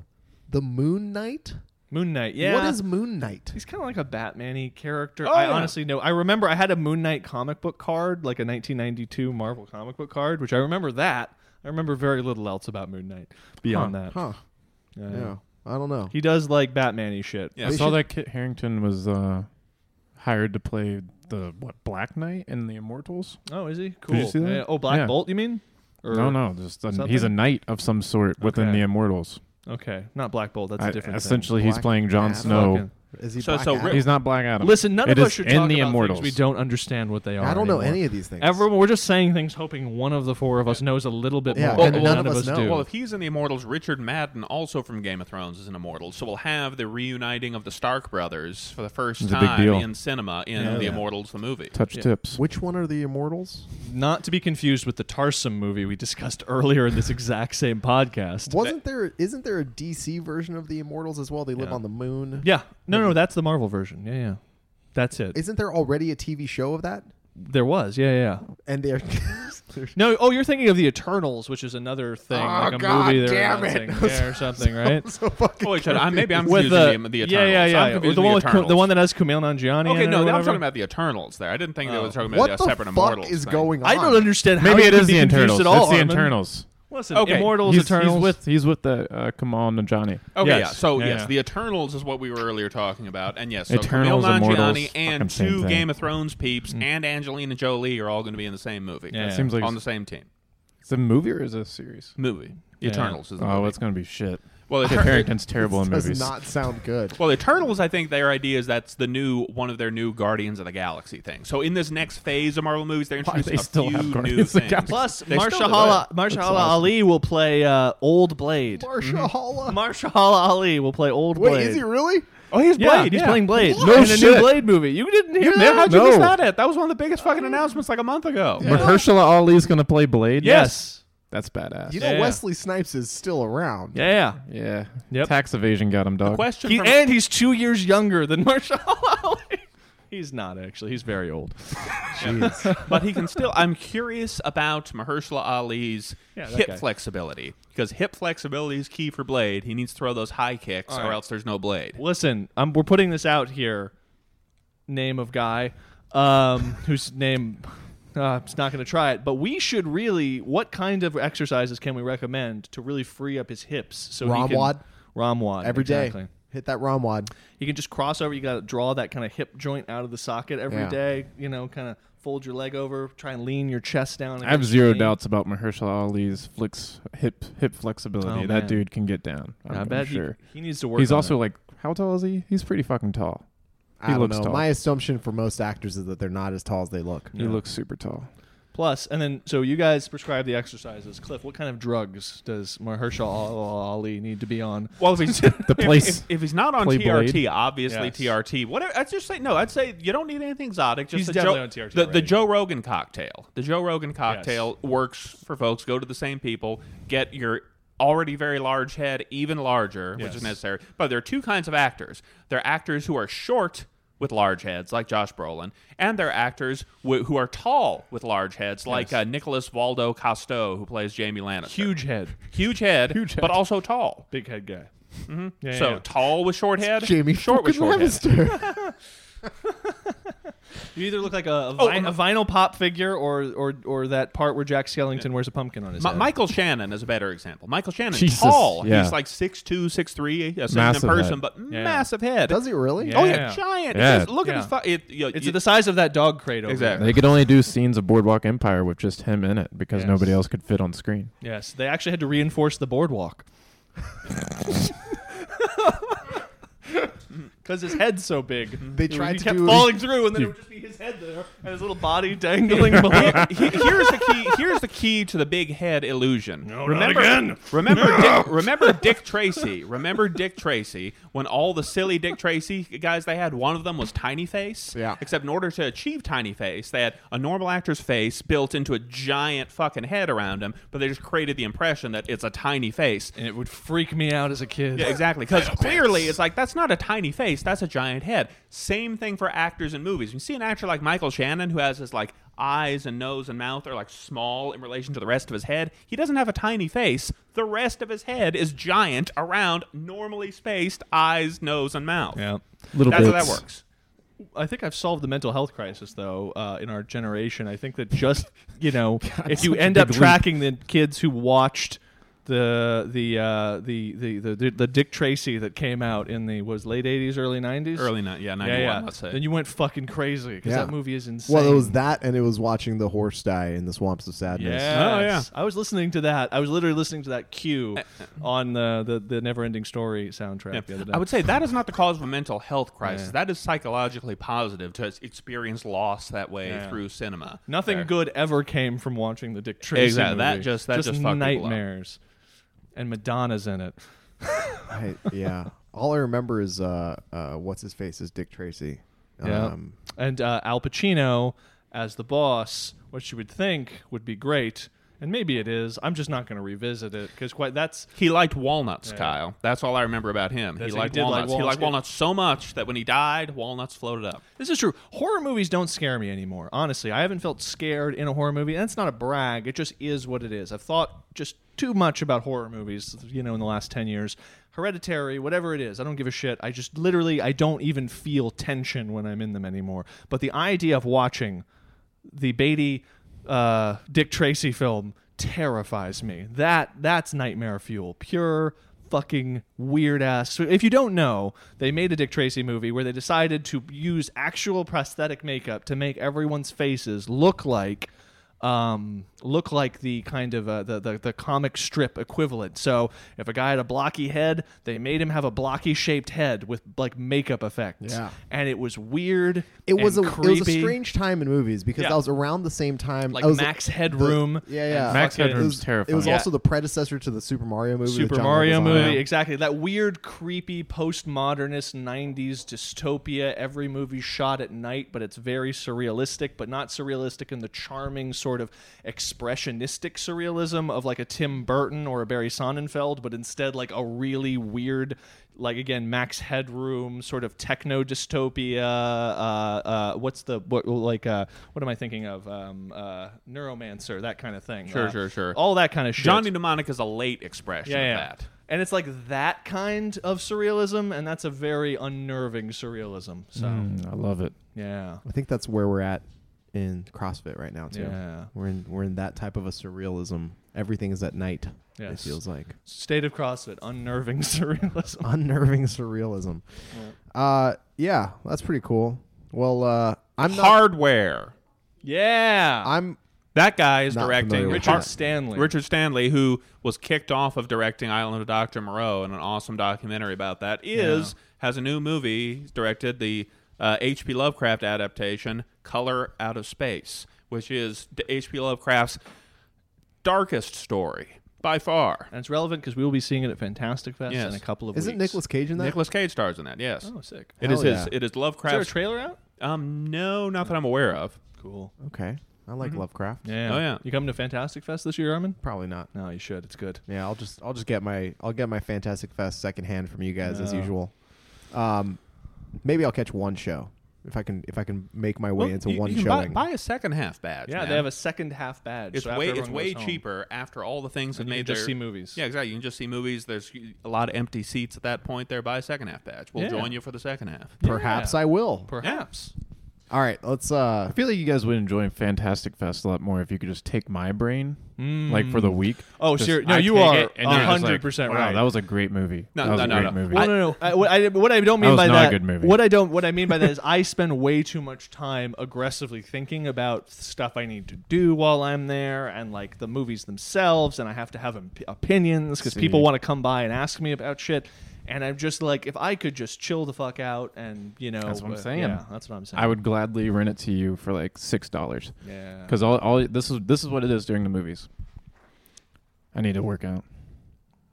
[SPEAKER 2] The Moon Knight.
[SPEAKER 3] Moon Knight. Yeah,
[SPEAKER 2] What is Moon Knight?
[SPEAKER 3] He's kind of like a Batman-y character.
[SPEAKER 5] Oh,
[SPEAKER 3] I
[SPEAKER 5] yeah.
[SPEAKER 3] honestly know. I remember I had a Moon Knight comic book card, like a 1992 Marvel comic book card, which I remember that. I remember very little else about Moon Knight beyond that.
[SPEAKER 2] Huh.
[SPEAKER 3] Yeah.
[SPEAKER 2] Yeah. I don't know.
[SPEAKER 3] He does like Batman-y shit.
[SPEAKER 5] Yeah,
[SPEAKER 1] I
[SPEAKER 2] They
[SPEAKER 1] saw
[SPEAKER 2] should-
[SPEAKER 1] that Kit Harrington was uh, hired to play the what Black Knight in the Immortals.
[SPEAKER 3] Oh, is he? Cool.
[SPEAKER 1] Did you see that?
[SPEAKER 3] Yeah. Oh, Black
[SPEAKER 1] Yeah.
[SPEAKER 3] Bolt, you mean? Or,
[SPEAKER 1] no, no, just a, he's a
[SPEAKER 3] something?
[SPEAKER 1] knight of some sort within
[SPEAKER 3] Okay.
[SPEAKER 1] the Immortals.
[SPEAKER 3] Okay, not Black Bolt. That's a
[SPEAKER 1] I-
[SPEAKER 3] different.
[SPEAKER 1] essentially, he's
[SPEAKER 2] Black
[SPEAKER 1] playing Jon
[SPEAKER 2] Adam.
[SPEAKER 1] Snow.
[SPEAKER 3] Fucking-
[SPEAKER 2] Is he
[SPEAKER 5] So-
[SPEAKER 2] Black
[SPEAKER 5] so
[SPEAKER 2] Adam?
[SPEAKER 5] Rick-
[SPEAKER 1] He's not Black Adam.
[SPEAKER 3] thing. Listen, none
[SPEAKER 1] It
[SPEAKER 3] of us
[SPEAKER 1] is
[SPEAKER 3] should
[SPEAKER 1] in
[SPEAKER 3] talk
[SPEAKER 1] the
[SPEAKER 3] about
[SPEAKER 1] Immortals.
[SPEAKER 3] things we don't understand what they are.
[SPEAKER 2] I don't know
[SPEAKER 3] anymore.
[SPEAKER 2] any of these things.
[SPEAKER 3] Everyone, we're just saying things, hoping one of the four of us knows a little bit
[SPEAKER 2] Yeah,
[SPEAKER 3] more.
[SPEAKER 2] Well,
[SPEAKER 3] and
[SPEAKER 2] and
[SPEAKER 3] none
[SPEAKER 2] none of us know.
[SPEAKER 3] do.
[SPEAKER 5] Oh, Well, if he's in the Immortals, Richard Madden, also from Game of Thrones, is an Immortal, so we'll have the reuniting of the Stark brothers for the first
[SPEAKER 1] It's a big
[SPEAKER 5] time
[SPEAKER 1] deal.
[SPEAKER 5] in cinema in
[SPEAKER 2] Yeah.
[SPEAKER 5] the
[SPEAKER 2] Yeah.
[SPEAKER 5] Immortals, the movie.
[SPEAKER 1] Touch tips.
[SPEAKER 2] Which one are the immortals?
[SPEAKER 3] Not to be confused with the Tarsum movie we discussed earlier in this exact same podcast.
[SPEAKER 2] Wasn't there? Isn't there a DC version of the immortals as well? They live
[SPEAKER 3] Yeah.
[SPEAKER 2] on the moon.
[SPEAKER 3] Yeah, no, no, that's the Marvel version. Yeah, yeah, that's it.
[SPEAKER 2] Isn't there already a TV show of that?
[SPEAKER 3] there was, yeah, yeah.
[SPEAKER 2] And they're. they're-
[SPEAKER 3] No, oh, you're thinking of the Eternals, which is another
[SPEAKER 2] Oh,
[SPEAKER 3] thing, like a movie they're announcing yeah, or something, right?
[SPEAKER 2] so fucking
[SPEAKER 5] Oh, wait, should I, maybe I'm
[SPEAKER 3] With the,
[SPEAKER 5] confusing the, the
[SPEAKER 3] yeah,
[SPEAKER 5] Eternals.
[SPEAKER 3] yeah, yeah,
[SPEAKER 5] I'm confusing
[SPEAKER 3] the one with Ku-
[SPEAKER 5] Eternals.
[SPEAKER 3] the one that has Kumail Nanjiani. in
[SPEAKER 5] Okay,
[SPEAKER 3] it or
[SPEAKER 5] no, I'm
[SPEAKER 3] whatever.
[SPEAKER 5] talking about the Eternals there. I didn't think they
[SPEAKER 3] Oh.
[SPEAKER 5] were talking about
[SPEAKER 2] what
[SPEAKER 5] a
[SPEAKER 2] the
[SPEAKER 5] separate
[SPEAKER 2] fuck
[SPEAKER 5] Immortals.
[SPEAKER 2] is
[SPEAKER 5] thing.
[SPEAKER 2] going on?
[SPEAKER 3] I don't understand. How
[SPEAKER 1] Maybe
[SPEAKER 3] you
[SPEAKER 1] it
[SPEAKER 3] could
[SPEAKER 1] is
[SPEAKER 3] be
[SPEAKER 1] the
[SPEAKER 3] confused
[SPEAKER 1] Eternals.
[SPEAKER 3] At all,
[SPEAKER 1] it's the
[SPEAKER 3] Armin.
[SPEAKER 1] Eternals.
[SPEAKER 3] Listen,
[SPEAKER 5] Okay.
[SPEAKER 3] Immortals,
[SPEAKER 1] he's,
[SPEAKER 3] Eternals.
[SPEAKER 1] he's with he's with the uh, Kamal Najani.
[SPEAKER 5] Okay,
[SPEAKER 3] Yes.
[SPEAKER 5] yeah. So
[SPEAKER 3] Yeah,
[SPEAKER 5] yes,
[SPEAKER 3] yeah.
[SPEAKER 5] the Eternals is what we were earlier talking about, and yes, so
[SPEAKER 1] Eternals,
[SPEAKER 5] Kumail
[SPEAKER 1] Immortals,
[SPEAKER 5] Nanjiani and
[SPEAKER 1] fucking same
[SPEAKER 5] two
[SPEAKER 1] thing.
[SPEAKER 5] Game of Thrones peeps and Angelina Jolie are all going to be in the same movie.
[SPEAKER 3] Mm. Yeah. That
[SPEAKER 1] seems like-
[SPEAKER 5] on the same team
[SPEAKER 1] It's a movie or is it a series?
[SPEAKER 5] movie. The
[SPEAKER 3] Yeah.
[SPEAKER 5] Eternals is the
[SPEAKER 1] Oh,
[SPEAKER 5] movie.
[SPEAKER 1] it's gonna be shit.
[SPEAKER 5] well,
[SPEAKER 1] Kit
[SPEAKER 5] Eter-
[SPEAKER 1] Harrington's terrible in
[SPEAKER 2] does
[SPEAKER 1] movies.
[SPEAKER 2] not sound good.
[SPEAKER 5] Well, Eternals, I think their idea is that's the new one of their new Guardians of the Galaxy thing. So in this next phase of Marvel movies, they're
[SPEAKER 1] Why
[SPEAKER 5] introducing
[SPEAKER 1] they still
[SPEAKER 5] a few
[SPEAKER 1] have
[SPEAKER 5] new
[SPEAKER 1] Guardians of the
[SPEAKER 5] things.
[SPEAKER 1] Galaxy?
[SPEAKER 3] Plus,
[SPEAKER 5] They still do
[SPEAKER 3] Marshala Marshala
[SPEAKER 1] awesome.
[SPEAKER 3] Ali will play uh, Old Blade.
[SPEAKER 2] Marsha Halla.
[SPEAKER 3] Marshala Ali will play Old
[SPEAKER 2] Wait,
[SPEAKER 3] Blade.
[SPEAKER 2] is he really?
[SPEAKER 5] Oh, he's
[SPEAKER 3] yeah, he's playing Blade
[SPEAKER 1] What?
[SPEAKER 3] in a new
[SPEAKER 1] shit.
[SPEAKER 3] Blade movie. You didn't hear that?
[SPEAKER 5] How'd you
[SPEAKER 1] No.
[SPEAKER 5] miss that? It that was one of the biggest
[SPEAKER 3] Oh.
[SPEAKER 5] fucking announcements like a month ago.
[SPEAKER 1] Mahershala Ali's gonna play Blade.
[SPEAKER 3] Yes.
[SPEAKER 1] that's badass.
[SPEAKER 2] You know
[SPEAKER 3] Yeah.
[SPEAKER 2] Wesley Snipes is still around.
[SPEAKER 3] Yeah.
[SPEAKER 1] yeah,
[SPEAKER 3] Yep.
[SPEAKER 1] tax evasion got him dog.
[SPEAKER 5] Question
[SPEAKER 3] He,
[SPEAKER 5] from
[SPEAKER 3] and he's two years younger than Marshala Ali. He's not actually. He's very old.
[SPEAKER 5] but he can still. I'm curious about Mahershala Ali's
[SPEAKER 3] Yeah, that
[SPEAKER 5] hip
[SPEAKER 3] guy.
[SPEAKER 5] flexibility because hip flexibility is key for Blade. He needs to throw those high kicks,
[SPEAKER 3] All
[SPEAKER 5] or
[SPEAKER 3] right.
[SPEAKER 5] else there's no Blade.
[SPEAKER 3] Listen, I'm, we're putting this out here. Name of guy, um, whose name uh, I'm just not going to try it. But we should really. What kind of exercises can we recommend to really free up his hips? So
[SPEAKER 2] Ramwad.
[SPEAKER 3] He can, Ramwad
[SPEAKER 2] Every day,
[SPEAKER 3] exactly.
[SPEAKER 2] Hit that Romwad.
[SPEAKER 3] You can just cross over. You got to draw that kind of hip joint out of the socket every day.
[SPEAKER 2] Yeah.
[SPEAKER 3] You know, kind of fold your leg over. Try and lean your chest down.
[SPEAKER 1] I have
[SPEAKER 3] against
[SPEAKER 1] zero
[SPEAKER 3] your knee.
[SPEAKER 1] doubts about Mahershala Ali's flex, hip hip flexibility.
[SPEAKER 3] Oh, man.
[SPEAKER 1] that dude can get down. I'm,
[SPEAKER 3] I
[SPEAKER 1] I'm
[SPEAKER 3] bet he-
[SPEAKER 1] sure.
[SPEAKER 3] he, needs to work.
[SPEAKER 1] He's
[SPEAKER 3] on
[SPEAKER 1] also
[SPEAKER 3] that.
[SPEAKER 1] like, how tall is he? He's pretty fucking tall.
[SPEAKER 2] I
[SPEAKER 1] He
[SPEAKER 2] don't
[SPEAKER 1] looks
[SPEAKER 2] know.
[SPEAKER 1] tall.
[SPEAKER 2] My assumption for most actors is that they're not as tall as they look.
[SPEAKER 1] He looks super tall.
[SPEAKER 3] Plus, and then so you guys prescribe the exercises. Cliff, what kind of drugs does Mahershala Ali need to be on?
[SPEAKER 5] Well, if he's the
[SPEAKER 1] place-
[SPEAKER 5] if, if he's not on
[SPEAKER 1] play
[SPEAKER 5] TRT,
[SPEAKER 1] Blade.
[SPEAKER 5] obviously
[SPEAKER 3] Yes.
[SPEAKER 5] TRT. Whatever. I'd just say no. I'd say you don't need anything exotic. Just
[SPEAKER 3] He's
[SPEAKER 5] the
[SPEAKER 3] definitely
[SPEAKER 5] Joe,
[SPEAKER 3] on TRT
[SPEAKER 5] The, the
[SPEAKER 3] already.
[SPEAKER 5] Joe Rogan cocktail. The Joe Rogan cocktail works for folks. Go to the same people. Get your already very large head even larger, which
[SPEAKER 3] Yes.
[SPEAKER 5] is necessary. But there are two kinds of actors. There are actors who are short. With large heads, like Josh Brolin, and there are actors w- who are tall with large heads, like uh, Nicholas Waldo Costo, who plays Jamie Lannister.
[SPEAKER 3] Huge head,
[SPEAKER 5] huge head,
[SPEAKER 1] Huge head.
[SPEAKER 5] but also tall.
[SPEAKER 3] big head guy. Mm-hmm.
[SPEAKER 5] So tall with short head,
[SPEAKER 2] Jamie
[SPEAKER 5] short with
[SPEAKER 2] fucking
[SPEAKER 5] short head.
[SPEAKER 2] Lannister.
[SPEAKER 3] you either look like a, Oh, a, vi- a vinyl pop figure, or or or that part where Jack Skellington wears a pumpkin on his
[SPEAKER 5] Mi-
[SPEAKER 3] head.
[SPEAKER 5] Michael Shannon is a better example. Michael Shannon,
[SPEAKER 1] Jesus,
[SPEAKER 5] tall.
[SPEAKER 1] yeah.
[SPEAKER 5] He's like 6'2", 6'3", a six in
[SPEAKER 1] Massive
[SPEAKER 5] person,
[SPEAKER 1] head.
[SPEAKER 5] but
[SPEAKER 3] Yeah.
[SPEAKER 5] massive head.
[SPEAKER 2] Does he really?
[SPEAKER 5] Oh
[SPEAKER 3] Yeah.
[SPEAKER 5] yeah, giant.
[SPEAKER 1] Yeah.
[SPEAKER 5] Just look at
[SPEAKER 3] Yeah.
[SPEAKER 5] his. Fu- it, you-
[SPEAKER 3] it's
[SPEAKER 5] you-
[SPEAKER 3] the size of that dog crate. Over
[SPEAKER 5] Exactly.
[SPEAKER 1] They could only do scenes of Boardwalk Empire with just him in it because
[SPEAKER 3] Yes.
[SPEAKER 1] nobody else could fit on screen.
[SPEAKER 3] there. Yes, they actually had to reinforce the boardwalk because his head's so big.
[SPEAKER 2] They
[SPEAKER 3] He-
[SPEAKER 2] tried
[SPEAKER 3] he
[SPEAKER 2] to
[SPEAKER 3] kept
[SPEAKER 2] do-
[SPEAKER 3] falling through, and then it would just be his head there and his little body dangling below.
[SPEAKER 5] He- here's the key. Here's the key to the big head illusion. remember,
[SPEAKER 3] again.
[SPEAKER 5] remember, Dick, remember Dick Tracy. Remember Dick Tracy when all the silly Dick Tracy guys they had. One of them was Tiny Face.
[SPEAKER 2] Yeah.
[SPEAKER 5] Except in order to achieve Tiny Face, they had a normal actor's face built into a giant fucking head around him, but they just created the impression that it's a tiny face.
[SPEAKER 3] and it would freak me out as a kid.
[SPEAKER 5] Yeah, exactly. Because clearly, it's like that's not a tiny face; that's a giant head. Same thing for actors in movies. You see an actor like Michael Shannon, who has his like eyes and nose and mouth are like small in relation to the rest of his head. He doesn't have a tiny face. The rest of his head is giant around normally spaced eyes, nose, and mouth.
[SPEAKER 3] Yeah.
[SPEAKER 1] Little
[SPEAKER 5] That's how that
[SPEAKER 1] bits.
[SPEAKER 5] works.
[SPEAKER 3] I think I've solved the mental health crisis though uh, in our generation. I think that just you know, if you end up tracking the kids who watched the the, uh, the the the the Dick Tracy that came out in the was late eighties, early nineties,
[SPEAKER 5] Early night, yeah,
[SPEAKER 3] yeah,
[SPEAKER 5] ninety-one.
[SPEAKER 3] yeah.
[SPEAKER 5] Let's say.
[SPEAKER 3] Then you went fucking crazy because
[SPEAKER 2] Yeah.
[SPEAKER 3] that movie is insane.
[SPEAKER 2] Oh, Well, it was that, and it was watching the horse die in the swamps of sadness.
[SPEAKER 5] Oh,
[SPEAKER 3] Yes. I was listening to that. I was literally listening to that cue on the the, the Never Ending Story soundtrack the other day.
[SPEAKER 5] I would say that is not the cause of a mental health crisis. That is psychologically positive to experience loss that way
[SPEAKER 3] Yeah.
[SPEAKER 5] through cinema.
[SPEAKER 3] Nothing
[SPEAKER 5] There.
[SPEAKER 3] good ever came from watching the Dick Tracy
[SPEAKER 5] Exactly.
[SPEAKER 3] movie.
[SPEAKER 5] That just- that just fucked people up.
[SPEAKER 3] nightmares, and Madonna's in it.
[SPEAKER 2] I, yeah. All I remember is uh, uh, what's his face is Dick Tracy.
[SPEAKER 3] Yeah.
[SPEAKER 2] Um,
[SPEAKER 3] and uh, Al Pacino as the boss, which you would think would be great, and maybe it is. I'm just not going to revisit it because quite that's
[SPEAKER 5] He liked walnuts,
[SPEAKER 3] Yeah.
[SPEAKER 5] Kyle. That's all I remember about him.
[SPEAKER 3] That's-
[SPEAKER 5] he
[SPEAKER 3] he
[SPEAKER 5] liked
[SPEAKER 3] did like
[SPEAKER 5] walnuts. He
[SPEAKER 3] walnuts.
[SPEAKER 5] liked walnuts so much that when he died, walnuts floated up.
[SPEAKER 3] this is true. Horror movies don't scare me anymore. Honestly, I haven't felt scared in a horror movie, and it's not a brag. It just is what it is. I've thought just too much about horror movies, you know, in the last ten years. Hereditary, whatever it is, I don't give a shit. I just literally, I don't even feel tension when I'm in them anymore. But the idea of watching the Beatty uh, Dick Tracy film terrifies me. That that's nightmare fuel, pure fucking weird ass. If you don't know, they made a Dick Tracy movie where they decided to use actual prosthetic makeup to make everyone's faces look like um, look like the kind of uh, the, the the comic strip equivalent. So if a guy had a blocky head, they made him have a blocky shaped head with like makeup effects.
[SPEAKER 2] Yeah.
[SPEAKER 3] and it was weird.
[SPEAKER 2] it was a
[SPEAKER 3] and
[SPEAKER 2] it was a
[SPEAKER 3] creepy.
[SPEAKER 2] strange time in movies because
[SPEAKER 3] Yeah.
[SPEAKER 2] I was around the same time
[SPEAKER 3] Like
[SPEAKER 2] I was
[SPEAKER 3] Max Headroom
[SPEAKER 2] The, yeah,
[SPEAKER 3] and
[SPEAKER 2] yeah.
[SPEAKER 1] Max
[SPEAKER 3] fucking-
[SPEAKER 2] It
[SPEAKER 1] Headroom's
[SPEAKER 2] was,
[SPEAKER 1] terrifying.
[SPEAKER 2] It was
[SPEAKER 3] Yeah.
[SPEAKER 2] also the predecessor to the Super Mario movie. with
[SPEAKER 3] Super
[SPEAKER 2] John
[SPEAKER 3] Mario
[SPEAKER 2] Leguizamo.
[SPEAKER 3] movie, exactly. That weird, creepy postmodernist '90s dystopia. Every movie shot at night, but it's very surrealistic, but not surrealistic in the charming sort of expressionistic surrealism of like a Tim Burton or a Barry Sonnenfeld, but instead like a really weird, like again Max Headroom, sort of techno dystopia. Uh, uh, what's the what like uh, what am I thinking of? Um, uh, Neuromancer, that kind of thing.
[SPEAKER 5] Sure,
[SPEAKER 3] Uh,
[SPEAKER 5] sure, sure.
[SPEAKER 3] All that kind of shit.
[SPEAKER 5] Johnny Mnemonic is a late expression
[SPEAKER 3] yeah,
[SPEAKER 5] of
[SPEAKER 3] yeah.
[SPEAKER 5] that.
[SPEAKER 3] And it's like that kind of surrealism, and that's a very unnerving surrealism. So
[SPEAKER 1] Mm, I love it.
[SPEAKER 3] yeah,
[SPEAKER 2] I think that's where we're at in CrossFit right now too.
[SPEAKER 3] Yeah.
[SPEAKER 2] We're in we're in that type of a surrealism. Everything is at night. It
[SPEAKER 3] Yes.
[SPEAKER 2] feels like
[SPEAKER 3] state of CrossFit, unnerving surrealism.
[SPEAKER 2] unnerving surrealism. Uh yeah, that's pretty cool. Well, uh I'm not
[SPEAKER 5] Hardware.
[SPEAKER 3] Yeah,
[SPEAKER 2] I'm
[SPEAKER 5] That guy is
[SPEAKER 2] Not
[SPEAKER 5] directing
[SPEAKER 2] familiar with
[SPEAKER 5] Richard
[SPEAKER 3] Richard Stanley.
[SPEAKER 5] Richard Stanley, who was kicked off of directing Island of Dr. Moreau, and an awesome documentary about that is has a new movie He's directed the uh, H.P. Lovecraft adaptation, Color Out of Space, which is D- H.P. Lovecraft's darkest story by far.
[SPEAKER 3] and it's relevant because we will be seeing it at Fantastic Fest
[SPEAKER 5] Yes.
[SPEAKER 3] in a couple of
[SPEAKER 2] Isn't
[SPEAKER 3] weeks.
[SPEAKER 2] Nicolas Cage in that?
[SPEAKER 5] Nicholas Cage stars in that. Yes,
[SPEAKER 3] Oh, sick.
[SPEAKER 5] it is
[SPEAKER 2] hell
[SPEAKER 5] his.
[SPEAKER 2] yeah.
[SPEAKER 5] It is
[SPEAKER 3] Is there a
[SPEAKER 5] Lovecraft's.
[SPEAKER 3] trailer out?
[SPEAKER 5] um, no, not that I'm aware of.
[SPEAKER 3] Cool.
[SPEAKER 2] okay. I like Lovecraft.
[SPEAKER 3] Mm-hmm. Yeah.
[SPEAKER 5] Oh, yeah.
[SPEAKER 3] You coming to Fantastic Fest this year, Armin?
[SPEAKER 2] Probably not.
[SPEAKER 3] No, you should. It's good.
[SPEAKER 2] Yeah, I'll just I'll just get my I'll get my Fantastic Fest secondhand from you guys as
[SPEAKER 3] No.
[SPEAKER 2] usual. Um, maybe I'll catch one show if I can if I can make my way
[SPEAKER 5] Well,
[SPEAKER 2] into
[SPEAKER 5] you-
[SPEAKER 2] one
[SPEAKER 5] you can buy,
[SPEAKER 2] showing.
[SPEAKER 5] buy a second half badge.
[SPEAKER 3] Yeah,
[SPEAKER 5] man.
[SPEAKER 3] they have a second half badge.
[SPEAKER 5] It's
[SPEAKER 3] so after
[SPEAKER 5] way it's
[SPEAKER 3] everyone
[SPEAKER 5] way
[SPEAKER 3] goes home,
[SPEAKER 5] cheaper after all the things
[SPEAKER 3] you
[SPEAKER 5] have
[SPEAKER 3] can
[SPEAKER 5] made
[SPEAKER 3] just
[SPEAKER 5] their-
[SPEAKER 3] see movies.
[SPEAKER 5] Yeah, exactly. You can just see movies. There's a lot of empty seats at that point. There, buy a second half badge. We'll
[SPEAKER 3] Yeah.
[SPEAKER 5] join you for the second half.
[SPEAKER 2] Perhaps I will.
[SPEAKER 3] Perhaps.
[SPEAKER 2] All right, let's. uh
[SPEAKER 1] I feel like you guys would enjoy Fantastic Fest a lot more if you could just take my brain, like for the week.
[SPEAKER 3] Oh,
[SPEAKER 1] Just,
[SPEAKER 3] sure. No,
[SPEAKER 1] I
[SPEAKER 3] you
[SPEAKER 1] take
[SPEAKER 3] are
[SPEAKER 1] it, and you're just like,
[SPEAKER 3] 100%
[SPEAKER 1] wow,
[SPEAKER 3] right.
[SPEAKER 1] That was a great movie.
[SPEAKER 5] No,
[SPEAKER 1] that was
[SPEAKER 5] no,
[SPEAKER 1] a
[SPEAKER 5] no,
[SPEAKER 1] great
[SPEAKER 5] no.
[SPEAKER 1] movie.
[SPEAKER 3] Well, no, no. I, what, I, what I don't mean
[SPEAKER 1] was
[SPEAKER 3] by
[SPEAKER 1] not a
[SPEAKER 3] that.
[SPEAKER 1] good movie.
[SPEAKER 3] What I don't. What I mean by that is I spend way too much time aggressively thinking about stuff I need to do while I'm there, and like the movies themselves, and I have to have op- opinions because people
[SPEAKER 1] See.
[SPEAKER 3] want to come by and ask me about shit. And I'm just like, if I could just chill the fuck out, and you know,
[SPEAKER 1] That's what I'm
[SPEAKER 3] uh,
[SPEAKER 1] saying.
[SPEAKER 3] Yeah, that's what I'm saying.
[SPEAKER 1] I would gladly rent it to you for like six dollars.
[SPEAKER 3] Yeah.
[SPEAKER 1] Because all, all this is this is what it is during the movies. I need to work out.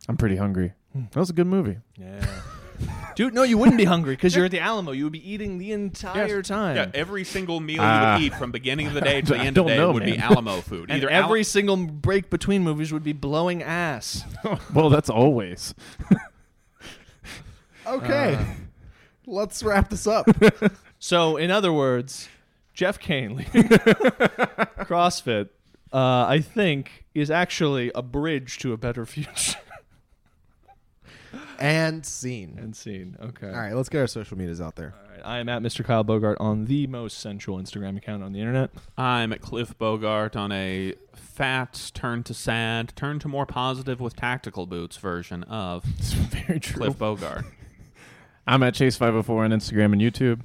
[SPEAKER 1] I'm pretty hungry. That was a good movie.
[SPEAKER 3] Yeah. Dude, no, you wouldn't be hungry because you're at the Alamo. You would be eating the entire time.
[SPEAKER 5] Yeah, every single meal
[SPEAKER 1] Ah.
[SPEAKER 5] you would eat from beginning of the day to the
[SPEAKER 1] I
[SPEAKER 5] end of
[SPEAKER 1] don't
[SPEAKER 5] the day
[SPEAKER 1] know,
[SPEAKER 5] would be
[SPEAKER 1] man.
[SPEAKER 5] Alamo food.
[SPEAKER 3] and
[SPEAKER 5] Either Al-
[SPEAKER 3] every single break between movies would be blowing ass.
[SPEAKER 1] well, that's always.
[SPEAKER 2] Okay, let's wrap this up.
[SPEAKER 3] So, in other words, Jeff Kane leaving CrossFit, uh, I think, is actually a bridge to a better future.
[SPEAKER 2] and scene.
[SPEAKER 3] and scene. Okay.
[SPEAKER 2] All right, let's get our social medias out there.
[SPEAKER 3] All right. I am at Mr. Kyle Bogart on the most sensual Instagram account on the internet.
[SPEAKER 5] I'm at Cliff Bogart on a fat turn to sad, turn to more positive with tactical boots version of
[SPEAKER 1] It's very true.
[SPEAKER 5] Cliff Bogart.
[SPEAKER 1] I'm at Chase five hundred four on Instagram and YouTube.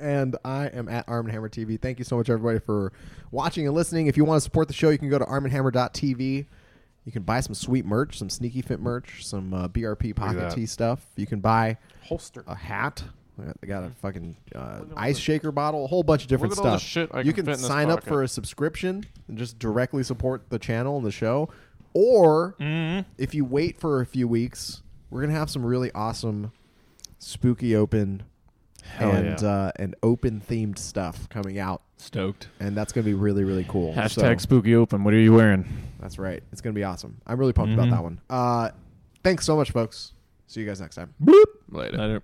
[SPEAKER 2] And I am at Arm and Hammer TV. Thank you so much, everybody, for watching and listening. If you want to support the show, you can go to armandhammer.tv. You can buy some sweet merch, some sneaky fit merch, some uh, BRP pocket
[SPEAKER 1] that.
[SPEAKER 2] tee stuff. You can buy
[SPEAKER 4] Holster.
[SPEAKER 2] a hat. I got- I got a fucking uh, ice shaker bottle, a whole bunch of different
[SPEAKER 4] Look at all the
[SPEAKER 2] stuff.
[SPEAKER 4] shit I
[SPEAKER 2] you
[SPEAKER 4] can
[SPEAKER 2] can
[SPEAKER 4] fit in this
[SPEAKER 2] sign up
[SPEAKER 4] pocket.
[SPEAKER 2] for a subscription and just directly support the channel and the show. Or
[SPEAKER 4] Mm.
[SPEAKER 2] if you wait for a few weeks, we're gonna have some really awesome, spooky open
[SPEAKER 1] Hell
[SPEAKER 2] and
[SPEAKER 1] yeah.
[SPEAKER 2] uh, and open themed stuff coming out,
[SPEAKER 3] Stoked.
[SPEAKER 2] and that's gonna be really really cool.
[SPEAKER 1] Hashtag
[SPEAKER 2] So-
[SPEAKER 1] spooky open. What are you wearing?
[SPEAKER 2] that's right. It's gonna be awesome.
[SPEAKER 1] Mm-hmm.
[SPEAKER 2] I'm really pumped about that one. Uh, thanks so much, folks. See you guys next time.
[SPEAKER 5] Later.
[SPEAKER 3] Later.